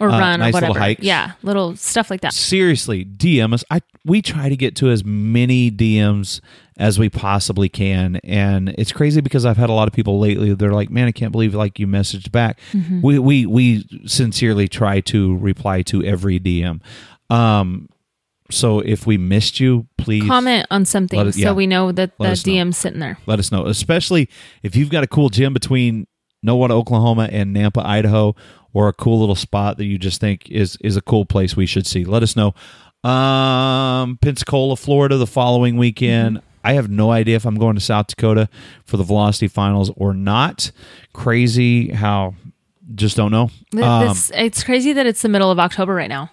[SPEAKER 3] or
[SPEAKER 2] Uh,
[SPEAKER 3] run
[SPEAKER 2] nice
[SPEAKER 3] or
[SPEAKER 2] little
[SPEAKER 3] whatever.
[SPEAKER 2] hikes.
[SPEAKER 3] Yeah, little stuff like that.
[SPEAKER 2] seriously dm us i we try to get to as many dms as we possibly can and it's crazy because i've had a lot of people lately they're like man i can't believe like you messaged back we, we we sincerely try to reply to every dm um so if we missed you please
[SPEAKER 3] Comment on something
[SPEAKER 2] Let us- yeah.
[SPEAKER 3] so we know that
[SPEAKER 2] Let
[SPEAKER 3] the
[SPEAKER 2] us know.
[SPEAKER 3] DM's sitting there.
[SPEAKER 2] let us know especially if you've got a cool gym between Nowata, Oklahoma and Nampa, Idaho, or a cool little spot that you just think is is a cool place we should see. Let us know. Um, Pensacola, Florida, the following weekend. I have no idea if I'm going to South Dakota for the Velocity Finals or not. Crazy how just don't know.
[SPEAKER 3] Th-
[SPEAKER 2] Um,
[SPEAKER 3] this, it's crazy that it's the middle of October right now,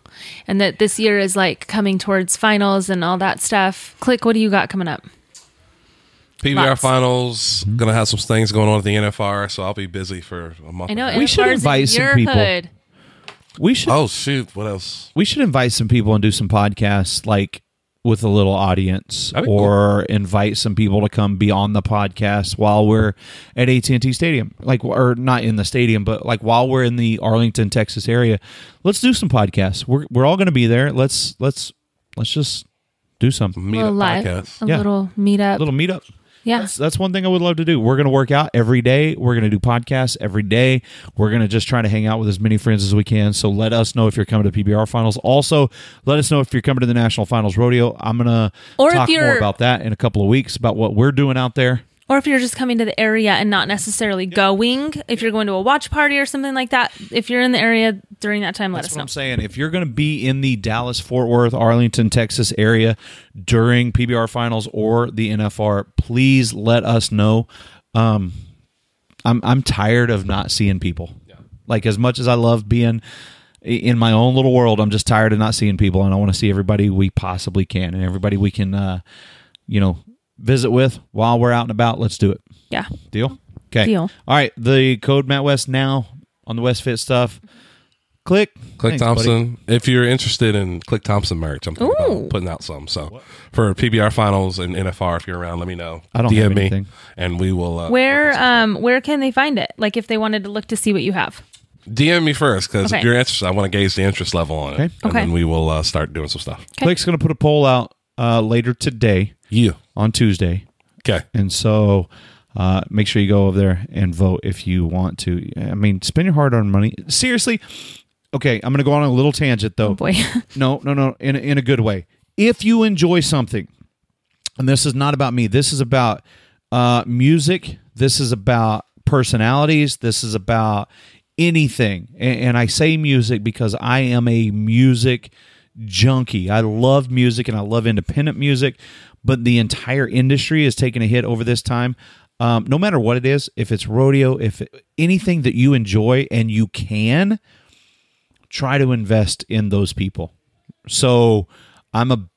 [SPEAKER 3] and that this year is like coming towards finals and all that stuff. Click, what do you got coming up?
[SPEAKER 4] PBR
[SPEAKER 3] Lots.
[SPEAKER 4] finals. Gonna have some things going on at the NFR, so I'll be busy for a month.
[SPEAKER 3] I know
[SPEAKER 4] and a half.
[SPEAKER 2] We should
[SPEAKER 3] NFRs in
[SPEAKER 2] invite some
[SPEAKER 3] your
[SPEAKER 2] people.
[SPEAKER 3] hood.
[SPEAKER 2] We should
[SPEAKER 4] Oh shoot! What else?
[SPEAKER 2] we should invite some people and do some podcasts like with a little audience
[SPEAKER 4] That'd be
[SPEAKER 2] or invite some people to come be on the podcast while we're at AT&T Stadium like or not in the stadium but like while we're in the Arlington Texas area let's do some podcasts we're, we're all going to be there let's let's let's just do something
[SPEAKER 4] Meet
[SPEAKER 3] a
[SPEAKER 4] up
[SPEAKER 3] little live,
[SPEAKER 4] podcast.
[SPEAKER 3] a
[SPEAKER 2] Yeah.
[SPEAKER 3] little meetup.
[SPEAKER 2] a little meetup
[SPEAKER 3] yeah,
[SPEAKER 2] that's, that's one thing I would love to do. We're going to work out every day. We're going to do podcasts every day. We're going to just try to hang out with as many friends as we can. So let us know if you're coming to PBR finals. Also, let us know if you're coming to the National Finals Rodeo. I'm going to
[SPEAKER 3] Or if
[SPEAKER 2] talk more
[SPEAKER 3] you're-
[SPEAKER 2] about that in a couple of weeks about what we're doing out there.
[SPEAKER 3] or if you're just coming to the area and not necessarily going, if you're going to a watch party or something like that, if you're in the area during that time, let
[SPEAKER 2] That's
[SPEAKER 3] us
[SPEAKER 2] what
[SPEAKER 3] know.
[SPEAKER 2] I'm saying. If you're going to be in the Dallas, Fort Worth, Arlington, Texas area during PBR finals or the NFR, please let us know. Um, I'm I'm tired of not seeing people. Like as much as I love being i- in my own little world, I'm just tired of not seeing people, and I want to see everybody we possibly can and everybody we can, uh, you know, visit with while we're out and about. Let's do it.
[SPEAKER 3] Yeah,
[SPEAKER 2] Deal. Okay.
[SPEAKER 3] Deal.
[SPEAKER 2] All right. The code Matt West now on the West Fit stuff. Click.
[SPEAKER 4] Click
[SPEAKER 2] Thanks, buddy.
[SPEAKER 4] Thompson. If you're interested in Click Thompson merch, I'm thinking about putting out some. So for PBR finals and NFR, if you're around, let me know.
[SPEAKER 2] I don't
[SPEAKER 4] DM
[SPEAKER 2] have
[SPEAKER 4] me,
[SPEAKER 2] anything.
[SPEAKER 4] and we will. Uh,
[SPEAKER 3] where um where can they find it? Like if they wanted to look to see what you have.
[SPEAKER 4] DM me first because
[SPEAKER 3] Okay.
[SPEAKER 4] if you're interested, I want to gauge the interest level on it,
[SPEAKER 2] Okay.
[SPEAKER 4] and
[SPEAKER 3] Okay.
[SPEAKER 4] then we will uh, start doing some stuff.
[SPEAKER 3] Okay.
[SPEAKER 2] Click's going to put a poll out uh, later today
[SPEAKER 4] Yeah.
[SPEAKER 2] on Tuesday,
[SPEAKER 4] Okay.
[SPEAKER 2] and so uh, make sure you go over there and vote if you want to. I mean, spend your hard-earned money. Seriously. Okay, I'm going to go on a little tangent though.
[SPEAKER 3] Oh, Boy,
[SPEAKER 2] No, no, no. In a- in a good way. If you enjoy something, and this is not about me. This is about uh, music. This is about personalities. This is about anything. And, and I say music because I am a music junkie. I love music and I love independent music, but the entire industry is taking a hit over this time. Um, no matter what it is, if it's rodeo, if it- anything that you enjoy and you can, try to invest in those people. So I'm a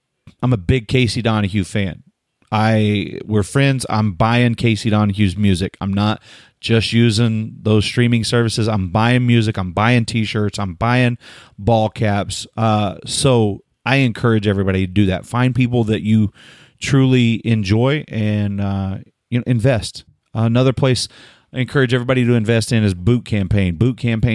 [SPEAKER 2] I'm a big Casey Donahue fan. I we're friends. I'm buying Casey Donahue's music. I'm not just using those streaming services. I'm buying music. I'm buying t-shirts. I'm buying ball caps. Uh, so I encourage everybody to do that. Find people that you truly enjoy and uh, you know invest. Another place I encourage everybody to invest in is Boot Campaign.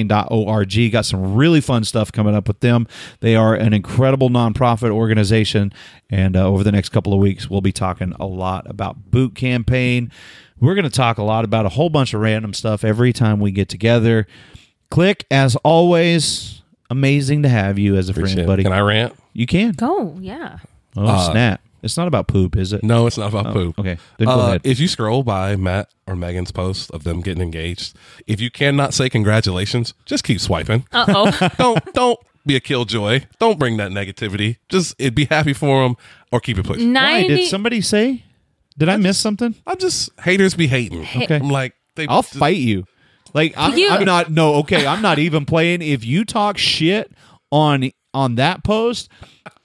[SPEAKER 2] Bootcampaign.org got some really fun stuff coming up with them. They are an incredible nonprofit organization, and uh, over the next couple of weeks, we'll be talking a lot about Boot Campaign. We're going to talk a lot about a whole bunch of random stuff every time we get together. Click, as always, amazing to have you as a
[SPEAKER 4] Appreciate
[SPEAKER 2] friend,
[SPEAKER 4] it.
[SPEAKER 2] buddy.
[SPEAKER 4] Can I rant?
[SPEAKER 2] you can.
[SPEAKER 3] go yeah.
[SPEAKER 2] Oh, snap. It's not about poop, is it?
[SPEAKER 4] No, it's not about poop.
[SPEAKER 2] Oh, okay. Then go
[SPEAKER 4] Uh,
[SPEAKER 2] ahead.
[SPEAKER 4] If you scroll by Matt or Megan's post of them getting engaged, if you cannot say congratulations, just keep swiping.
[SPEAKER 3] Uh oh.
[SPEAKER 4] don't don't be a killjoy. Don't bring that negativity. Just it be happy for them or keep it pushing.
[SPEAKER 2] Why?
[SPEAKER 3] Ninety.
[SPEAKER 2] Did somebody say? Did I miss something?
[SPEAKER 4] I'm just haters be hating.
[SPEAKER 2] Okay.
[SPEAKER 4] I'm like they
[SPEAKER 2] I'll
[SPEAKER 4] just-
[SPEAKER 2] fight you. Like I'm,
[SPEAKER 3] You-
[SPEAKER 2] I'm not. No, okay, I'm not even playing. If you talk shit on on that post,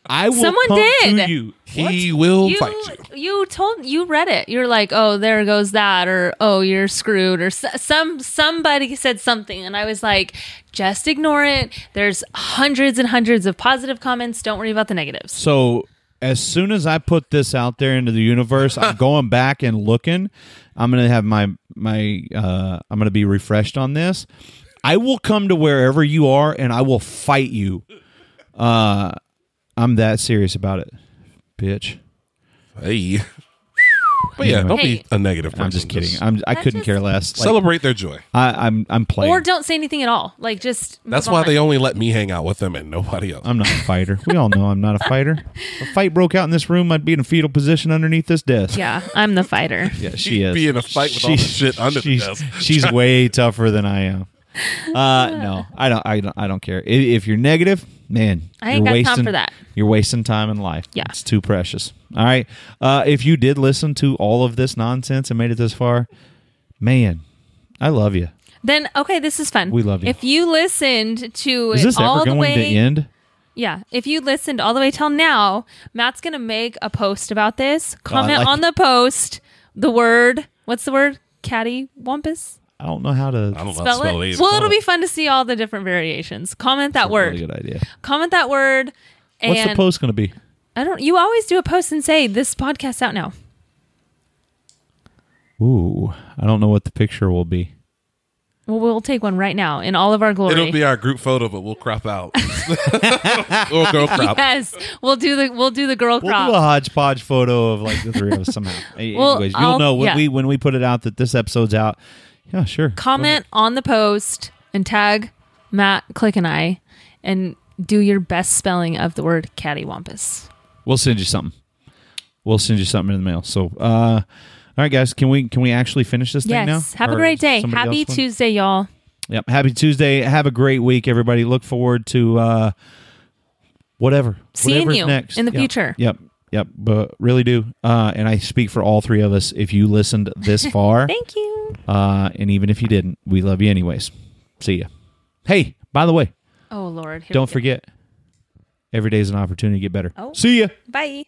[SPEAKER 2] I will.
[SPEAKER 3] Someone
[SPEAKER 2] come
[SPEAKER 3] did.
[SPEAKER 2] To you.
[SPEAKER 4] He will
[SPEAKER 3] you,
[SPEAKER 4] fight you.
[SPEAKER 3] you told you read it. You're like, oh, there goes that, or oh, you're screwed, or s- some somebody said something, and I was like, just ignore it. There's hundreds and hundreds of positive comments. Don't worry about the negatives.
[SPEAKER 2] So as soon as I put this out there into the universe, I'm going back and looking. I'm gonna have my my. Uh, I'm gonna be refreshed on this. I will come to wherever you are, and I will fight you. Uh, I'm that serious about it, bitch.
[SPEAKER 4] Hey. But yeah, don't
[SPEAKER 3] Hey.
[SPEAKER 4] be a negative person.
[SPEAKER 2] I'm just kidding. I'm, I
[SPEAKER 3] That
[SPEAKER 2] couldn't
[SPEAKER 3] just-
[SPEAKER 2] care less. Like,
[SPEAKER 4] celebrate their joy.
[SPEAKER 2] I, I'm I'm playing.
[SPEAKER 3] Or don't say anything at all. Like just move
[SPEAKER 4] That's why
[SPEAKER 3] on.
[SPEAKER 4] they only let me hang out with them and nobody else.
[SPEAKER 2] I'm not a fighter. We all know I'm not a fighter. If a fight broke out in this room, I'd be in a fetal position underneath this desk.
[SPEAKER 3] Yeah, I'm the fighter.
[SPEAKER 2] Yeah, she is.
[SPEAKER 4] be in a fight with all the shit under the
[SPEAKER 2] she's,
[SPEAKER 4] desk.
[SPEAKER 2] She's way tougher than I am. Uh, no, I don't. I don't. I don't care. I- If you're negative, man,
[SPEAKER 3] I ain't
[SPEAKER 2] you're
[SPEAKER 3] got time
[SPEAKER 2] wasting-
[SPEAKER 3] for that.
[SPEAKER 2] You're wasting time in life.
[SPEAKER 3] Yeah.
[SPEAKER 2] it's too precious. All right. Uh, if you did listen to all of this nonsense and made it this far, man, I love you.
[SPEAKER 3] Then okay, this is fun.
[SPEAKER 2] We love you.
[SPEAKER 3] If you listened to
[SPEAKER 2] Is this
[SPEAKER 3] it all
[SPEAKER 2] ever
[SPEAKER 3] the
[SPEAKER 2] going
[SPEAKER 3] way
[SPEAKER 2] to end?
[SPEAKER 3] Yeah, if you listened all the way till now, Matt's gonna make a post about this. Comment
[SPEAKER 2] like
[SPEAKER 3] on the post. The word, what's the word? Catty wampus.
[SPEAKER 2] I don't know how to.
[SPEAKER 4] I don't know how to
[SPEAKER 3] Spell,
[SPEAKER 4] spell
[SPEAKER 3] it.
[SPEAKER 4] either.
[SPEAKER 3] Well, it'll be fun to see all the different variations. Comment that word.
[SPEAKER 2] Really good idea.
[SPEAKER 3] Comment that word. And
[SPEAKER 2] What's the post going to be?
[SPEAKER 3] I don't. You always do a post and say this podcast out now.
[SPEAKER 2] Ooh, I don't know what the picture will be.
[SPEAKER 3] Well, we'll take one right now in all of our glory.
[SPEAKER 4] It'll be our group photo, but we'll crop out. we'll go crop.
[SPEAKER 3] yes, we'll do the we'll do the girl
[SPEAKER 2] We'll
[SPEAKER 3] crop.
[SPEAKER 2] do a hodgepodge photo of like the three of us somehow. Hey,
[SPEAKER 3] Well,
[SPEAKER 2] Anyways, you'll
[SPEAKER 3] I'll-
[SPEAKER 2] know when
[SPEAKER 3] yeah.
[SPEAKER 2] we when we put it out that this episode's out. Yeah, sure.
[SPEAKER 3] comment on the post and tag Matt, Click, and I, and do your best spelling of the word cattywampus.
[SPEAKER 2] We'll send you something. We'll send you something in the mail. So, uh, all right, guys, can we can we actually finish this thing now?
[SPEAKER 3] Yes. Have a
[SPEAKER 2] Or
[SPEAKER 3] great day.
[SPEAKER 2] somebody
[SPEAKER 3] Happy
[SPEAKER 2] else one?
[SPEAKER 3] Tuesday, y'all.
[SPEAKER 2] Yep. Happy Tuesday. Have a great week, everybody. Look forward to uh, whatever.
[SPEAKER 3] Seeing
[SPEAKER 2] whatever's
[SPEAKER 3] you
[SPEAKER 2] next.
[SPEAKER 3] in the
[SPEAKER 2] Yep.
[SPEAKER 3] future.
[SPEAKER 2] Yep. Yep. But really do. Uh, and I speak for all three of us. If you listened this far,
[SPEAKER 3] Thank you.
[SPEAKER 2] Uh, and even if you didn't, we love you anyways. See ya. Hey, by the way,
[SPEAKER 3] Oh, Lord. Here we
[SPEAKER 2] don't
[SPEAKER 3] go.
[SPEAKER 2] forget every day is an opportunity to get better.
[SPEAKER 3] Oh.
[SPEAKER 2] See ya.
[SPEAKER 3] Bye.